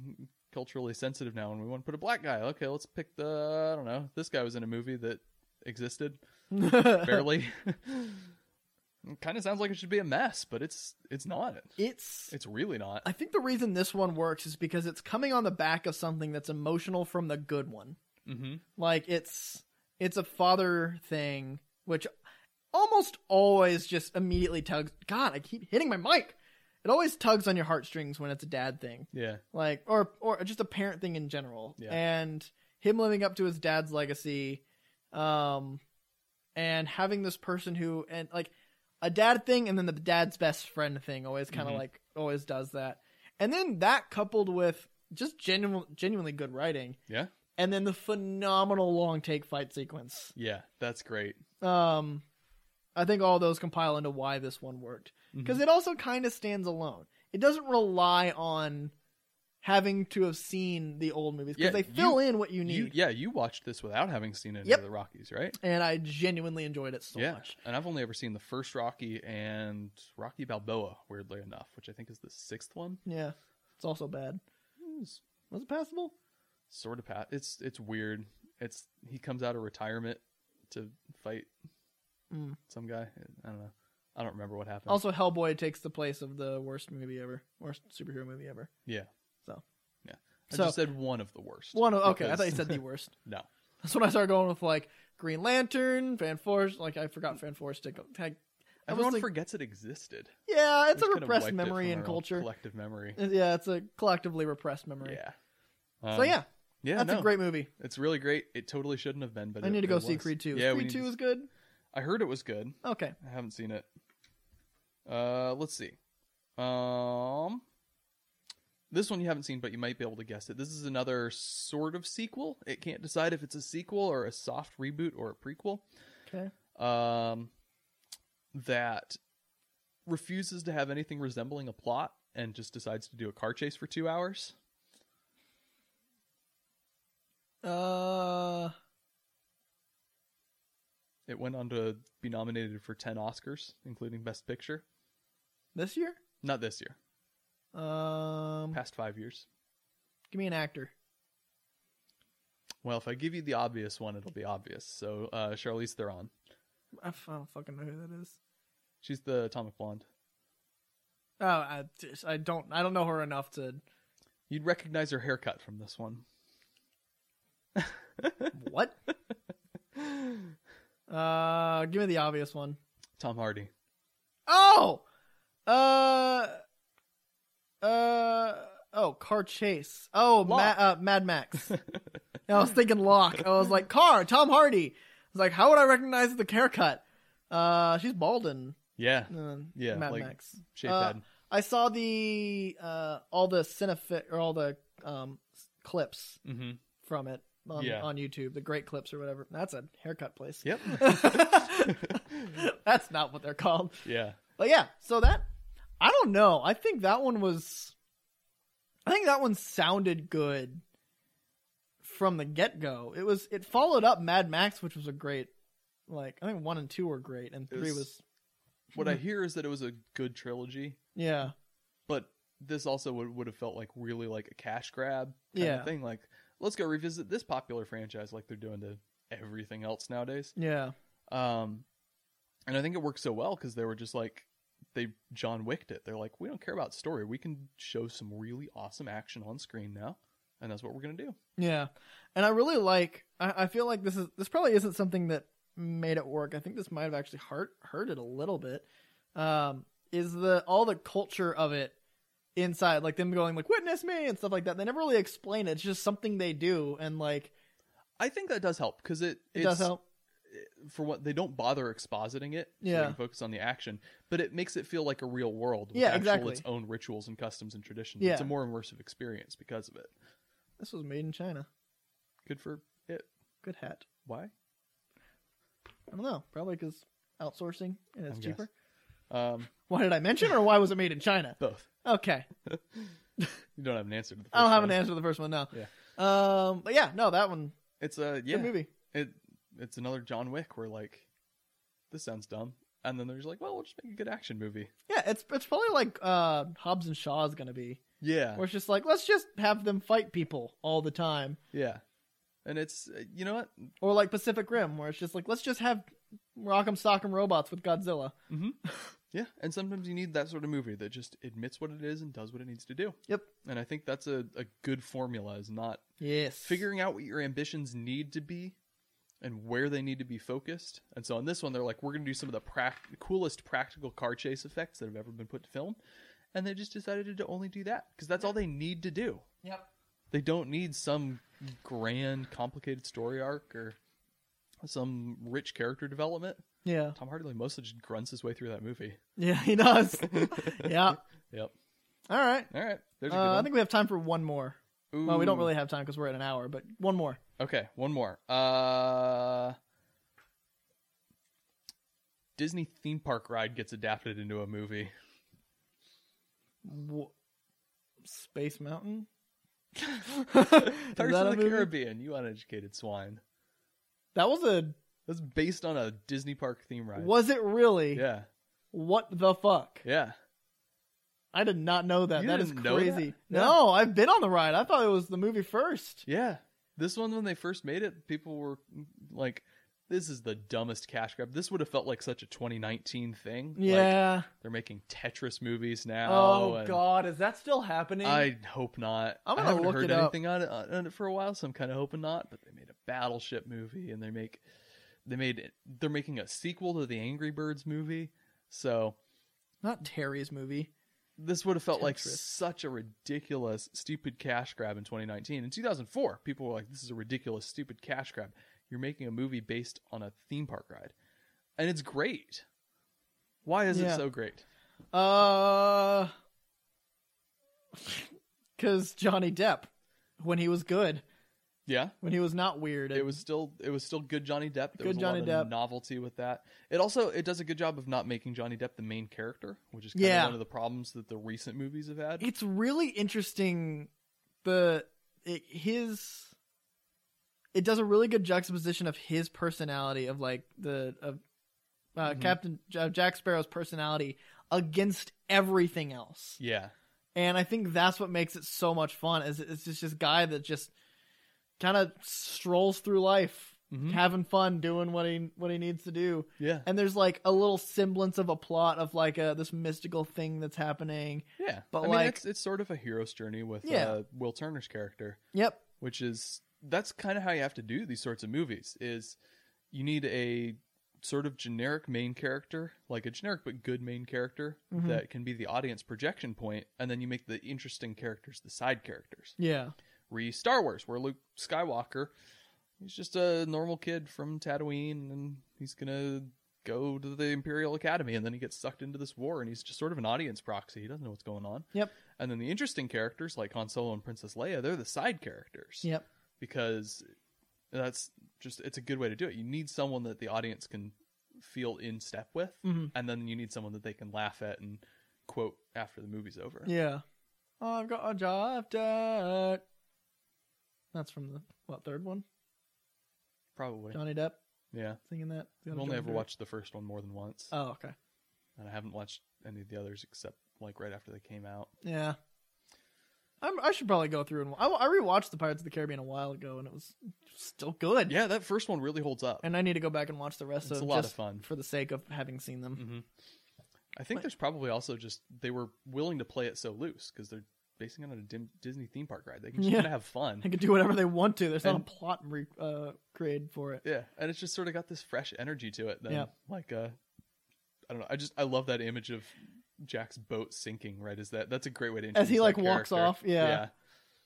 Speaker 2: culturally sensitive now, and we want to put a black guy. Okay, let's pick the I don't know. This guy was in a movie that existed barely. kind of sounds like it should be a mess, but it's it's not.
Speaker 1: It's
Speaker 2: It's really not.
Speaker 1: I think the reason this one works is because it's coming on the back of something that's emotional from the good one.
Speaker 2: Mm-hmm.
Speaker 1: Like it's it's a father thing, which almost always just immediately tugs. God, I keep hitting my mic. It always tugs on your heartstrings when it's a dad thing,
Speaker 2: Yeah.
Speaker 1: like or or just a parent thing in general.
Speaker 2: Yeah.
Speaker 1: And him living up to his dad's legacy, um, and having this person who and like a dad thing and then the dad's best friend thing always kind of
Speaker 2: Mhm.
Speaker 1: like always does that. And then that coupled with just genuine, genuinely good writing
Speaker 2: Yeah.
Speaker 1: and then the phenomenal long take fight sequence.
Speaker 2: Yeah. That's great.
Speaker 1: Um, I think all those compile into why this one worked because it also kind of stands alone. It doesn't rely on having to have seen the old movies because
Speaker 2: Yeah,
Speaker 1: they
Speaker 2: you-
Speaker 1: fill in what you need.
Speaker 2: You, yeah, you watched this without having seen any
Speaker 1: Yep.
Speaker 2: of the Rockies, right?
Speaker 1: And I genuinely enjoyed it so
Speaker 2: yeah,
Speaker 1: much.
Speaker 2: and I've only ever seen the first Rocky and Rocky Balboa, weirdly enough, which I think is the sixth one.
Speaker 1: Yeah, it's also bad.
Speaker 2: It's
Speaker 1: Was it passable?
Speaker 2: sort of pat. It's it's weird. It's he comes out of retirement to fight
Speaker 1: Mm.
Speaker 2: some guy. I don't know. I don't remember what happened.
Speaker 1: Also, Hellboy takes the place of the worst movie ever, worst superhero movie ever.
Speaker 2: yeah.
Speaker 1: So.
Speaker 2: yeah, I
Speaker 1: So-
Speaker 2: just said one of the worst.
Speaker 1: One, of, okay, I
Speaker 2: because-
Speaker 1: thought you said the worst.
Speaker 2: no.
Speaker 1: That's when I started going with like Green Lantern, Fan Force. Like I forgot Fan Force to go tag. I was
Speaker 2: Everyone
Speaker 1: like-
Speaker 2: forgets it existed.
Speaker 1: Yeah, it's
Speaker 2: We've
Speaker 1: a
Speaker 2: kind of
Speaker 1: repressed
Speaker 2: wiped it
Speaker 1: memory
Speaker 2: from
Speaker 1: and
Speaker 2: our own
Speaker 1: culture.
Speaker 2: Collective memory.
Speaker 1: Uh, yeah, it's a collectively repressed memory.
Speaker 2: Yeah.
Speaker 1: so
Speaker 2: Um,
Speaker 1: yeah,
Speaker 2: yeah,
Speaker 1: that's a
Speaker 2: no.
Speaker 1: great movie.
Speaker 2: It's really great. It totally shouldn't have been, but
Speaker 1: I
Speaker 2: it-
Speaker 1: need to
Speaker 2: it
Speaker 1: go see
Speaker 2: was.
Speaker 1: Creed Two.
Speaker 2: Yeah, we
Speaker 1: Creed
Speaker 2: need
Speaker 1: Two
Speaker 2: to-
Speaker 1: is good.
Speaker 2: I heard it was good.
Speaker 1: Okay,
Speaker 2: I haven't seen it. Uh, let's see. Um, this one you haven't seen, but you might be able to guess it. This is another sort of sequel. It can't decide if it's a sequel or a soft reboot or a prequel.
Speaker 1: okay.
Speaker 2: Um, that refuses to have anything resembling a plot and just decides to do a car chase for two hours.
Speaker 1: Uh,
Speaker 2: It went on to be nominated for ten Oscars, including Best Picture.
Speaker 1: this year.
Speaker 2: Not this year.
Speaker 1: Um,
Speaker 2: Past five years.
Speaker 1: give me an actor.
Speaker 2: Well, if I give you the obvious one, it'll be obvious. So, uh, Charlize Theron.
Speaker 1: I f- I don't fucking know who that is.
Speaker 2: She's the Atomic Blonde.
Speaker 1: Oh, I, just- I don't. I don't know her enough to.
Speaker 2: You'd recognize her haircut from this one.
Speaker 1: What? uh, give me the obvious one.
Speaker 2: Tom Hardy.
Speaker 1: Oh, uh, uh, oh, Car Chase. Oh, Ma-
Speaker 2: Locke.
Speaker 1: uh, Mad Max. I was thinking Locke. I was like, Car, Tom Hardy. I was like, how would I recognize the haircut? Uh, she's balding.
Speaker 2: yeah,
Speaker 1: Uh,
Speaker 2: Yeah,
Speaker 1: Mad
Speaker 2: like,
Speaker 1: Max.
Speaker 2: shape
Speaker 1: Uh,
Speaker 2: head.
Speaker 1: I saw the uh, all the cinefic or all the um, s- clips
Speaker 2: Mm-hmm.
Speaker 1: from it on,
Speaker 2: Yeah.
Speaker 1: on YouTube, the great clips or whatever. That's a haircut place.
Speaker 2: Yep.
Speaker 1: That's not what they're called.
Speaker 2: yeah.
Speaker 1: But yeah, so that I don't know. I think that one was I think that one sounded good from the get go. It was it followed up Mad Max, which was a great like I think one and two were great and
Speaker 2: It
Speaker 1: three
Speaker 2: was-
Speaker 1: was
Speaker 2: What I hear is that it was a good trilogy,
Speaker 1: yeah.
Speaker 2: but this also would would have felt like really like a cash grab kind
Speaker 1: Yeah.
Speaker 2: of thing. Like, let's go revisit this popular franchise like they're doing to everything else nowadays.
Speaker 1: Yeah.
Speaker 2: Um, and I think it worked so well because they were just like they John Wicked it. They're like, we don't care about story. We can show some really awesome action on screen now, and that's what we're gonna do.
Speaker 1: Yeah. And I really like I, I feel like this is this probably isn't something that made it work. I think this might have actually hurt hurt it a little bit. Um is the all the culture of it inside, like them going like witness me and stuff like that. They never really explain it. It's just something they do and like
Speaker 2: I think that does help because it
Speaker 1: it
Speaker 2: it's,
Speaker 1: does help.
Speaker 2: for what they don't bother expositing it. so they
Speaker 1: Yeah.
Speaker 2: can focus on the action, but it makes it feel like a real world. With
Speaker 1: Yeah,
Speaker 2: actual,
Speaker 1: exactly.
Speaker 2: Its own rituals and customs and traditions.
Speaker 1: Yeah.
Speaker 2: It's a more immersive experience because of it.
Speaker 1: This was made in China.
Speaker 2: Good for it.
Speaker 1: Good hat.
Speaker 2: Why?
Speaker 1: I don't know. Probably because outsourcing and it's
Speaker 2: I guess.
Speaker 1: cheaper.
Speaker 2: Um,
Speaker 1: Why did I mention or why was it made in China?
Speaker 2: both.
Speaker 1: Okay.
Speaker 2: You don't have an answer to the. First
Speaker 1: I don't have an
Speaker 2: one.
Speaker 1: answer to the first one now. Yeah. Um but yeah, no, that one
Speaker 2: It's a
Speaker 1: good
Speaker 2: yeah.
Speaker 1: movie.
Speaker 2: It it's another John Wick where like this sounds dumb, and then they're just like, well, we'll just make a good action movie.
Speaker 1: Yeah, it's it's probably like uh, Hobbs and Shaw is gonna be,
Speaker 2: Yeah,
Speaker 1: where it's just like let's just have them fight people all the time,
Speaker 2: yeah. And it's uh, you know what?
Speaker 1: or like Pacific Rim, where it's just like let's just have Rock'em Sock'em robots with Godzilla.
Speaker 2: Yeah, and sometimes you need that sort of movie that just admits what it is and does what it needs to do.
Speaker 1: Yep.
Speaker 2: And I think that's a, a good formula is not
Speaker 1: Yes.
Speaker 2: figuring out what your ambitions need to be and where they need to be focused. And so on this one, they're like, we're going to do some of the prac- coolest practical car chase effects that have ever been put to film. And they just decided to only do that because that's all they need to do.
Speaker 1: Yep.
Speaker 2: They don't need some grand, complicated story arc or some rich character development.
Speaker 1: Yeah.
Speaker 2: Tom Hardy like, mostly just grunts his way through that movie.
Speaker 1: Yeah, he does. yeah.
Speaker 2: Yep.
Speaker 1: All right.
Speaker 2: All right. There's a good
Speaker 1: Uh, I
Speaker 2: one.
Speaker 1: think we have time for one more. Well, we don't
Speaker 2: Ooh.
Speaker 1: really have time because we're at an hour, but one more.
Speaker 2: Okay, one more. Uh Disney theme park ride gets adapted into a movie.
Speaker 1: W- Space Mountain. Is
Speaker 2: Pirates
Speaker 1: that a
Speaker 2: of the
Speaker 1: movie?
Speaker 2: Caribbean, you uneducated swine.
Speaker 1: That was a.
Speaker 2: That's based on a Disney park theme ride.
Speaker 1: Was it really?
Speaker 2: Yeah,
Speaker 1: What the fuck?
Speaker 2: yeah.
Speaker 1: I did not know that.
Speaker 2: You
Speaker 1: that is
Speaker 2: didn't know that?
Speaker 1: crazy.
Speaker 2: Yeah.
Speaker 1: No, I've been on the ride. I thought it was the movie first.
Speaker 2: Yeah. This one, when they first made it, people were mm, like, this is the dumbest cash grab. This would have felt like such a 2019 thing. Like,
Speaker 1: Yeah.
Speaker 2: they're making Tetris movies now.
Speaker 1: oh
Speaker 2: and
Speaker 1: God, is that still happening?
Speaker 2: I hope not.
Speaker 1: I'm gonna
Speaker 2: I haven't
Speaker 1: look
Speaker 2: heard
Speaker 1: it up.
Speaker 2: anything on it, on it for a while, so I'm kind of hoping not. But they made a Battleship movie, and they make they made it, they're making a sequel to the Angry Birds movie. So
Speaker 1: Not Terry's movie.
Speaker 2: this would have felt like
Speaker 1: Tetris.
Speaker 2: such a ridiculous, stupid cash grab in 2019. In 2004, people were like, "This is a ridiculous, stupid cash grab." You're making a movie based on a theme park ride, and it's great. Why is
Speaker 1: Yeah.
Speaker 2: it so great?
Speaker 1: Uh, because Johnny Depp, when he was good,
Speaker 2: Yeah,
Speaker 1: when he was not weird,
Speaker 2: it was still it was still good Johnny Depp. There
Speaker 1: Good
Speaker 2: was a
Speaker 1: Johnny
Speaker 2: lot
Speaker 1: Depp.
Speaker 2: of novelty with that. It also it does a good job of not making Johnny Depp the main character, which is kind
Speaker 1: Yeah.
Speaker 2: of one of the problems that the recent movies have had.
Speaker 1: It's really interesting. The it, his. It does a really good juxtaposition of his personality of like the of uh,
Speaker 2: Mhm.
Speaker 1: Captain J- Jack Sparrow's personality against everything else.
Speaker 2: yeah,
Speaker 1: and I think that's what makes it so much fun. Is it's just this guy that just kind of strolls through life,
Speaker 2: Mhm.
Speaker 1: having fun, doing what he what he needs to do.
Speaker 2: yeah,
Speaker 1: And there's like a little semblance of a plot of like a this mystical thing that's happening.
Speaker 2: yeah.
Speaker 1: But
Speaker 2: I mean,
Speaker 1: like-
Speaker 2: it's, it's sort of a hero's journey with
Speaker 1: Yeah.
Speaker 2: uh, Will Turner's character,
Speaker 1: Yep.
Speaker 2: which is that's kind of how you have to do these sorts of movies. Is you need a sort of generic main character, like a generic but good main character
Speaker 1: Mhm.
Speaker 2: that can be the audience projection point, and then you make the interesting characters the side characters.
Speaker 1: Yeah.
Speaker 2: Re Star Wars, where Luke Skywalker, he's just a normal kid from Tatooine, and he's gonna go to the Imperial Academy, and then he gets sucked into this war, and he's just sort of an audience proxy. He doesn't know what's going on.
Speaker 1: Yep.
Speaker 2: And then the interesting characters, like Han Solo and Princess Leia, they're the side characters
Speaker 1: Yep.
Speaker 2: because that's just it's a good way to do it. You need someone that the audience can feel in step with,
Speaker 1: Mhm.
Speaker 2: and then you need someone that they can laugh at and quote after the movie's over.
Speaker 1: Yeah. I've got a job done. That's from the what third one?
Speaker 2: Probably.
Speaker 1: Johnny Depp
Speaker 2: Yeah.
Speaker 1: singing that. The
Speaker 2: I've
Speaker 1: other
Speaker 2: only
Speaker 1: Johnny
Speaker 2: ever
Speaker 1: Depp.
Speaker 2: watched the first one more than once,
Speaker 1: Oh, okay.
Speaker 2: and I haven't watched any of the others except like right after they came out.
Speaker 1: Yeah. I'm, I should probably go through and I, I rewatched the Pirates of the Caribbean a while ago, and it was still good.
Speaker 2: Yeah, that first one really holds up.
Speaker 1: And I need to go back and watch the rest
Speaker 2: It's
Speaker 1: of
Speaker 2: a lot of
Speaker 1: just
Speaker 2: fun.
Speaker 1: for the sake of having seen them.
Speaker 2: hmm I think there's probably also just they were willing to play it so loose because they're basing it on a dim- Disney theme park ride. They can just
Speaker 1: Yeah.
Speaker 2: kind of have fun.
Speaker 1: They can do whatever they want to. There's
Speaker 2: And-
Speaker 1: not a plot re- uh, created for it.
Speaker 2: Yeah, and it's just sort of got this fresh energy to it. Then,
Speaker 1: Yeah.
Speaker 2: like, uh, I don't know. I just I love that image of Jack's boat sinking. Right, is that that's a great way to introduce
Speaker 1: As he,
Speaker 2: that
Speaker 1: like, walks
Speaker 2: character.
Speaker 1: off, yeah.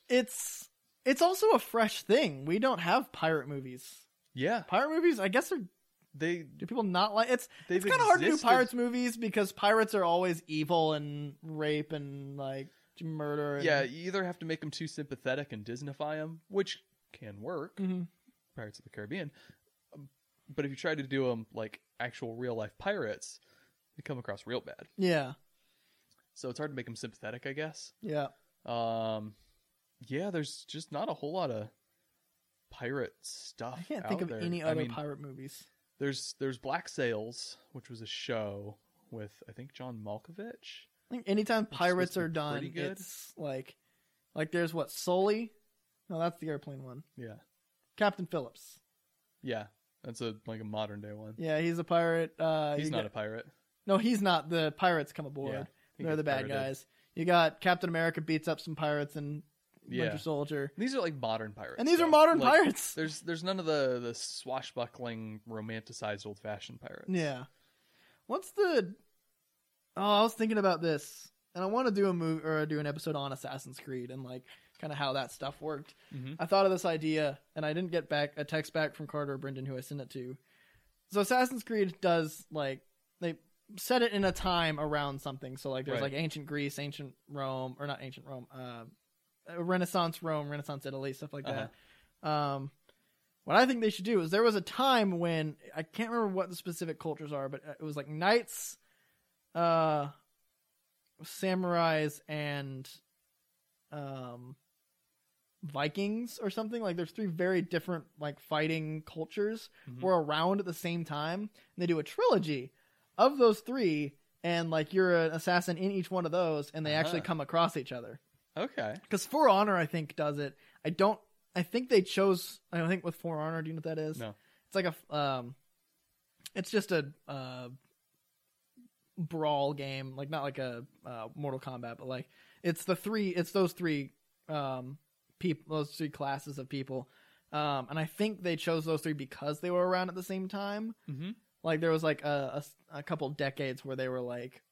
Speaker 1: It's it's also a fresh thing. We don't have pirate movies.
Speaker 2: yeah, yeah.
Speaker 1: Pirate movies, I guess, are
Speaker 2: They
Speaker 1: do people not like? It's
Speaker 2: they've
Speaker 1: it's kind of hard to do
Speaker 2: existed-
Speaker 1: pirates movies because pirates are always evil and rape and like murder. And,
Speaker 2: Yeah, you either have to make them too sympathetic and Disneyfy them, which can work.
Speaker 1: Mhm.
Speaker 2: Pirates of the Caribbean, Um, but if you try to do them like actual real life pirates, they come across real bad.
Speaker 1: yeah,
Speaker 2: So it's hard to make them sympathetic, I guess.
Speaker 1: yeah.
Speaker 2: Um, yeah, there's just not a whole lot of pirate stuff.
Speaker 1: I can't
Speaker 2: out
Speaker 1: think of
Speaker 2: there.
Speaker 1: any
Speaker 2: I
Speaker 1: other
Speaker 2: mean,
Speaker 1: pirate movies.
Speaker 2: There's there's Black Sails, which was a show with I think John Malkovich.
Speaker 1: I think anytime
Speaker 2: supposed
Speaker 1: pirates
Speaker 2: to be
Speaker 1: are done,
Speaker 2: pretty good.
Speaker 1: it's like like there's what Sully. No, that's the airplane one.
Speaker 2: Yeah,
Speaker 1: Captain Phillips.
Speaker 2: yeah, that's a like a modern day one.
Speaker 1: Yeah, he's a pirate. Uh,
Speaker 2: He's
Speaker 1: you
Speaker 2: not
Speaker 1: got-
Speaker 2: a pirate.
Speaker 1: No, he's not. The pirates come aboard.
Speaker 2: Yeah, He
Speaker 1: They're
Speaker 2: gets
Speaker 1: the bad
Speaker 2: pirated.
Speaker 1: guys. You got Captain America beats up some pirates and Winter
Speaker 2: Yeah.
Speaker 1: Soldier.
Speaker 2: These are like modern pirates,
Speaker 1: And these are
Speaker 2: though.
Speaker 1: modern
Speaker 2: Like,
Speaker 1: pirates.
Speaker 2: There's there's none of the the swashbuckling, romanticized, old fashioned pirates.
Speaker 1: Yeah. What's the? Oh, I was thinking about this, and I want to do a movie or do an episode on Assassin's Creed and like kind of how that stuff worked.
Speaker 2: Mhm.
Speaker 1: I thought of this idea, and I didn't get back a text back from Carter or Brendan, who I sent it to. So Assassin's Creed does like they set it in a time around something. So like there's like
Speaker 2: Right.
Speaker 1: ancient Greece, ancient Rome, or not ancient Rome, uh, Renaissance Rome, Renaissance Italy, stuff like
Speaker 2: Uh-huh.
Speaker 1: that. Um, what I think they should do is there was a time when I can't remember what the specific cultures are, but uh, it was like knights, uh, samurais, and um, Vikings or something. Like there's three very different like fighting cultures
Speaker 2: Mhm.
Speaker 1: were around at the same time, and they do a trilogy of those three, and like you're an assassin in each one of those, and they actually
Speaker 2: Uh-huh.
Speaker 1: come across each other.
Speaker 2: Okay.
Speaker 1: Because For Honor, I think, does it. I don't. I think they chose. I think with For Honor, do you know what that is?
Speaker 2: No.
Speaker 1: It's like a. f- Um, it's just a uh, brawl game, like not like a uh, Mortal Kombat, but like it's the three. It's those three um, people, those three classes of people, um, and I think they chose those three because they were around at the same time
Speaker 2: Mm-hmm.
Speaker 1: like there was like a, a, a couple decades where they were like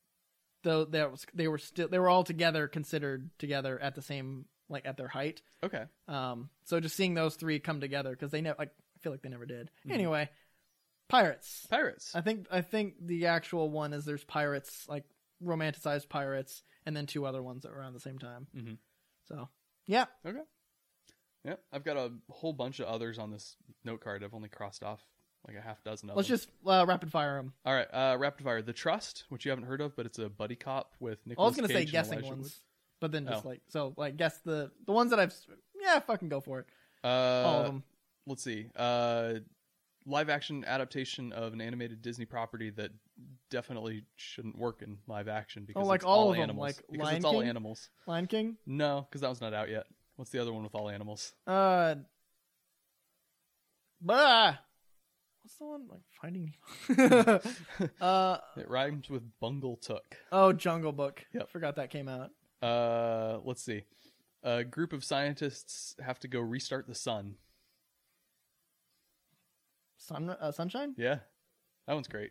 Speaker 1: though that was they were still they were all together considered together at the same like at their height
Speaker 2: Okay.
Speaker 1: um so just seeing those three come together because they never like i feel like they never did
Speaker 2: Mhm.
Speaker 1: anyway pirates
Speaker 2: Pirates.
Speaker 1: i think i think the actual one is there's pirates like romanticized pirates and then two other ones that were around the same time
Speaker 2: Mhm.
Speaker 1: so yeah
Speaker 2: Yep. I've got a whole bunch of others on this note card. I've only crossed off like a half dozen of
Speaker 1: let's
Speaker 2: them.
Speaker 1: just uh, rapid fire them
Speaker 2: All right. Uh, rapid fire. The Trust, which you haven't heard of, but it's a buddy cop with Nicholas
Speaker 1: i was gonna
Speaker 2: Cage
Speaker 1: say
Speaker 2: and
Speaker 1: guessing
Speaker 2: Elijah
Speaker 1: ones but then just
Speaker 2: Oh.
Speaker 1: like so like guess the the ones that i've s- yeah fucking go for it
Speaker 2: Wood. Uh,
Speaker 1: all of them
Speaker 2: Let's see. Uh, live action adaptation of an animated Disney property that definitely shouldn't work in live action because
Speaker 1: Oh, like
Speaker 2: it's
Speaker 1: all
Speaker 2: all,
Speaker 1: of 'em,
Speaker 2: animals.
Speaker 1: like
Speaker 2: because
Speaker 1: Lion
Speaker 2: it's all
Speaker 1: King?
Speaker 2: animals.
Speaker 1: Lion King.
Speaker 2: No, because that one's not out yet. What's the other one with all animals?
Speaker 1: Uh, bah. What's the one like Finding Nemo? uh
Speaker 2: It rhymes with Bungle Took.
Speaker 1: oh, Jungle Book.
Speaker 2: Yep.
Speaker 1: Forgot that came out.
Speaker 2: Uh, let's see. A group of scientists have to go restart the sun.
Speaker 1: Sun, uh, Sunshine.
Speaker 2: Yeah. That one's great.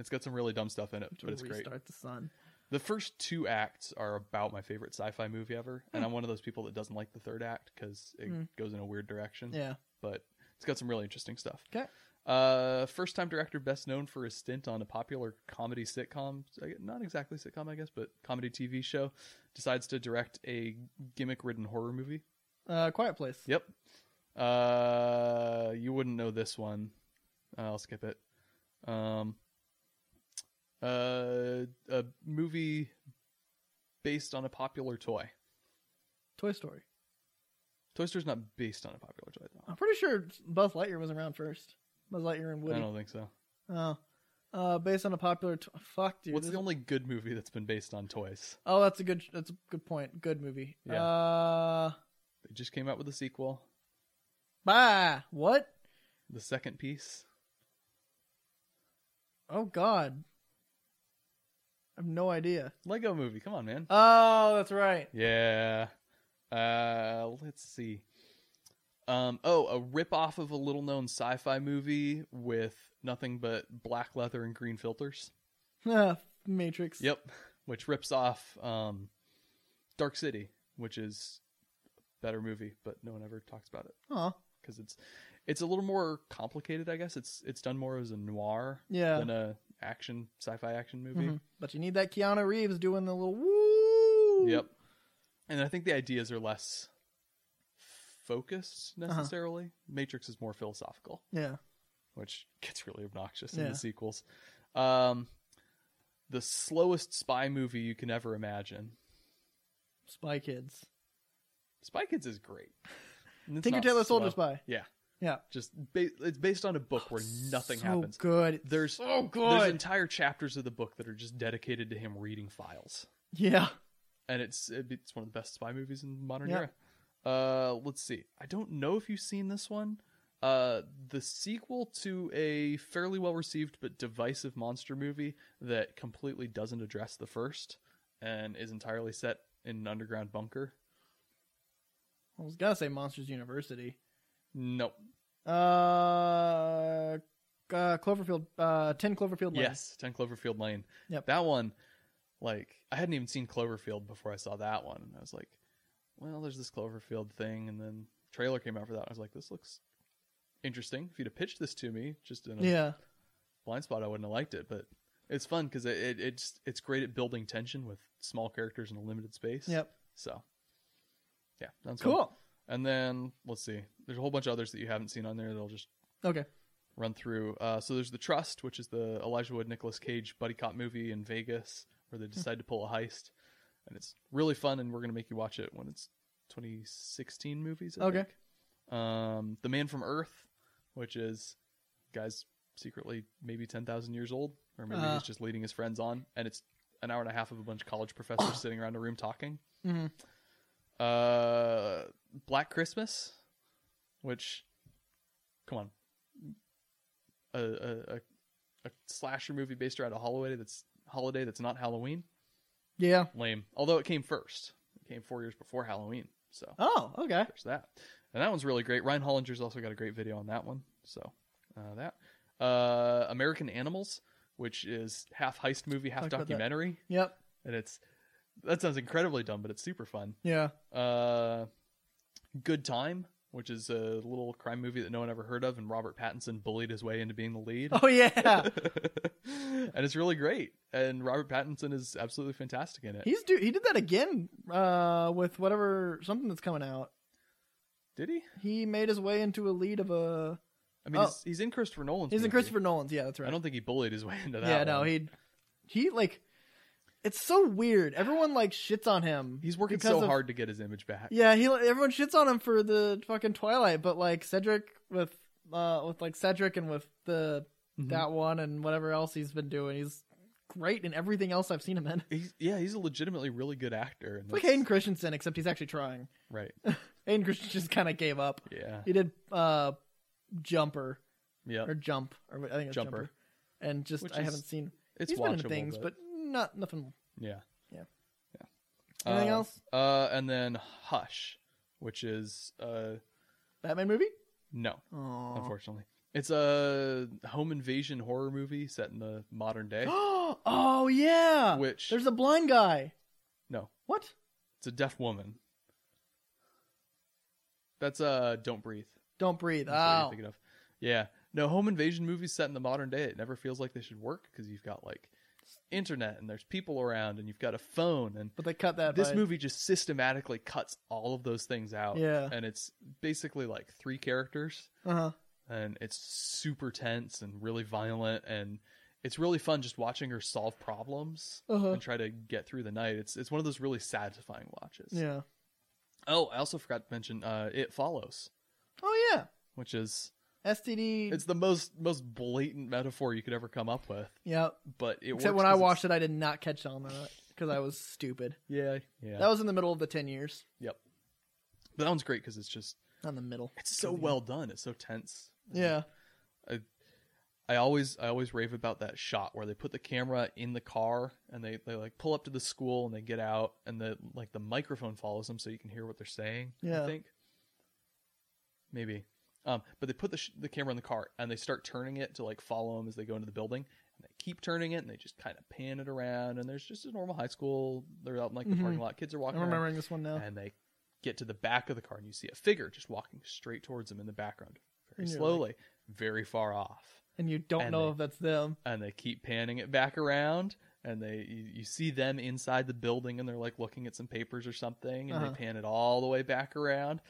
Speaker 2: It's got some really dumb stuff in it,
Speaker 1: To
Speaker 2: but it's great.
Speaker 1: restart the sun.
Speaker 2: The first two acts are about my favorite sci-fi movie ever, and I'm one of those people that doesn't like the third act because it
Speaker 1: Hmm.
Speaker 2: goes in a weird direction.
Speaker 1: Yeah.
Speaker 2: But it's got some really interesting stuff.
Speaker 1: 'Kay.
Speaker 2: Uh, first-time director, best known for his stint on a popular comedy sitcom, I- not exactly sitcom, I guess, but comedy TV show, decides to direct a gimmick-ridden horror movie.
Speaker 1: Uh, Quiet Place.
Speaker 2: Yep. Uh, you wouldn't know this one. Uh, I'll skip it. Um, uh, a movie based on a popular toy.
Speaker 1: Toy Story.
Speaker 2: Toy Story's not based on a popular toy, though.
Speaker 1: I'm pretty sure Buzz Lightyear was around first. Buzz Lightyear and
Speaker 2: I
Speaker 1: Woody.
Speaker 2: don't think so.
Speaker 1: Oh. Uh, based on a popular. T- Fuck, dude.
Speaker 2: What's
Speaker 1: this-
Speaker 2: the only good movie that's been based on toys?
Speaker 1: Oh, that's a good. That's a good point. Good movie.
Speaker 2: Yeah.
Speaker 1: Uh,
Speaker 2: They just came out with a sequel,
Speaker 1: bah. What?
Speaker 2: the second piece.
Speaker 1: Oh God. I have no idea.
Speaker 2: Lego movie. Come on, man.
Speaker 1: Oh, that's right.
Speaker 2: Yeah. Uh, let's see. Um, oh, a ripoff of a little known sci fi movie with nothing but black leather and green filters.
Speaker 1: Ah, Matrix.
Speaker 2: Yep. Which rips off um, Dark City, which is a better movie, but no one ever talks about it
Speaker 1: Oh,
Speaker 2: because it's it's a little more complicated, I guess. It's it's done more as a noir
Speaker 1: yeah.
Speaker 2: than a action sci fi action movie.
Speaker 1: Mhm. But you need that Keanu Reeves doing the little woo.
Speaker 2: Yep. And I think the ideas are less focused
Speaker 1: Uh-huh.
Speaker 2: necessarily. Matrix is more philosophical,
Speaker 1: Yeah.
Speaker 2: which gets really obnoxious in
Speaker 1: Yeah.
Speaker 2: the sequels. Um, the slowest spy movie you can ever imagine.
Speaker 1: Spy Kids.
Speaker 2: Spy Kids is great. And it's
Speaker 1: Tinker
Speaker 2: not
Speaker 1: Tailor
Speaker 2: slow.
Speaker 1: Soldier Spy.
Speaker 2: Just ba- it's based on a book where nothing
Speaker 1: Oh, so
Speaker 2: happens.
Speaker 1: Good.
Speaker 2: There's
Speaker 1: so
Speaker 2: there's
Speaker 1: good.
Speaker 2: entire chapters of the book that are just dedicated to him reading files.
Speaker 1: yeah.
Speaker 2: and it's it's one of the best spy movies in modern
Speaker 1: Yeah.
Speaker 2: era. Uh, let's see. I don't know if you've seen this one. Uh, the sequel to a fairly well received but divisive monster movie that completely doesn't address the first and is entirely set in an underground bunker.
Speaker 1: I was gonna say Monsters University.
Speaker 2: Nope.
Speaker 1: Uh, uh Cloverfield. Uh, Ten Cloverfield Lane.
Speaker 2: Yes, Ten Cloverfield Lane.
Speaker 1: Yep.
Speaker 2: That one, like, I hadn't even seen Cloverfield before I saw that one, and I was like, well, there's this Cloverfield thing, and then trailer came out for that. And I was like, this looks interesting. If you'd have pitched this to me, just in a
Speaker 1: Yeah.
Speaker 2: blind spot, I wouldn't have liked it. But it's fun because it, it it's it's great at building tension with small characters in a limited space.
Speaker 1: Yep.
Speaker 2: So, yeah, that's cool.
Speaker 1: Cool.
Speaker 2: And then let's see, there's a whole bunch of others that you haven't seen on there that'll just
Speaker 1: Okay.
Speaker 2: run through. Uh, so there's the Trust, which is the Elijah Wood Nicolas Cage buddy cop movie in Vegas where they decide to pull a heist, and it's really fun. And we're gonna make you watch it when it's 2016 movies. I
Speaker 1: Okay.
Speaker 2: Think. Um, the Man from Earth, which is guys secretly maybe 10,000 years old, or maybe
Speaker 1: Uh.
Speaker 2: he's just leading his friends on, and it's an hour and a half of a bunch of college professors sitting around a room talking.
Speaker 1: hmm
Speaker 2: Uh, Black Christmas, which, come on, a a, a, a slasher movie based around a holiday that's holiday that's not Halloween.
Speaker 1: Yeah.
Speaker 2: Lame. Although it came first, it came four years before Halloween. So
Speaker 1: Oh. Okay.
Speaker 2: there's that. And that one's really great. Ryan Hollinger's also got a great video on that one. So uh, that uh, American Animals, which is half heist movie, half
Speaker 1: Talked about that.
Speaker 2: documentary,
Speaker 1: Yep.
Speaker 2: and it's that sounds incredibly dumb, but it's super fun.
Speaker 1: Yeah.
Speaker 2: Uh, Good Time, which is a little crime movie that no one ever heard of, and Robert Pattinson bullied his way into being the lead.
Speaker 1: Oh yeah.
Speaker 2: and it's really great. And Robert Pattinson is absolutely fantastic in it.
Speaker 1: He's do he did that again uh with whatever something that's coming out.
Speaker 2: Did he?
Speaker 1: He made his way into a lead of a
Speaker 2: I mean,
Speaker 1: Oh.
Speaker 2: he's, he's in Christopher Nolan's.
Speaker 1: He's in
Speaker 2: movie.
Speaker 1: Christopher Nolan's. Yeah, that's right.
Speaker 2: I don't think he bullied his way into that.
Speaker 1: yeah, no,
Speaker 2: one.
Speaker 1: he he like it's so weird. Everyone like shits on him.
Speaker 2: he's working
Speaker 1: because
Speaker 2: so
Speaker 1: of-
Speaker 2: hard to get his image back.
Speaker 1: Yeah, he everyone shits on him for the fucking Twilight, but like Cedric with uh with like Cedric and with the
Speaker 2: Mhm.
Speaker 1: that one and whatever else he's been doing, he's great in everything else I've seen him in.
Speaker 2: He's, yeah, he's a legitimately really good actor. And
Speaker 1: It's like
Speaker 2: that's-
Speaker 1: Hayden Christensen, except he's actually trying.
Speaker 2: Right.
Speaker 1: Hayden Christensen just kind of gave up.
Speaker 2: Yeah.
Speaker 1: He did uh jumper
Speaker 2: Yeah.
Speaker 1: or jump or what- I think it's jumper.
Speaker 2: Jumper.
Speaker 1: And just
Speaker 2: Which
Speaker 1: I
Speaker 2: is-
Speaker 1: haven't seen
Speaker 2: It's
Speaker 1: he's
Speaker 2: watchable.
Speaker 1: been in things, but not nothing.
Speaker 2: Yeah.
Speaker 1: Yeah.
Speaker 2: Yeah.
Speaker 1: Anything
Speaker 2: Uh,
Speaker 1: else?
Speaker 2: Uh, and then Hush, which is uh
Speaker 1: Batman movie?
Speaker 2: no,
Speaker 1: Oh,
Speaker 2: unfortunately. It's a home invasion horror movie set in the modern day.
Speaker 1: oh yeah.
Speaker 2: Which-
Speaker 1: There's a blind guy.
Speaker 2: no,
Speaker 1: What?
Speaker 2: it's a deaf woman. That's uh, Don't Breathe.
Speaker 1: Don't breathe.
Speaker 2: That's what you're
Speaker 1: Oh.
Speaker 2: thinking of. Yeah. No, home invasion movies set in the modern day, it never feels like they should work because you've got like internet and there's people around and you've got a phone and
Speaker 1: But they cut that.
Speaker 2: this
Speaker 1: by-
Speaker 2: movie just systematically cuts all of those things out.
Speaker 1: Yeah.
Speaker 2: And it's basically like three characters
Speaker 1: Uh-huh.
Speaker 2: and it's super tense and really violent and it's really fun just watching her solve problems
Speaker 1: Uh-huh.
Speaker 2: and try to get through the night. It's it's one of those really satisfying watches.
Speaker 1: Yeah.
Speaker 2: Oh, I also forgot to mention uh It Follows,
Speaker 1: Oh yeah.
Speaker 2: which is
Speaker 1: STD.
Speaker 2: it's the most most blatant metaphor you could ever come up with,
Speaker 1: yeah.
Speaker 2: but it
Speaker 1: Except
Speaker 2: works
Speaker 1: when I
Speaker 2: 'cause it's-
Speaker 1: watched it, I did not catch on that because I was stupid.
Speaker 2: Yeah, yeah.
Speaker 1: That was in the middle of the ten years.
Speaker 2: yep. But that one's great because it's just
Speaker 1: Not in the middle.
Speaker 2: it's so well done. It's so tense.
Speaker 1: Yeah.
Speaker 2: I always I always rave about that shot where they put the camera in the car and they, they like pull up to the school and they get out and the like the microphone follows them so you can hear what they're saying.
Speaker 1: Yeah.
Speaker 2: I think maybe. Um, but they put the sh- the camera in the car and they start turning it to like follow them as they go into the building and they keep turning it and they just kind of pan it around and there's just a normal high school. They're out in like the
Speaker 1: Mhm.
Speaker 2: parking lot. Kids are walking.
Speaker 1: I'm
Speaker 2: around
Speaker 1: remembering this one now.
Speaker 2: and they get to the back of the car and you see a figure just walking straight towards them in the background very
Speaker 1: And you're
Speaker 2: slowly very far off
Speaker 1: And you don't
Speaker 2: and
Speaker 1: know
Speaker 2: they-
Speaker 1: if that's them.
Speaker 2: and they keep panning it back around and they you, you see them inside the building and they're like looking at some papers or something and
Speaker 1: Uh-huh.
Speaker 2: they pan it all the way back around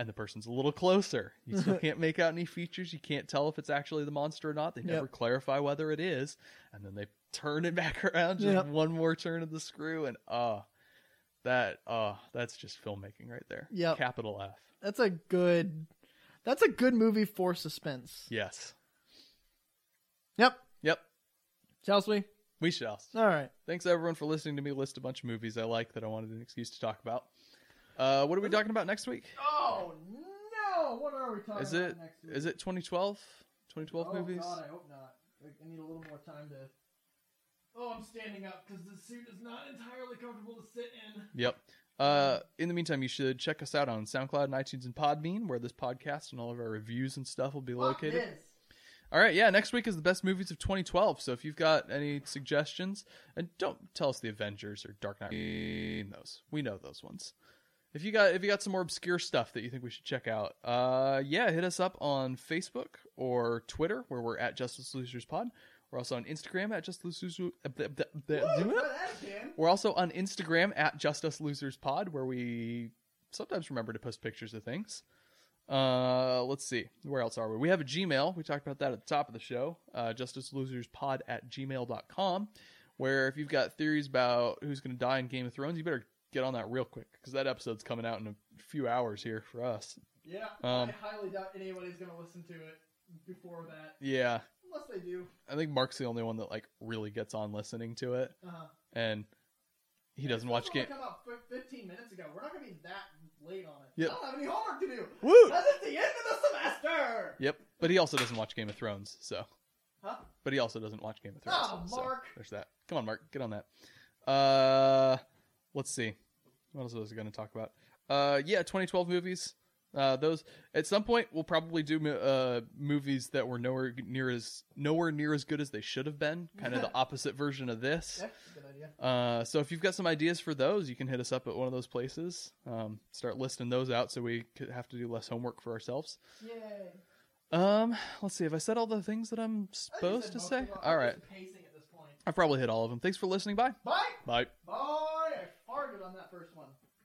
Speaker 2: and the person's a little closer you still can't make out any features you can't tell if it's actually the monster or not they
Speaker 1: Yep.
Speaker 2: never clarify whether it is and then they turn it back around just
Speaker 1: Yep.
Speaker 2: one more turn of the screw and uh that uh that's just filmmaking right there
Speaker 1: Yep.
Speaker 2: capital f
Speaker 1: That's a good. That's a good movie for suspense.
Speaker 2: yes
Speaker 1: Yep.
Speaker 2: yep
Speaker 1: Shall we?
Speaker 2: we shall
Speaker 1: All right.
Speaker 2: Thanks everyone for listening to me list a bunch of movies I like that I wanted an excuse to talk about. Uh, what are we talking about next week?
Speaker 1: Oh no! What are we talking
Speaker 2: Is it is it 2012? 2012
Speaker 1: Oh,
Speaker 2: movies?
Speaker 1: I hope not. I need a little more time to. Oh, I'm standing up because the suit is not entirely comfortable to sit in.
Speaker 2: Yep. Uh, in the meantime, you should check us out on SoundCloud and iTunes and Podbean, where this podcast and all of our reviews and stuff will be located. All right, yeah, next week is the best movies of 2012. So if you've got any suggestions, and don't tell us the Avengers or Dark Knight, we know those we know those ones. If you got if you got some more obscure stuff that you think we should check out, uh, yeah, hit us up on Facebook or Twitter where we're at Justice Losers Pod. We're also on Instagram at Justice Losers. uh, bleh, bleh, bleh. We're also on Instagram at Just Us Losers Pod, where we sometimes remember to post pictures of things. Uh, let's see. Where else are we? We have a Gmail. We talked about that at the top of the show. Uh, justiceloserspod at gmail.com, where if you've got theories about who's going to die in Game of Thrones, you better get on that real quick because that episode's coming out in a few hours here for us.
Speaker 1: Yeah,
Speaker 2: Um,
Speaker 1: I highly doubt anybody's going to listen to it before that,
Speaker 2: Yeah.
Speaker 1: unless they do.
Speaker 2: I think Mark's the only one that like really gets on listening to it,
Speaker 1: Uh-huh.
Speaker 2: and he doesn't watch Game.
Speaker 1: Come out fif- 15 minutes ago. We're not going to be that late on it.
Speaker 2: Yep.
Speaker 1: I don't have any homework to do.
Speaker 2: Woo!
Speaker 1: That's at the end of the semester.
Speaker 2: Yep, but he also doesn't watch Game of Thrones, so.
Speaker 1: Huh?
Speaker 2: But he also doesn't watch Game of Thrones.
Speaker 1: Oh,
Speaker 2: so
Speaker 1: Mark.
Speaker 2: there's that. Come on, Mark, get on that. Uh, let's see. What else was I going to talk about? Uh, yeah, 2012 movies. Uh, those at some point we'll probably do mo- uh movies that were nowhere near as nowhere near as good as they should have been. Kind of the opposite version of this.
Speaker 1: That's a good idea.
Speaker 2: Uh, so if you've got some ideas for those, you can hit us up at one of those places. Um, start listing those out so we could have to do less homework for ourselves.
Speaker 1: Yay.
Speaker 2: Um, let's see. Have I said all the things that I'm
Speaker 1: I think I
Speaker 2: supposed
Speaker 1: said
Speaker 2: to
Speaker 1: most of
Speaker 2: say?
Speaker 1: them.
Speaker 2: All
Speaker 1: I'm
Speaker 2: right.
Speaker 1: just pacing at this point.
Speaker 2: I've probably hit all of them. Thanks for listening. Bye.
Speaker 1: Bye.
Speaker 2: Bye.
Speaker 1: Bye. I farted on that first one.